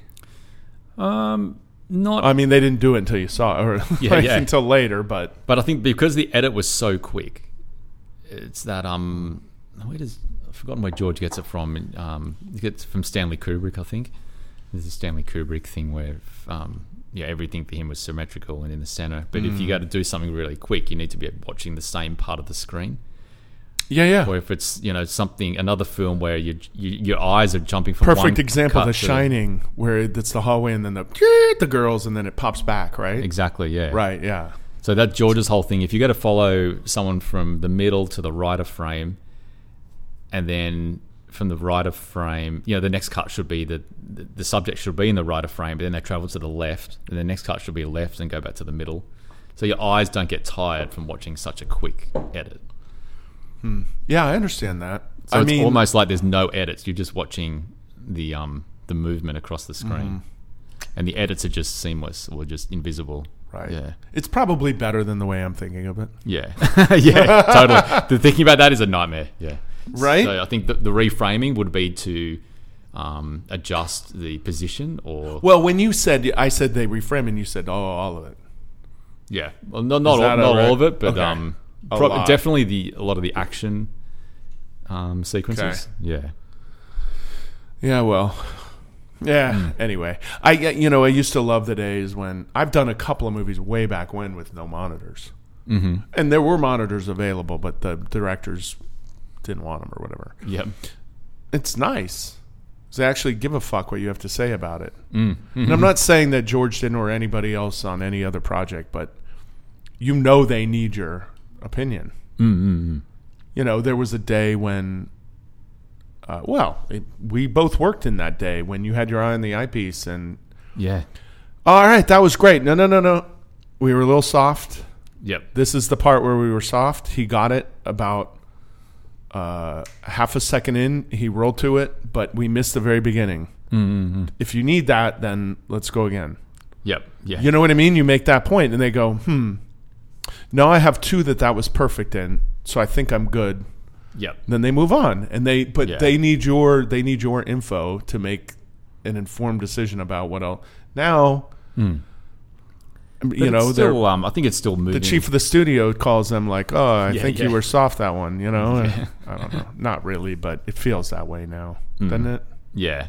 um, not,
I mean, they didn't do it until you saw it, or [LAUGHS]
Yeah,
like,
yeah.
until later. But
but I think because the edit was so quick, it's that, um, where does, I've forgotten where George gets it from. Um, he gets it from Stanley Kubrick, I think. There's a Stanley Kubrick thing where, um, yeah, everything for him was symmetrical and in the center. But
Mm.
if you got to do something really quick, you need to be watching the same part of the screen.
yeah, yeah,
Or if it's you know something another film where you, you your eyes are jumping from one
perfect example,
cut
The
to
Shining, where it's the hallway and then the the girls and then it pops back, right?
Exactly. Yeah.
Right. Yeah.
So that George's whole thing, if you got to follow someone from the middle to the right of frame, and then from the right of frame, you know, the next cut should be the the, the subject should be in the right of frame, but then they travel to the left, and the next cut should be left and go back to the middle. So your eyes don't get tired from watching such a quick edit.
Yeah, I understand that.
So
I
it's
mean,
almost like there's no edits. You're just watching the um the movement across the
Mm.
screen, and the edits are just seamless or just invisible.
right.
Yeah.
It's probably better than the way I'm thinking of it.
Yeah, [LAUGHS] yeah, totally. The thinking about that is a nightmare. Yeah,
Right?
So I think the, the reframing would be to um, adjust the position, or
Well, when you said I said they reframe and you said oh all of it.
yeah, well, not not, all,
that
not
a re-
all of it, but
Okay.
um,
A
prob-
lot.
definitely the a lot of the action um, sequences. Yeah,
Yeah, well. [LAUGHS] Yeah. Anyway, I you know I used to love the days when I've done a couple of movies way back when with no monitors, mm-hmm. and there were monitors available, but the directors didn't want them or whatever.
yeah,
It's nice. 'cause They actually give a fuck what you have to say about it. And I'm not saying that George didn't or anybody else on any other project, but you know they need your opinion. You know, there was a day when, uh, well, it, we both worked in that day when you had your eye on the eyepiece and,
yeah,
all right, that was great. No, no, no, no. We were a little soft.
yep,
This is the part where we were soft. He got it about uh, half a second in. He rolled to it, but we missed the very beginning.
Mm-hmm.
If you need that, then let's go again.
yep, yeah,
You know what I mean? You make that point, and they go, hmm. Now I have two that that was perfect in, so I think I'm good.
yep.
Then they move on, and they but
Yeah.
they need your they need your info to make an informed decision about what else. Now, you
Hmm. But
know,
it's
they're
still, um, I think it's still moving.
the chief of the studio calls them like, "Oh, I
Yeah,
think
yeah.
you were soft that one," you know. [LAUGHS] I don't know, not really, but it feels that way now,
Mm-hmm.
doesn't it?
Yeah,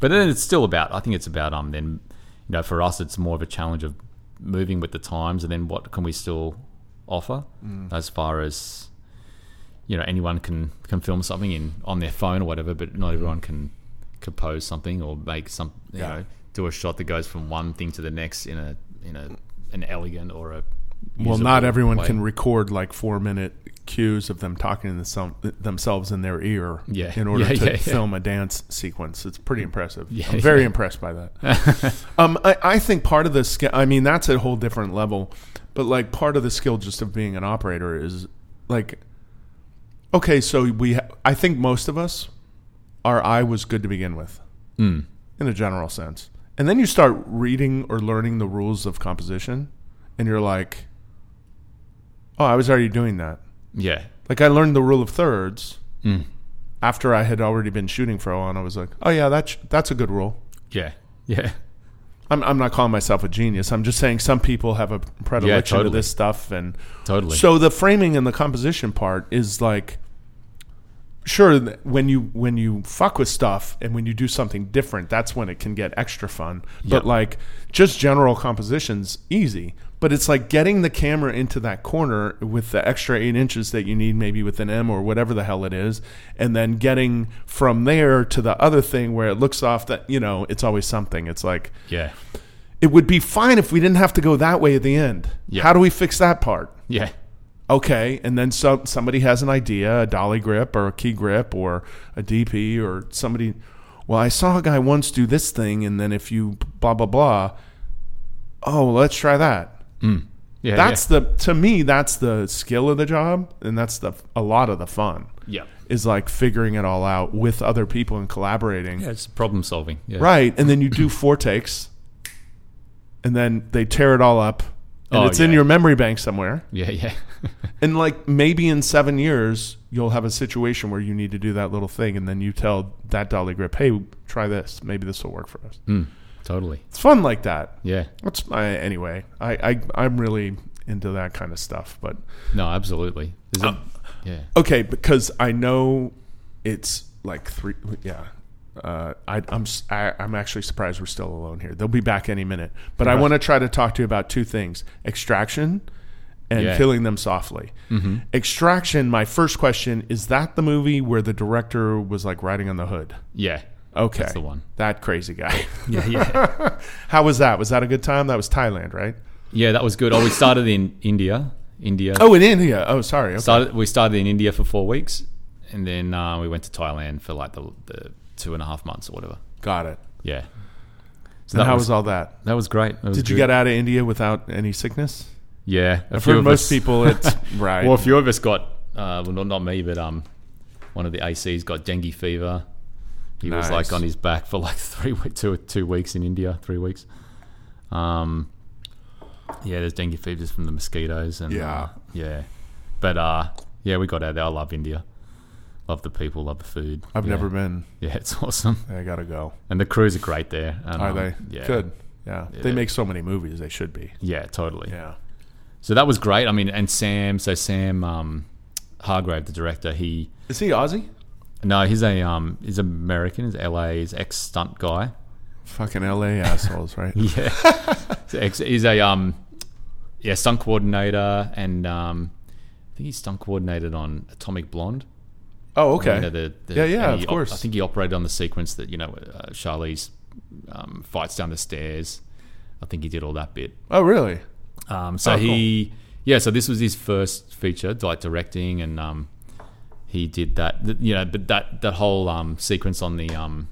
but then it's still about. I think it's about um. Then you know, for us, it's more of a challenge of moving with the times, and then what can we still offer
Mm.
as far as you know anyone can can film something in on their phone or whatever, but not everyone can compose something or make some you
Mm. Yeah.
know do a shot that goes from one thing to the next in a in a an elegant or a
Well, not
[LAUGHS] usable
everyone
way.
can record like four minute cues of them talking to some, themselves in their ear
Yeah.
in order
Yeah,
to
yeah, yeah.
film a dance sequence. It's pretty impressive.
Yeah,
I'm very
yeah.
impressed by that. um, I, I think part of the skill, I mean, that's a whole different level, but like part of the skill just of being an operator is like, okay, so we, ha- I think most of us, our eye was good to begin with
Mm.
in a general sense. And then you start reading or learning the rules of composition, and you're like, oh, I was already doing that.
yeah
Like, I learned the rule of thirds. after I had already been shooting for a while, and I was like, oh yeah, that's that's a good rule.
Yeah. Yeah.
I'm I'm not calling myself a genius. I'm just saying some people have a predilection
totally.
to this stuff, and
Totally.
so the framing and the composition part is like, sure, th- when you when you fuck with stuff and when you do something different, that's when it can get extra fun.
Yep.
But like, just general compositions, easy. But it's like getting the camera into that corner with the extra eight inches that you need, maybe with an M or whatever the hell it is, and then getting from there to the other thing where it looks off. That you know, it's always something. It's like
yeah.
it would be fine if we didn't have to go that way at the end.
Yeah.
How do we fix that part?
Yeah.
Okay, and then some somebody has an idea, a dolly grip or a key grip or a DP or somebody. Well, I saw a guy once do this thing, and then if you blah blah blah, oh, let's try that.
Yeah.
That's the to me, that's the skill of the job, and that's the a lot of the fun
yeah. yeah.
is like figuring it all out with other people and collaborating.
Yeah, it's problem solving. Yeah.
Right, and then you do four takes, and then they tear it all up, and
Oh,
it's in
yeah.
your memory bank somewhere.
Yeah, yeah. [LAUGHS]
And like maybe in seven years, you'll have a situation where you need to do that little thing, and then you tell that dolly grip, "Hey, try this. Maybe this will work for us."
mm, totally.
It's fun like that.
Yeah.
That's my anyway. I, I I'm really into that kind of stuff, but
No, absolutely. There's a-
Um,
yeah.
okay because i know it's like three yeah uh, I, I'm s- I, am actually surprised we're still alone here. They'll be back any minute. But I want to try to talk to you about two things: extraction and
Yeah. Mm-hmm.
killing them softly. Extraction. My first question is that the movie where the director was like riding on the hood?
Yeah.
Okay,
That's
[LAUGHS]
the one.
That crazy guy.
Yeah, yeah.
[LAUGHS] How was that? Was that a good time? That was Thailand, right?
yeah, that was good. Oh, we started in India. India.
Oh, in India. Oh, sorry. Okay.
Started, we started in India for four weeks, and then uh, we went to Thailand for like the, the two and a half months or whatever.
Got it.
Yeah. So
And
that
how
was,
was all that?
that was great. That was
Did you
good.
get out of India without any sickness?
Yeah, a
I've
few
heard
of
most
us-
people
[LAUGHS]
it's right.
Well, a few of us got uh, well, not, not me, but um, one of the ACs got dengue fever. He was
Nice.
like on his back for like [LAUGHS] three we- two two weeks in India, three weeks. Um, yeah, there's dengue fevers from the mosquitoes and uh,
Yeah.
yeah, but uh, yeah, we got out there. I love India, love the people, love the food.
I've
Yeah. [LAUGHS]
never been.
Yeah, it's awesome,
I gotta go.
and the crews are great there. And,
Are
um,
they
Yeah,
good? Yeah.
Yeah.
they make so many movies. They should be.
Yeah, totally.
Yeah,
So that was great. I mean, and Sam, so Sam um, Hargrave, the director, he
is he Aussie?
No, he's a um, he's American. He's LA. He's ex stunt guy. [LAUGHS]
Fucking L.A. assholes, right?
Yeah, he's, ex, he's a um, yeah stunt coordinator, and um, I think he's stunt coordinated on Atomic Blonde.
[LAUGHS] Oh,
You know,
okay.
the, the,
Yeah, yeah,
and
of
he op-
course.
I think he operated on the sequence that you know uh, Charlize um, fights down the stairs. I think he did all that bit.
Oh, really?
Um, so
Oh, cool.
he, yeah, so this was his first feature, like directing, and um, he did that. th- You know, but that that whole um, sequence on the um,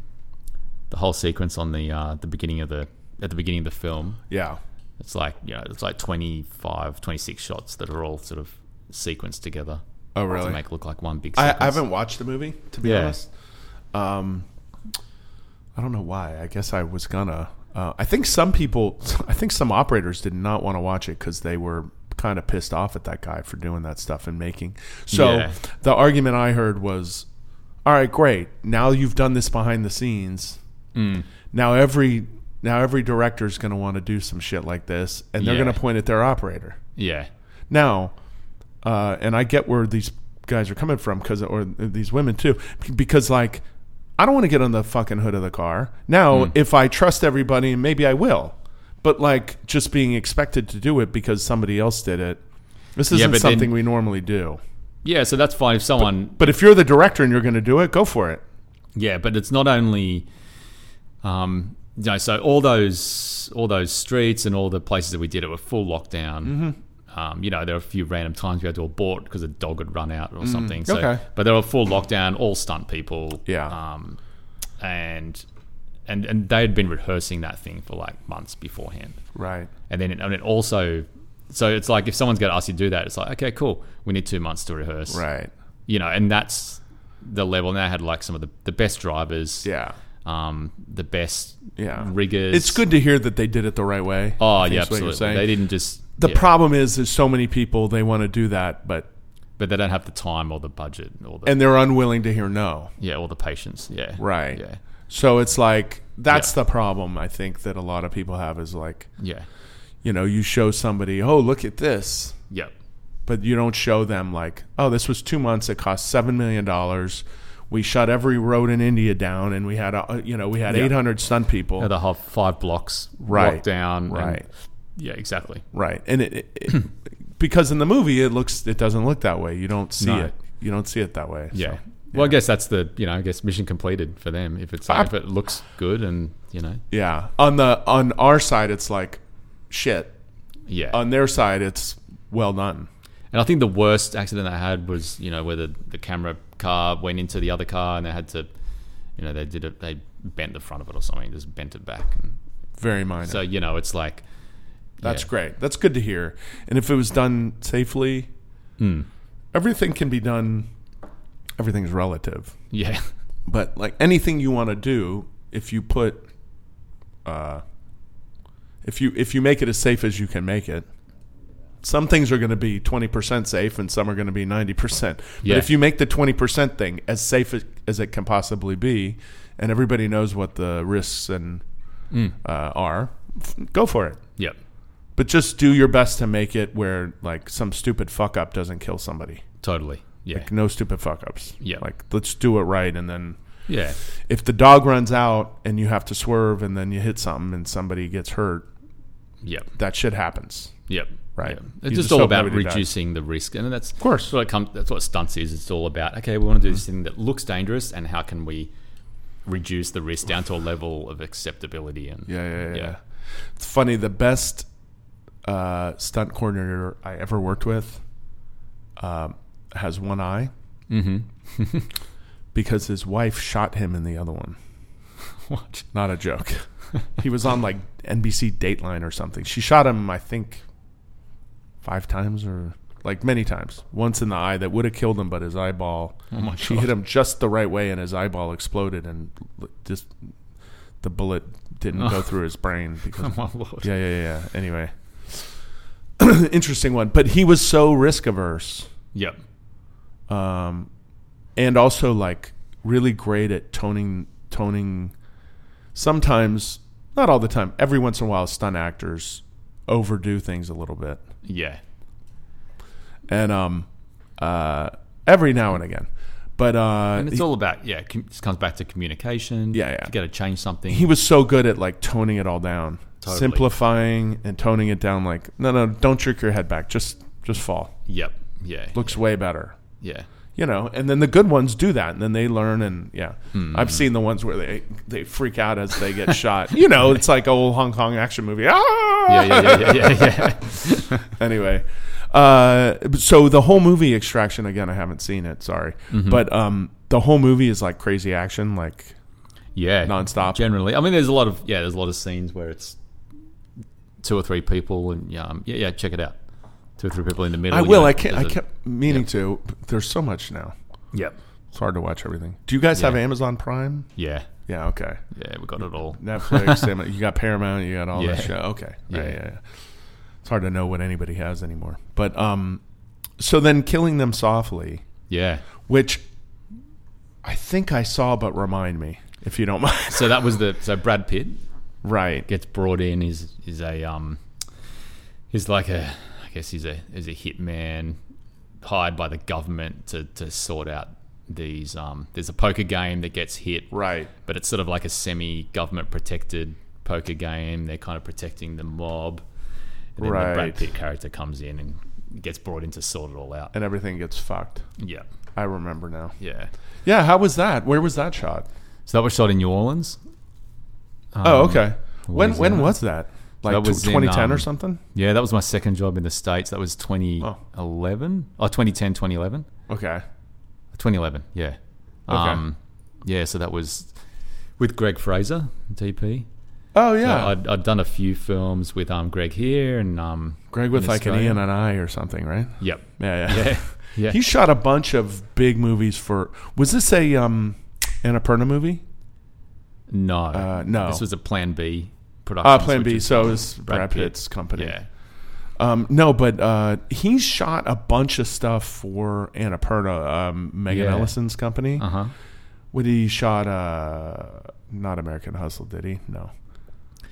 the whole sequence on the uh, the beginning of the at the beginning of the film,
Yeah.
it's like you know, it's like 25, 26 shots that are all sort of sequenced together
Oh,
to
really?
make it look like one big.
I,
Sequence.
I haven't watched the movie to be
Yeah.
honest. Um, I don't know why. I guess I was gonna. Uh, I think some people, [LAUGHS] I think some operators did not want to watch it because they were kind of pissed off at that guy for doing that stuff and making. So
Yeah.
the argument I heard was, "All right, great. Now you've done this behind the scenes.
Mm.
Now every now every director is going to want to do some shit like this, and they're
Yeah.
going to point at their operator."
Yeah,
Now, uh, and I get where these guys are coming from, because or these women too, because like I don't want to get on the fucking hood of the car.
Hmm.
Now, if I trust everybody, and maybe I will, but like just being expected to do it because somebody else did it. This
Yeah,
isn't
but then-
something we normally do.
yeah. So that's fine. If someone
But if you're the director and you're going to do it, go for it.
Yeah, but it's not only, um, you know, so all those all those streets and all the places that we did it were full lockdown.
Mm-hmm.
Um, you know, there were a few random times we had to abort because a dog had run out or something. So,
Mm, okay.
but they were full lockdown, all stunt people.
Yeah.
Um, and and and they had been rehearsing that thing for like months beforehand.
Right.
And then, and it also, so it's like if someone's going to ask you to do that, it's like, okay, cool. We need two months to rehearse.
Right.
You know, and that's the level. And they had like some of the, the best drivers
Yeah.
um, the best
Yeah.
riggers.
It's good to hear that they did it the right way.
Oh
I think
yeah,
is what you're saying.
absolutely. They didn't just
The
yeah.
problem is, there's so many people they want to do that, but
but they don't have the time or the budget or the
and they're unwilling to hear no.
yeah or the patience. Yeah,
Right.
Yeah,
So it's like that's the problem I think that a lot of people have is like,
yeah,
you know, you show somebody, "Oh, look at this."
yep,
but you don't show them like, oh, this was two months. It cost seven million dollars. We shut every road in India down, and we had uh, you know we had
Yeah.
eight hundred stunt people.
Or the whole five blocks
Right.
locked down. and-
Right.
yeah, exactly.
right, and it, it,
[CLEARS THROAT]
it- because in the movie it looks it doesn't look that way. You don't see
No.
it. You don't see it that way. so.
Yeah. Well, I guess that's the you know I guess mission completed for them if it's like, if it looks good and you know
yeah. On the on our side, it's like shit.
yeah
On their side, it's well done.
And I think the worst accident I had was, you know, where the, the camera car went into the other car and they had to, you know, they did it, they bent the front of it or something, just bent it back. And
Very minor.
so, you know, it's like,
That's
yeah.
great. That's good to hear. And if it was done safely,
Hmm.
everything can be done. Everything's relative.
Yeah. [LAUGHS]
but like anything you want to do if you put uh if you if you make it as safe as you can make it some things are going to be 20% safe and some are going to be 90%
Yeah.
but if you make the 20% thing as safe as, as it can possibly be and everybody knows what the risks and
Hmm.
uh, are f- go for it
Yep.
but just do your best to make it where like some stupid fuck up doesn't kill somebody
Totally. Yeah.
like no stupid fuck ups
Yeah.
like let's do it right and then
yeah.
if the dog runs out and you have to swerve and then you hit something and somebody gets hurt,
Yep.
that shit happens.
Yep.
Right.
Yep.
You
It's just,
just
all
hope
about
nobody dies.
reducing the risk. And that's, of
course. Mm-hmm.
what it comes, that's what stunts is. It's all about, okay, we want to do this thing that looks dangerous and how can we reduce the risk down to a level of acceptability and
Yeah, yeah, yeah.
Yeah.
It's funny. The best uh, stunt coordinator I ever worked with um, has one eye
Mhm.
[LAUGHS] because his wife shot him in the other one.
what?
Not a joke. he was on like NBC Dateline or something. She shot him, I think, five times or like many times. Once in the eye that would have killed him, but his eyeball.
Oh my
she
God. [LAUGHS]
hit him just the right way, and his eyeball exploded, and l- just the bullet didn't go through his brain because
Oh my lord.
yeah, yeah, yeah, yeah. Anyway, [CLEARS THROAT] interesting one. But he was so risk averse,
Yep.
um, and also like really great at toning, toning. Sometimes, not all the time. Every once in a while, stunt actors overdo things a little bit,
Yeah.
and um, uh, every now and again. But uh,
And it's
he-
all about yeah. Com- it comes back to communication.
Yeah, yeah.
You got to change something.
he was so good at like toning it all down,
Totally.
simplifying and toning it down. Like, no, no, don't jerk your head back. Just, just fall.
yep. Yeah.
Looks way better.
Yeah.
You know, and then the good ones do that, and then they learn. And yeah,
Hmm.
I've seen the ones where they they freak out as they get [LAUGHS] shot. You know, it's like old Hong Kong action movie. Ah!
Yeah. Yeah. Yeah. Yeah. Yeah. yeah.
anyway, uh, so the whole movie Extraction again. I haven't seen it. Sorry,
Mm-hmm.
but um, the whole movie is like crazy action. Like,
yeah.
Nonstop.
Generally, I mean, there's a lot of yeah. There's a lot of scenes where it's two or three people, and yeah, um, yeah, yeah. Check it out. Two or three people in the middle.
I
you
will.
know,
I can't. I
there's a-
kept meaning to. But there's so much now.
Yep.
It's hard to watch everything. Do you guys have
Yeah.
Amazon Prime?
Yeah.
Yeah, okay.
Yeah. We got it all.
[LAUGHS] Netflix, Am- you got Paramount, you got all
Yeah.
that shit. Okay. Yeah.
Yeah.
yeah, yeah. It's hard to know what anybody has anymore. But um so then killing them softly,
Yeah.
which I think I saw but remind me if you don't [LAUGHS] mind.
So that was the so Brad Pitt
right.
gets brought in. Is is a um, he's like a I guess he's a is a hitman hired by the government to to sort out these um. There's a poker game that gets hit,
Right.
but it's sort of like a semi-government protected poker game. They're kind of protecting the mob. And then the
Right.
Brad Pitt character comes in and gets brought in to sort it all out.
And everything gets fucked.
Yeah,
I remember now.
yeah.
Yeah, how was that? Where was that shot?
So that was shot in New Orleans.
oh,
Um,
okay. When when
Louisiana.
was that? Like
That
tw-
was in,
2010 or
um,
something?
Yeah, that was my second job in the States. That
Oh.
was 2011. Oh, 2010, 2011.
Okay.
2011, yeah. Um, yeah, so that was with Greg Fraser, DP.
Oh
So
yeah.
I'd, I'd done a few films with um, Greg here and. Um,
Greg with
in
like an E
Australia.
and an I or something, right?
Yep.
Yeah, yeah. [LAUGHS]
Yeah. [LAUGHS] Yeah.
He shot a bunch of big movies for. Was this a um, Annapurna movie?
no.
Uh, no.
This was a Plan B production.
uh, Plan B. So it was Brad,
Brad Pitt.
Pitt's company.
Yeah.
Um, no, but uh, he shot a bunch of stuff for Annapurna, um, Megan
Yeah.
Ellison's company.
Uh huh.
What he shot? Uh, not American Hustle, did he? No,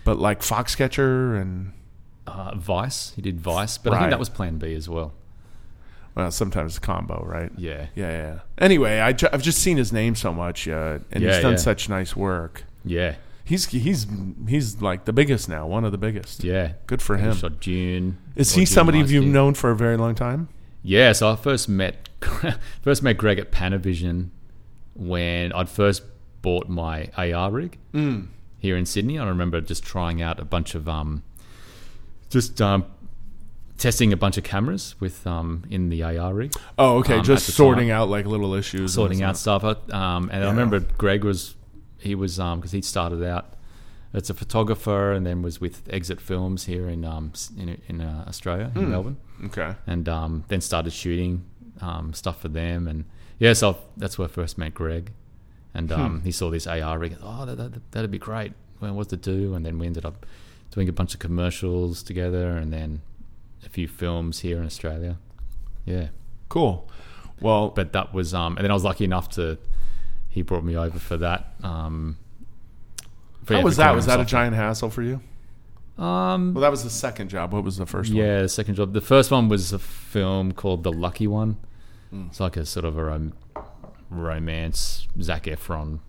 but like Foxcatcher and
Uh, Vice. He did Vice, but I
Right.
think that was Plan B as well.
well, sometimes combo, right?
Yeah.
Yeah, yeah. Anyway, I ju- I've just seen his name so much, uh, and
Yeah,
he's done
yeah.
such nice work.
Yeah.
He's he's he's like the biggest now, one of the biggest.
Yeah.
Good for him.
Shot June.
Is
or
he
June
somebody
last
you've
year.
known for a very long time?
Yeah, so I first met [LAUGHS] first met Greg at Panavision when I'd first bought my AR rig
Hmm.
here in Sydney. I remember just trying out a bunch of um, just um, testing a bunch of cameras with um in the AR rig,
Oh, okay.
Um, at
just
the
sorting
time.
out like little issues, and
sorting out
stuff.
stuff. Um, and I remember Greg was he was um because he started out as a photographer and then was with Exit Films here in um s- in in uh, Australia in Melbourne
Okay.
and um, then started shooting um, stuff for them. And yeah, so that's where I first met Greg. And um, he saw this AR rig. Oh, that, that, that'd be great. Well, what's to do? And then we ended up doing a bunch of commercials together and then a few films here in Australia. Yeah.
Cool. Well,
But that was, um, and then I was lucky enough to, he brought me over for that. Um, for-
how
yeah,
was
for
that?
Cameron
Was that a
Software.
giant hassle for you?
Um,
Well, that was the second job. What was the first one?
Yeah, the second job. The first one was a film called The Lucky One.
Hmm.
It's like a sort of a rom- romance Zac Efron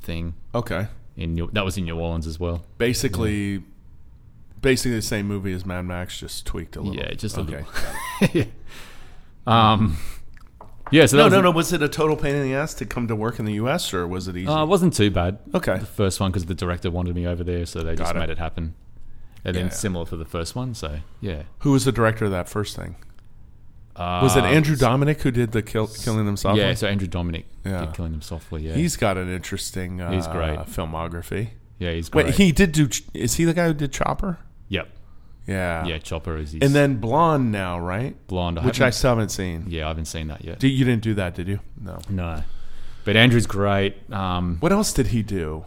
thing.
Okay.
In New- that was in New Orleans as well.
Basically, basically the same movie as Mad Max, just tweaked a little.
Yeah, just a
okay.
little. Um, yeah, so that
No,
was
no, no. Was it a total pain in the ass to come to work in the U.S. or was it easy?
Uh, it wasn't too bad.
okay.
The first one because the director wanted me over there, so they just
Got it.
made it happen. And then
Yeah.
similar for the first one, so yeah.
Who was the director of that first thing?
Uh,
Was it Andrew Dominic who did the kill, Killing Them Softly?
Yeah, so Andrew Dominic
Yeah.
did Killing Them Softly. Yeah,
He's got an interesting uh,
He's great.
filmography.
yeah, he's
Wait,
great.
he did do. Ch- Is he the guy who did Chopper?
yep,
Yeah.
yeah, Chopper is his
And then Blonde now, right?
blonde.
Which
haven't-
I still haven't seen.
Yeah, I haven't seen that yet.
Do- you didn't do that, did you? No.
no. But Andrew's great. Um,
What else did he do?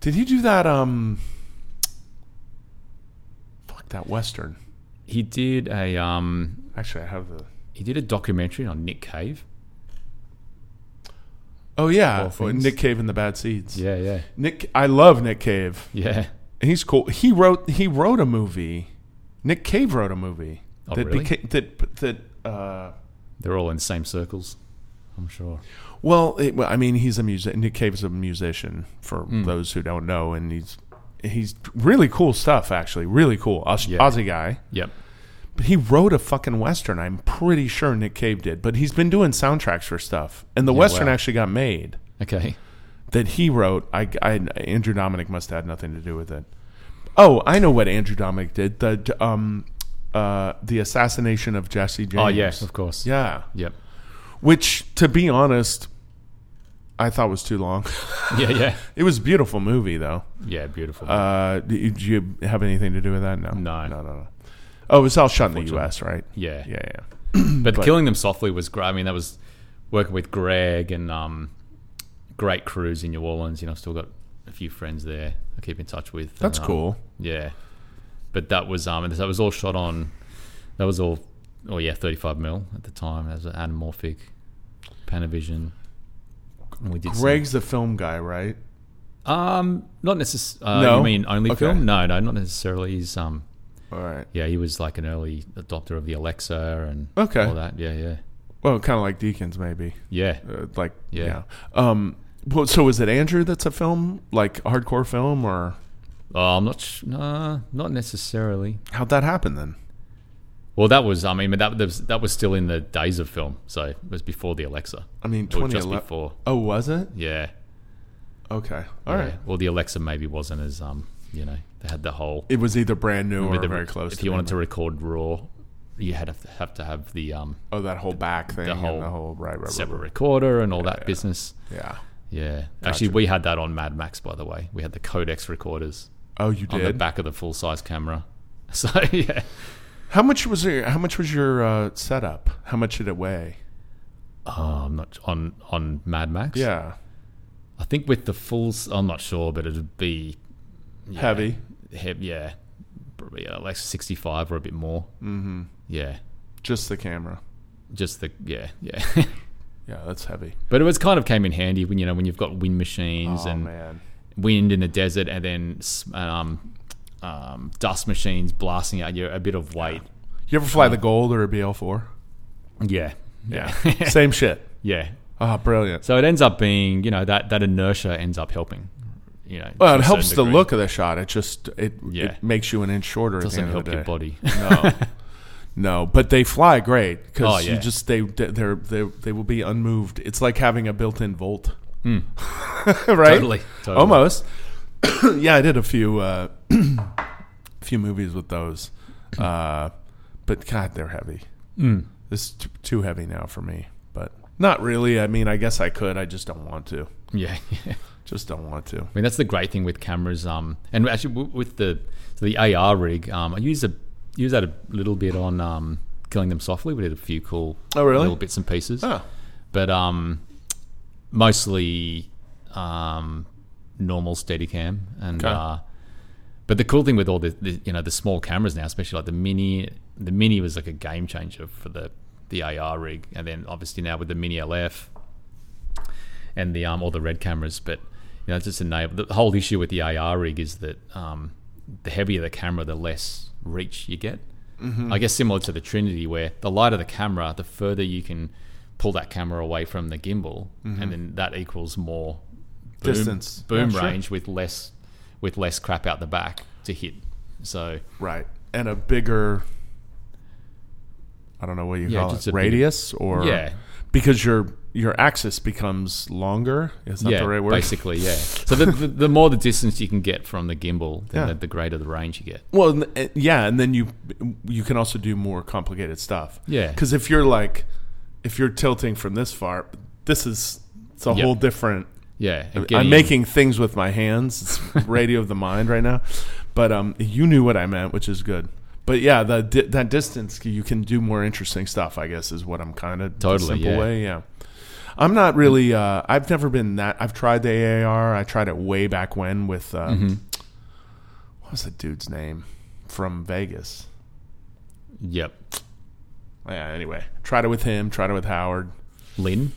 Did he do that? Um, fuck that western.
he did a um,
Actually, I have the.
he did a documentary on Nick Cave.
Oh yeah,
Four Things.
Nick Cave and the Bad Seeds.
Yeah, yeah,
Nick, I love Nick Cave.
yeah.
He's cool. He wrote he wrote a movie. Nick Cave wrote a movie
Oh,
that
really?
became that that. Uh,
They're all in the same circles, I'm sure.
Well, it, well, I mean, he's a music. Nick Cave's a musician for
Hmm.
those who don't know, and he's he's really cool stuff. Actually, really cool Aus-
Yeah.
Aussie guy.
Yep.
But he wrote a fucking western. I'm pretty sure Nick Cave did. But he's been doing soundtracks for stuff, and the western
wow.
actually got made
Okay.
that he wrote. I, I Andrew Dominic must have had nothing to do with it. Oh, I know what Andrew Dominic did. The um, uh, the assassination of Jesse James.
Oh yes, of course.
yeah.
Yep.
Which, to be honest, I thought was too long. [LAUGHS]
Yeah, yeah.
It was a beautiful movie, though.
Yeah, beautiful.
Uh, did you have anything to do with that? No.
No.
No, no, no. Oh, it was all shot in the U.S., right?
yeah.
Yeah, yeah.
But, killing them softly was great. I mean, that was working with Greg and um, great crews in New Orleans. You know, I've still got a few friends there I keep in touch with.
That's
And, um,
cool.
Yeah, but that was um, and that was all shot on. That was all, oh yeah, thirty-five mil at the time. That was an anamorphic, Panavision. And we did some-
Greg's the film guy, right?
um, not necessarily. Uh,
No?
You mean only
Okay.
film? No, no, not necessarily. He's um,
All right.
yeah, he was like an early adopter of the Alexa and
Okay.
all that. Yeah, yeah,
Well, kind of like Deacons, maybe.
yeah.
Uh, like, yeah.
Yeah.
Um. Well, so is it Andrew that's a film, like hardcore film, or
Oh, I'm not. Sh- nah, not necessarily.
how'd that happen then?
Well, that was. I mean, but that that was, that was still in the days of film, so it was before the Alexa.
I mean,
Or just
2011.
before.
Oh, was it?
Yeah.
Okay. All right.
Yeah. Well, the Alexa maybe wasn't as um, you know, they had the whole.
It was either brand new or
with the-
very close.
If
to
you
being-
wanted to record raw, you had to have to have the um
oh, that whole back thing,
whole
and the whole right, right, right,
separate
right.
recorder and all that business.
Yeah.
Yeah. Actually, we had that on Mad Max, by the way. We had the Codex recorders
Oh, you
on the
did.
back of the full size camera. [LAUGHS] So yeah.
How much was your How much was your uh, setup? How much did it weigh?
Oh, I'm not on on Mad Max.
Yeah,
I think with the full. s- I'm not sure, but it'd be
heavy.
Hip, yeah. probably uh, like 65 or a bit more. Mm-hmm. Yeah,
Just the camera.
just the yeah, yeah. [LAUGHS]
Yeah, that's heavy.
but it was kind of came in handy when you know when you've got wind machines
Oh
and
man.
wind in the desert, and then s- um, um, dust machines blasting at you a bit of weight.
You ever fly the Gold or a BL4?
Yeah,
Yeah. [LAUGHS] Same shit.
yeah.
Ah, brilliant.
So it ends up being you know that that inertia ends up helping. You know,
Well,
to
it
a
helps the
certain degree.
look of the shot. It just it,
Yeah.
it makes you an inch shorter. at the
Doesn't
end of
help
the
your
day.
body.
No, no, but they fly great because
Oh,
you
yeah.
just they they're they they will be unmoved. It's like having a built-in volt, [LAUGHS] right?
[LAUGHS] Totally, totally.
almost. [COUGHS] yeah, I did a few uh, [COUGHS] few movies with those, uh, but God, they're heavy.
Hmm.
This is t- too heavy now for me, but not really. I mean, I guess I could. I just don't want to.
yeah, [LAUGHS] yeah.
Just don't want to.
I mean, that's the great thing with cameras. Um, and actually w- with the so the AR rig, um, I use a use that a little bit on um, killing them softly. We did a few cool
Oh, really?
little bits and pieces,
Oh,
but um, mostly um, normal Steadicam and.
Okay.
Uh, but the cool thing with all the, the you know the small cameras now, especially like the mini, the mini was like a game changer for the the AR rig, and then obviously now with the mini LF, and the um all the red cameras, but you know, it's just enable the whole issue with the AR rig is that um, the heavier the camera, the less reach you get.
Mm-hmm.
I guess similar to the Trinity, where the lighter the camera, the further you can pull that camera away from the gimbal, and then that equals more
Mm-hmm.
boom,
Distance.
boom
Yeah, sure.
range with less with less crap out the back to hit. So
right, and a bigger. I don't know what you
Yeah,
call
just
it,
a bigger-
radius or
yeah,
because your your axis becomes longer. Is that
yeah,
the right word?
basically, yeah. So the, the the more the distance you can get from the gimbal, then
Yeah.
the, the greater the range you get.
Well, and- and- yeah, and then you you can also do more complicated stuff.
Yeah.
because if you're like if you're tilting from this far, this is it's a
Yep.
whole different.
Yeah, and
I'm
getting-
making things with my hands. It's [LAUGHS] radio of the mind right now, but um, you knew what I meant, which is good. But yeah, the di- that distance you can do more interesting stuff. I guess is what I'm kind of
Totally,
simple
yeah.
way. Yeah, I'm not really. Uh, I've never been that. I've tried the AAR. I tried it way back when with uh,
Mm-hmm.
what was the dude's name from Vegas.
Yep.
Yeah. Anyway, tried it with him. Tried it with Howard.
Lynn.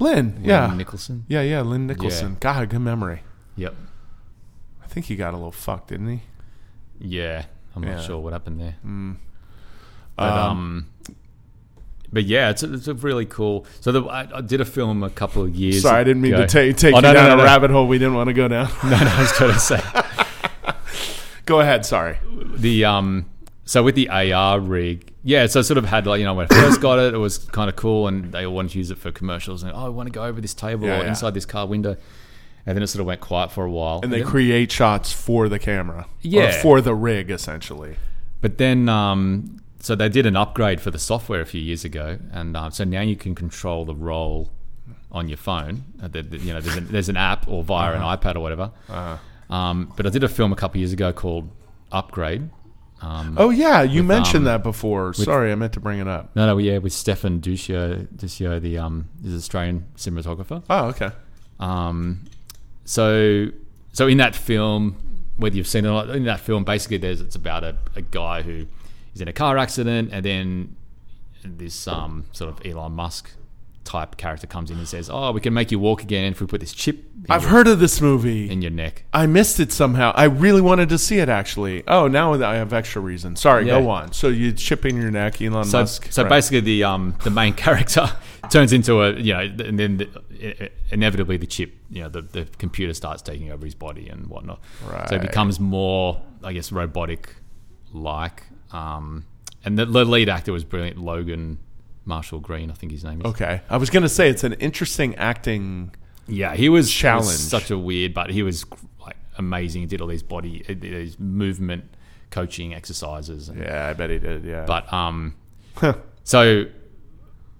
Lynn. yeah.
Lynn Nicholson.
yeah. Yeah. Lynn Nicholson. God, good memory.
Yep.
I think he got a little fucked, didn't he?
Yeah. I'm
Yeah. Mm.
not sure what happened there. But, um, but yeah, it's a, it's a really cool. So the, I, I did a film a couple of years.
Sorry, I didn't mean
ago.
to take take
Oh,
you
no, no,
down
no,
a
no.
rabbit hole we didn't want to go down.
[LAUGHS] No, no, I was going to say
[LAUGHS] go ahead. Sorry.
the um. So with the AR rig, yeah. So I sort of had like you know when I first got it, it was kind of cool, and they all wanted to use it for commercials, and oh, I want to go over this table
Yeah,
or
yeah.
inside this car window, and then it sort of went quiet for a while,
And they
then-
create shots for the camera,
Yeah.
or for the rig essentially.
But then, um, so they did an upgrade for the software a few years ago, and uh, so now you can control the roll on your phone. Uh, the, the- you know, there's an, [LAUGHS] there's an app or via an iPad or whatever. Um, but I did a film a couple years ago called Upgrade. Um,
Oh yeah, you mentioned
um,
that before. Sorry, I meant to bring it up.
No, no, yeah, with Stefan Duccio, Duccio the um, is an Australian cinematographer.
Oh okay.
Um, so, so in that film, whether you've seen it or not, in that film, basically, there's it's about a, a guy who is in a car accident, and then this um, sort of Elon Musk type character comes in and says, "Oh, we can make you walk again if we put this chip in,
I've
your,
heard of this movie.
in your neck."
I missed it somehow. I really wanted to see it actually. Oh, now that I have extra reason. Sorry,
Yeah.
go on. So you chip in your neck, Elon
So,
Musk.
so
Right.
basically, the um, the main [LAUGHS] character turns into a you know, and then the, i- i- inevitably the chip, you know, the, the computer starts taking over his body and whatnot. So
Right.
it becomes more, I guess, robotic like. Um, and the, the lead actor was brilliant, Logan Marshall Green, I think his name is.
Okay, I was gonna say it's an interesting acting.
Yeah, he was he was
Challenge.
such a weird, but he was like amazing. He did all these body, uh, these movement coaching exercises. And,
Yeah, I bet he did. Yeah,
But um, so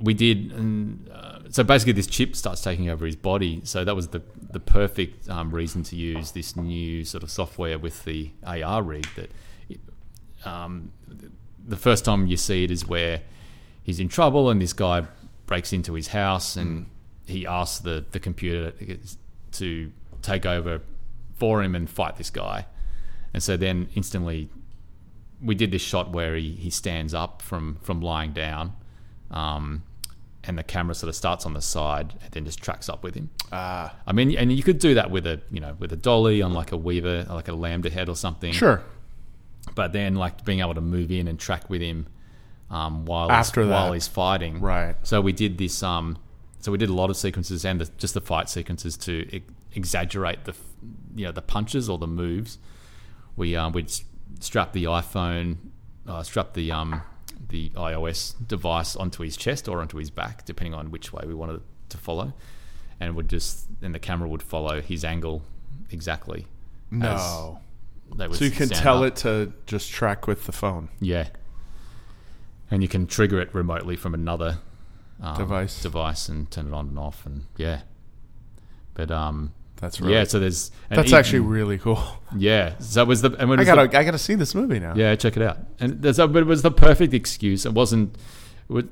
we did. And, uh, so basically, this chip starts taking over his body. So that was the the perfect um, reason to use this new sort of software with the AR rig. That it, um, th- the first time you see it is where he's in trouble, and this guy breaks into his house, and he asks the the computer to take over for him and fight this guy. And so then instantly we did this shot where he, he stands up from from lying down, um, and the camera sort of starts on the side and then just tracks up with him.
Ah,
I mean, and you could do that with a you know with a dolly on like a Weaver, like a Lambda head or something.
Sure.
But then like being able to move in and track with him um, while
After
he's,
that.
while he's fighting.
Right.
So we did this. Um, so we did a lot of sequences and the, just the fight sequences to ex- exaggerate the f- you know the punches or the moves. We um, we'd s- strap the iPhone, uh, strap the um, the iOS device onto his chest or onto his back, depending on which way we wanted it to follow, and would just and the camera would follow his angle exactly.
no.
They would
So you can
stand
tell
up.
it to just track with the phone.
Yeah. And you can trigger it remotely from another um,
Device.
device and turn it on and off and yeah. But um
That's really.
yeah, so there's and
that's
even-
actually really cool.
yeah. So it was the and when
I
it was the-
gotta, I gotta see this movie now.
yeah, check it out. And there's a, but it was the perfect excuse. It wasn't, it was-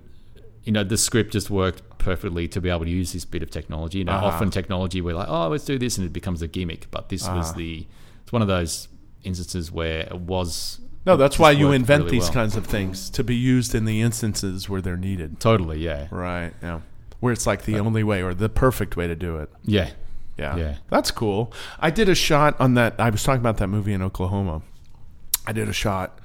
you know, the script just worked perfectly to be able to use this bit of technology. You know,
Uh-huh.
often technology we're like, oh, let's do this, and it becomes a gimmick. But this
Uh-huh.
was the, it's one of those instances where it was.
No,
it
that's
just
why you
worked
invent
really
these
well.
kinds of things to be used in the instances where they're needed.
Totally, yeah,
Right. Yeah. Where it's like the only way or the perfect way to do it.
yeah,
Yeah.
Yeah.
That's cool. I did a shot on that. I was talking about that movie in Oklahoma. I did a shot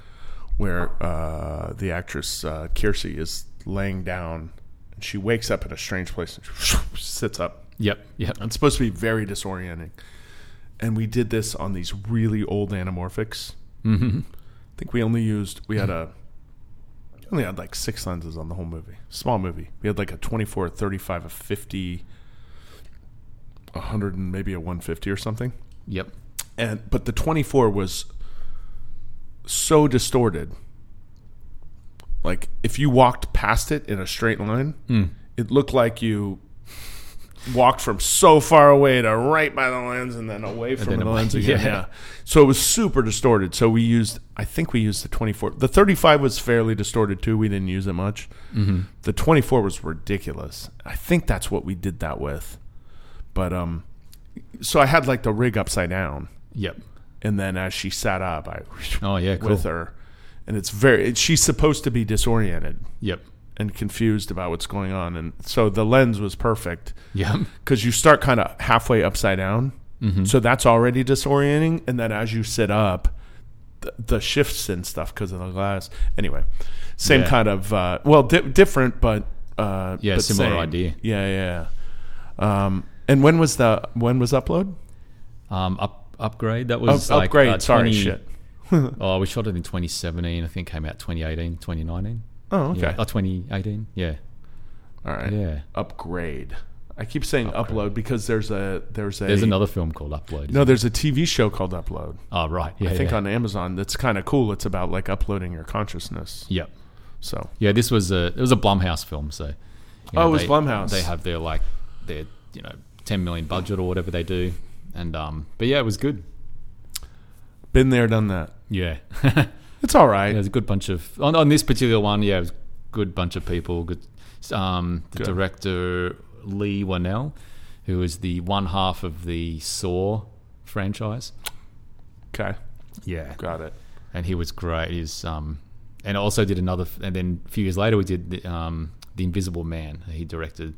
where uh, the actress uh, Kiersey is laying down and she wakes up in a strange place and [LAUGHS] she sits up.
yep, yep.
It's supposed to be very disorienting. And we did this on these really old anamorphics.
hmm
I think we only used we had a we only had like six lenses on the whole movie. Small movie. We had like a 24, a 35, a 50, a 100 and maybe a 150 or something.
Yep.
And but the 24 was so distorted. Like if you walked past it in a straight line,
Mm.
it looked like you walked from so far away to right by the lens and then away from
then
the
away,
lens [LAUGHS] again.
yeah.
Yeah. So it was super distorted. So we used, I think we used the 24. The 35 was fairly distorted too. We didn't use it much. The 24 was ridiculous. I think that's what we did that with. But, um, so I had like the rig upside down.
Yep.
And then as she sat up, I
Oh yeah, cool.
with her. And it's very, she's supposed to be disoriented
Yep.
and confused about what's going on. And so the lens was perfect
Yep.
because you start kind of halfway upside down.
Mm-hmm.
So that's already disorienting. And then as you sit up, the, the shifts and stuff because of the glass. Anyway, same
Yeah.
kind of, uh, well, di- different, but. Uh,
Yeah,
but
similar
same.
idea.
Yeah, yeah. Um, and when was the when was upload?
Um, up upgrade. That
Up,
was like,
upgrade.
uh,
sorry,
20
shit.
[LAUGHS] Oh, we shot it in 2017. I think came out 2018, 2019.
Oh, okay.
Yeah. Oh, 2018. Yeah.
All right.
Yeah.
Upgrade. I keep saying upload because there's a there's a
There's another film called Upload.
no there's a TV show called Upload.
Oh, right. Yeah.
I think
yeah.
on Amazon that's kind of cool. It's about like uploading your consciousness.
Yep.
So
Yeah. This was a. It was a Blumhouse film. So. you
Oh, it was
they-
Blumhouse.
They have their like their you know 10 million budget or whatever they do, and um. But yeah, it was good.
been there, done that.
Yeah. [LAUGHS]
It's all right.
Yeah, there's a good bunch of on, on this particular one. Yeah, it was a good bunch of people. Good, um, the
Good.
director Lee Wanell, who is the one half of the Saw franchise.
Okay,
Yeah,
got it.
and he was great. He's um, and also did another. f- And then a few years later, we did the, um, the Invisible Man. He directed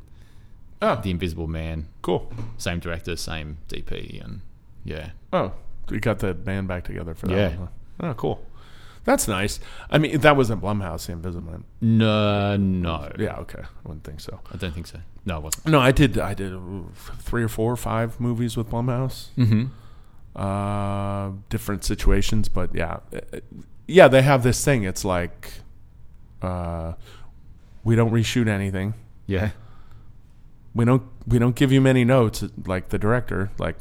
Oh,
the Invisible Man.
cool.
Same director, same DP, and yeah,
Oh, we got the band back together for that.
Yeah.
one, huh? Oh, cool. That's nice. I mean, that wasn't Blumhouse, The Invisible Man.
no, no,
Yeah, okay. I wouldn't think so.
I don't think so. No, it wasn't.
No, I did. I did uh, three or four, or five movies with Blumhouse.
Mm-hmm.
uh, different situations, but yeah, Uh, yeah, they have this thing. It's like uh, we don't reshoot anything.
Yeah,
We don't we don't give you many notes. Like the director, like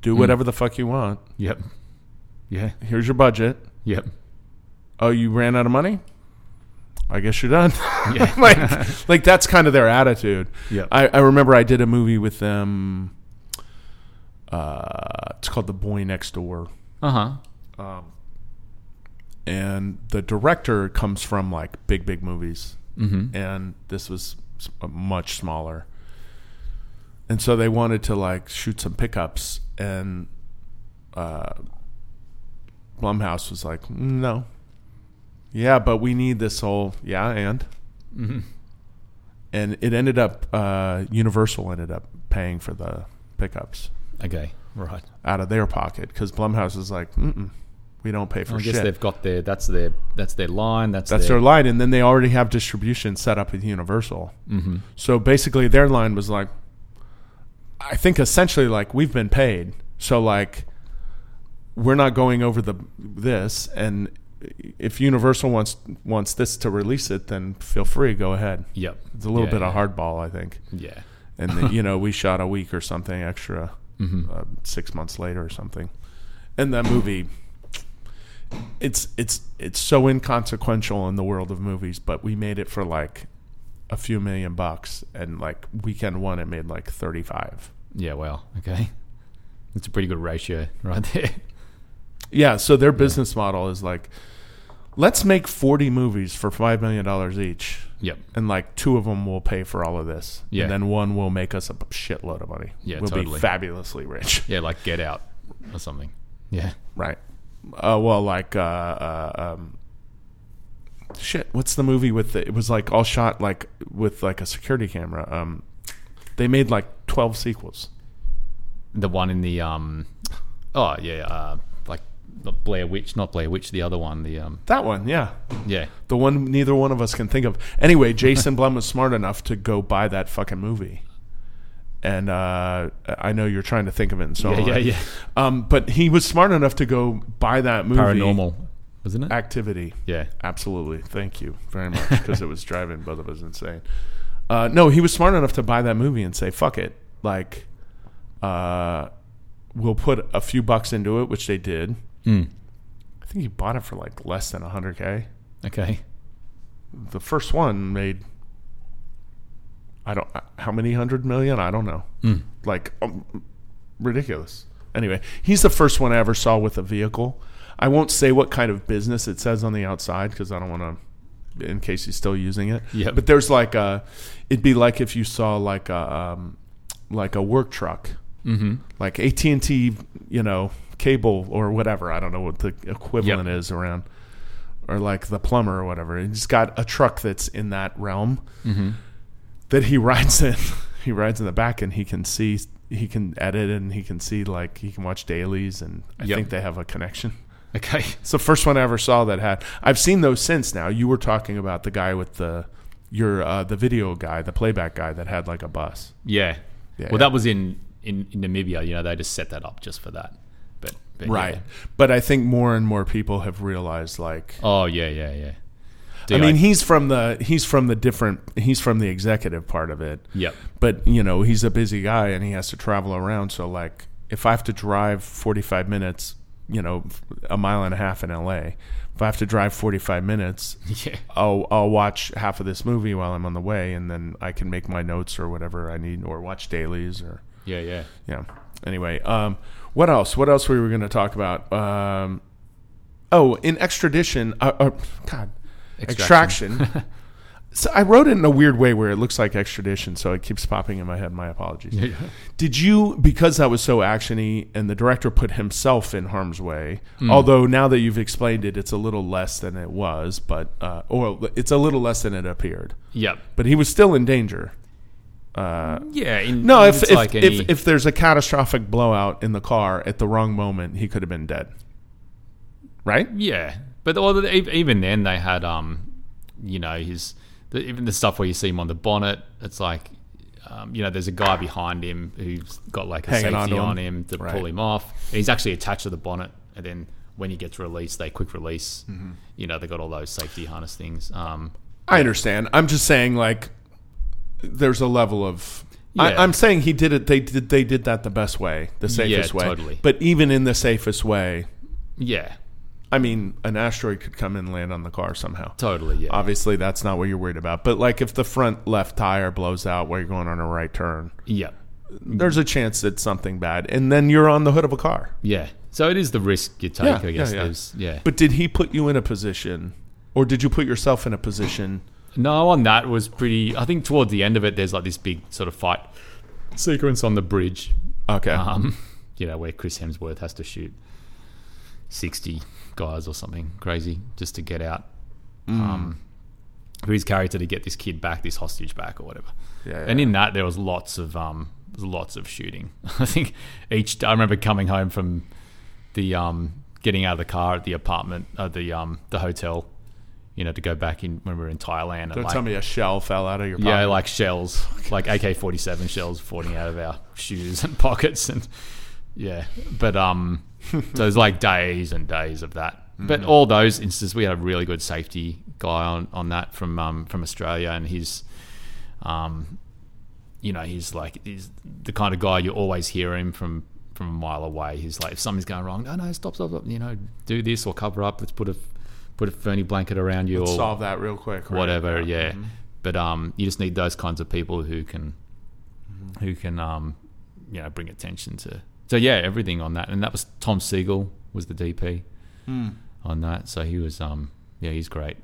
do
Mm.
whatever the fuck you want.
yep, yeah,
Here's your budget.
yep.
Oh, you ran out of money. I guess you're done. [LAUGHS]
Yeah.
like, like that's kind of their attitude.
Yeah.
I, I remember I did a movie with them. Uh, it's called The Boy Next Door.
Uh huh.
Um, and the director comes from like big, big movies,
Mm-hmm.
and this was s- uh, much smaller. And so they wanted to like shoot some pickups, and uh, Blumhouse was like, "No, Yeah, but we need this whole yeah and
Mm-hmm.
and it ended up uh, Universal ended up paying for the pickups
Okay, right.
out of their pocket because Blumhouse is like, Mm-mm, we don't pay for
I guess
shit.
they've got their that's their that's their line. That's
That's their line, and then they already have distribution set up with Universal.
hmm
So basically, their line was like, I think essentially like we've been paid, so like we're not going over the this, and if Universal wants wants this to release it, then feel free, go ahead.
Yep.
It's a little
Yeah,
bit of
yeah,
hardball, I think,
Yeah.
and
[LAUGHS]
then, you know we shot a week or something extra,
hmm
uh, six months later or something, and that movie. It's it's it's so inconsequential in the world of movies, but we made it for like a few million bucks, and like weekend one, it made like thirty five.
Yeah. Well. Okay. It's a pretty good ratio right there. [LAUGHS]
Yeah, so their business model is like, let's make forty movies for five million dollars each,
Yep.
and like two of them will pay for all of this,
Yeah.
and then one will make us a shitload of money.
Yeah,
we'll be
totally.
fabulously rich,
Yeah. Like Get Out or something. Yeah.
right? Uh, well, like, uh, uh, um, shit, what's the movie with the, it was like all shot like with like a security camera. Um, they made like twelve sequels.
The one in the um. Oh yeah. Uh, like the Blair Witch, not Blair Witch. The other one. The um.
That one, yeah.
Yeah.
The one neither one of us can think of.
[LAUGHS]
Anyway, Jason Blum was smart enough to go buy that fucking movie. And uh, I know you're trying to think of it and so
Yeah.
on.
Yeah. Yeah.
Um, but he was smart enough to go buy that movie.
Paranormal, wasn't it?
Activity.
Yeah.
Absolutely. Thank you very much because it was driving both of us insane. Uh, no, he was smart enough to buy that movie and say, fuck it. Like, uh, we'll put a few bucks into it, which they did.
Mm.
I think he bought it for like less than 100K.
Okay.
the first one made I don't how many hundred million I don't know
Mm.
like um, ridiculous anyway he's the first one I ever saw with a vehicle I won't say what kind of business it says on the outside because I don't want to in case he's still using it
Yep.
but there's like a it'd be like if you saw like a um, like a work truck
Mm-hmm.
like AT and T, you know, cable or whatever. I don't know what the equivalent is around, or like the plumber or whatever. He's got a truck that's in that realm
Mm-hmm.
that he [LAUGHS] rides in. he rides in the back, and he can see, he can edit, and he can see like he can watch dailies, and I
Yep.
think they have a connection.
Okay.
It's the first one I ever saw that had. I've seen those since. Now you were talking about the guy with the your uh, the video guy, the playback guy that had like a bus.
Yeah.
Yeah,
well, that was in, in in Namibia. You know, they just set that up just for that. But, but yeah.
Right. But I think more and more people have realized like
Oh yeah, yeah, yeah. Do
I
you
mean,
like-
he's from the he's from the different he's from the executive part of it.
yep. [LAUGHS]
But you know, he's a busy guy and he has to travel around. So like, if I have to drive forty five minutes, you know, a mile and a half in L.A. If I have to drive forty five minutes,
Yeah.
I'll I'll watch half of this movie while I'm on the way, and then I can make my notes or whatever I need, or watch dailies or
Yeah, yeah.
yeah. Anyway, um, what else? What else were we going to talk about? Um, oh, in extradition, uh, uh, God, extraction. [LAUGHS] so I wrote it in a weird way where it looks like extradition, so it keeps popping in my head. My apologies.
Yeah, yeah.
Did you because that was so actiony, and the director put himself in harm's way?
Mm.
Although now that you've explained it, it's a little less than it was, but uh, or it's a little less than it appeared.
Yep.
But he was still in danger. Uh,
Yeah. In,
no,
in-
if
it's
if,
like any-
if if there's a catastrophic blowout in the car at the wrong moment, he could have been dead. Right?
yeah, but all the, ev- even then they had um, you know, his the, even the stuff where you see him on the bonnet. It's like, um, you know, there's a guy behind him who's got like a
Hanging
safety
onto him.
on him to
Right.
pull him off. And he's actually attached to the bonnet, and then when he gets released, they quick release.
Mm-hmm.
You know, they got all those safety harness things. Um,
I understand. I'm just saying, like, there's a level of.
Yeah.
I, I'm saying he did it. They did. They did that the best way, the safest way.
totally.
But even in the safest way,
yeah,
I mean, an asteroid could come and land on the car somehow.
totally. Yeah,
Obviously, that's not what you're worried about. But like, if the front left tire blows out while you're going on a right turn,
yeah.
there's a chance it's something bad, and then you're on the hood of a car.
Yeah. So it is the risk you take,
Yeah,
I guess.
yeah, yeah.
There's, yeah.
But did he put you in a position, or did you put yourself in a position?
no, on that was pretty. I think towards the end of it, there's like this big sort of fight sequence on the bridge,
Okay.
um, you know, where Chris Hemsworth has to shoot 60 guys or something crazy just to get out.
Mm.
um, for his character to get this kid back, this hostage back, or whatever.
Yeah,
And in that, there was lots of um, there was lots of shooting. [LAUGHS] I think each. I remember coming home from the um, getting out of the car at the apartment, uh, the um, the hotel, you know, to go back in when we were in Thailand. and
Don't
like,
tell me a shell fell out of your pocket.
yeah, like shells, like AK forty seven shells falling out of our shoes and [LAUGHS] pockets, and yeah. But um, so there's like days and days of that. But all those instances, we had a really good safety guy on, on that from um, from Australia, and he's, um, you know, he's like he's the kind of guy you always hear him from from a mile away. He's like, if something's going wrong, no, no, stop, stop, stop. You know, do this or cover up. Let's put a put a ferny blanket around you or
solve that real quick. right? Mm-hmm.
whatever. Yeah, but um, you just need those kinds of people who can,
Mm-hmm.
who can um, you know, bring attention to. So yeah, everything on that, and that was Tom Siegel was the DP
Hmm.
on that. So he was um, yeah, he's great.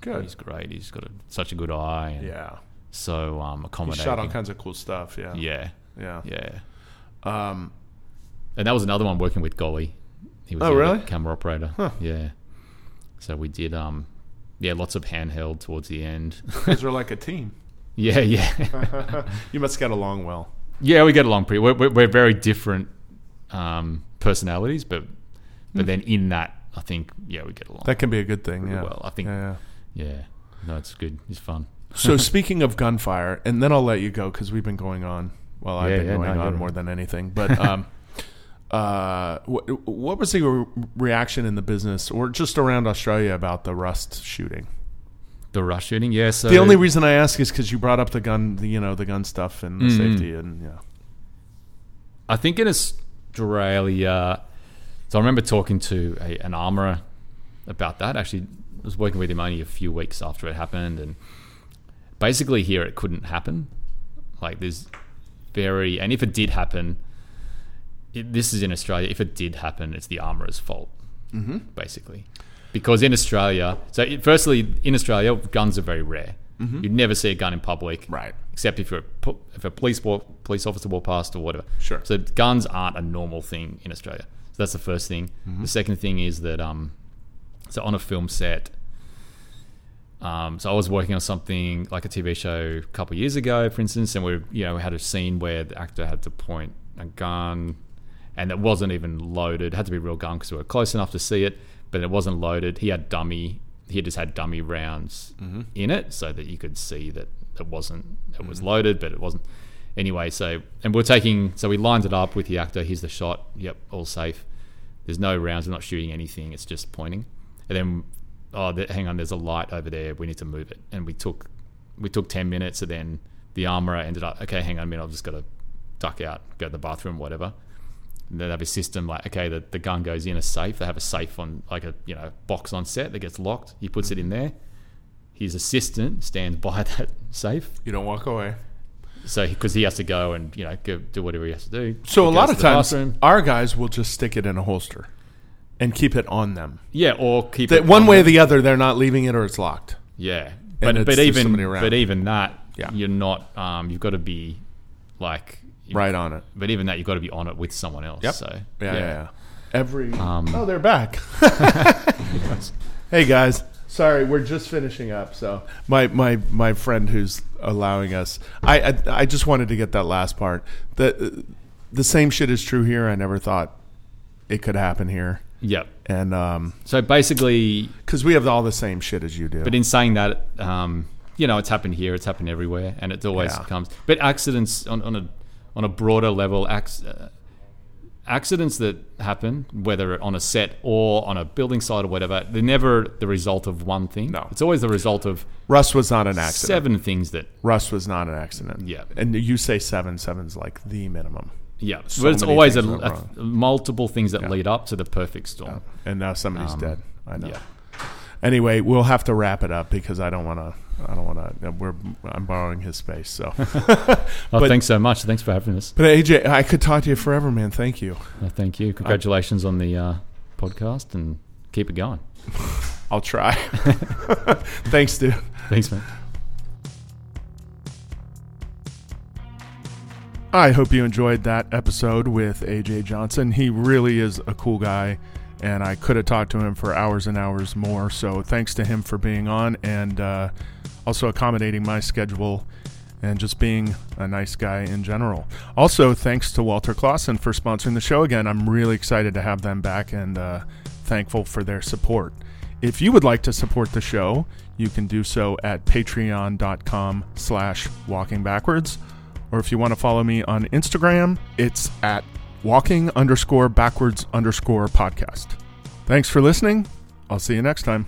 Good.
He's great. He's got a, such a good eye. And
Yeah.
So um,
He
accommodating.
shot all kinds of cool stuff. Yeah.
yeah,
Yeah.
yeah.
Um,
And that was another one working with Golly. He was
Oh,
the other
really?
camera operator.
Huh.
Yeah. So we did um, yeah, lots of handheld towards the end. [LAUGHS]
guys are like a team.
yeah, yeah.
you must get along well.
Yeah, we get along pretty. We're, we're, we're very different um, personalities, but but then in that, I think yeah, we get along.
Hmm. That can be a good thing.
Pretty
Yeah.
well, I think-
Yeah.
yeah, no, it's good. It's fun. [LAUGHS]
so speaking of gunfire, and then I'll let you go because we've been going on. Well, I've
Yeah,
been
yeah,
going
no,
on
you're-
more than anything.
[LAUGHS]
But um, uh, what, what was the re- reaction in the business or just around Australia about the Rust shooting?
The rush shooting, yeah. So
The only reason I ask is because you brought up the gun, the, you know, the gun stuff and the
Mm.
safety, and yeah,
I think in Australia, so I remember talking to a, an armorer about that. Actually, I was working with him only a few weeks after it happened, and basically here it couldn't happen. Like there's very, and if it did happen, it, this is in Australia. If it did happen, it's the armorer's fault, mm-hmm. basically, because in Australia, so it, firstly in Australia, guns are very rare. You'd never see a gun in public,
right,
except if you're a, po- if a police walk, police officer walked past or whatever.
Sure.
So guns aren't a normal thing in Australia. So that's the first thing. The second thing is that um, so on a film set. Um, so I was working on something like a TV show a couple of years ago, for instance, and we you know we had a scene where the actor had to point a gun, and it wasn't even loaded. It had to be a real gun because we were close enough to see it, but it wasn't loaded. He had dummy. He just had dummy rounds in it so that you could see that it wasn't. It was loaded, but it wasn't. Anyway, so and we're taking. So we lined it up with the actor. Here's the shot. Yep, all safe. There's no rounds. We're not shooting anything. It's just pointing. And then, oh, th- hang on. There's a light over there. We need to move it. And we took, we took ten minutes. And then the armorer ended up. Okay, hang on a minute. I've just got to duck out, go to the bathroom, whatever. And they have a system like, okay, the, the gun goes in a safe. They have a safe on like a you know box on set that gets locked. He puts it in there. His assistant stands by [LAUGHS] that safe.
you don't walk away.
So because he has to go and you know go, do whatever he has to do.
So
He
a
goes
lot
to
of
the
times,
bathroom.
our guys will just stick it in a holster and keep it on them.
yeah, or keep
That
it
one
on
way or
the-
the other, they're not leaving it or it's locked.
yeah,
it's-
but but
there's
even
somebody around.
but even that,
Yeah.
you're not. Um, you've got to be like you-
Right on it.
But even that, you've got to be on it with someone else. So
Yeah, yeah. yeah. Every
Um,
oh, they're
[LAUGHS]
back. [LAUGHS] hey guys, sorry, we're just finishing up. So my my my friend who's allowing us, I I, I just wanted to get that last part. The the same shit is true here. I never thought it could happen here,
Yep.
and um,
So basically,
because we have all the same shit as you do.
But in saying that, um, you know, it's happened here, it's happened everywhere, and it always
Yeah.
comes. But accidents on, on a on a broader level, acc- uh, accidents that happen, whether on a set or on a building site or whatever, they're never the result of one thing.
No.
it's always the result of
Russ was not an accident.
seven things that.
Russ was not an accident.
Yeah.
and you say seven, seven's like the minimum,
Yeah,
So
but it's
many
always a,
things went
a-
wrong.
multiple things that lead up to the perfect storm.
and now somebody's
Um,
dead. I know.
yeah.
anyway, we'll have to wrap it up because I don't want to. I don't want to. We're I'm borrowing his space. So,
Oh,
But-
thanks so much. Thanks for having us.
but AJ, I could talk to you forever, man. Thank you.
Oh, thank you. Congratulations on the uh, podcast, and keep it going.
I'll try. [LAUGHS] Thanks, dude.
Thanks, man.
I hope you enjoyed that episode with AJ Johnson. He really is a cool guy
and I could have talked to him for hours and hours more. So thanks to him for being on and uh, also accommodating my schedule and just being a nice guy in general. Also, thanks to Walter Clausen for sponsoring the show again. I'm really excited to have them back and uh, thankful for their support. If you would like to support the show, you can do so at patreon.com slash walking backwards. Or if you want to follow me on Instagram, it's at walking underscore backwards underscore podcast. Thanks for listening. I'll see you next time.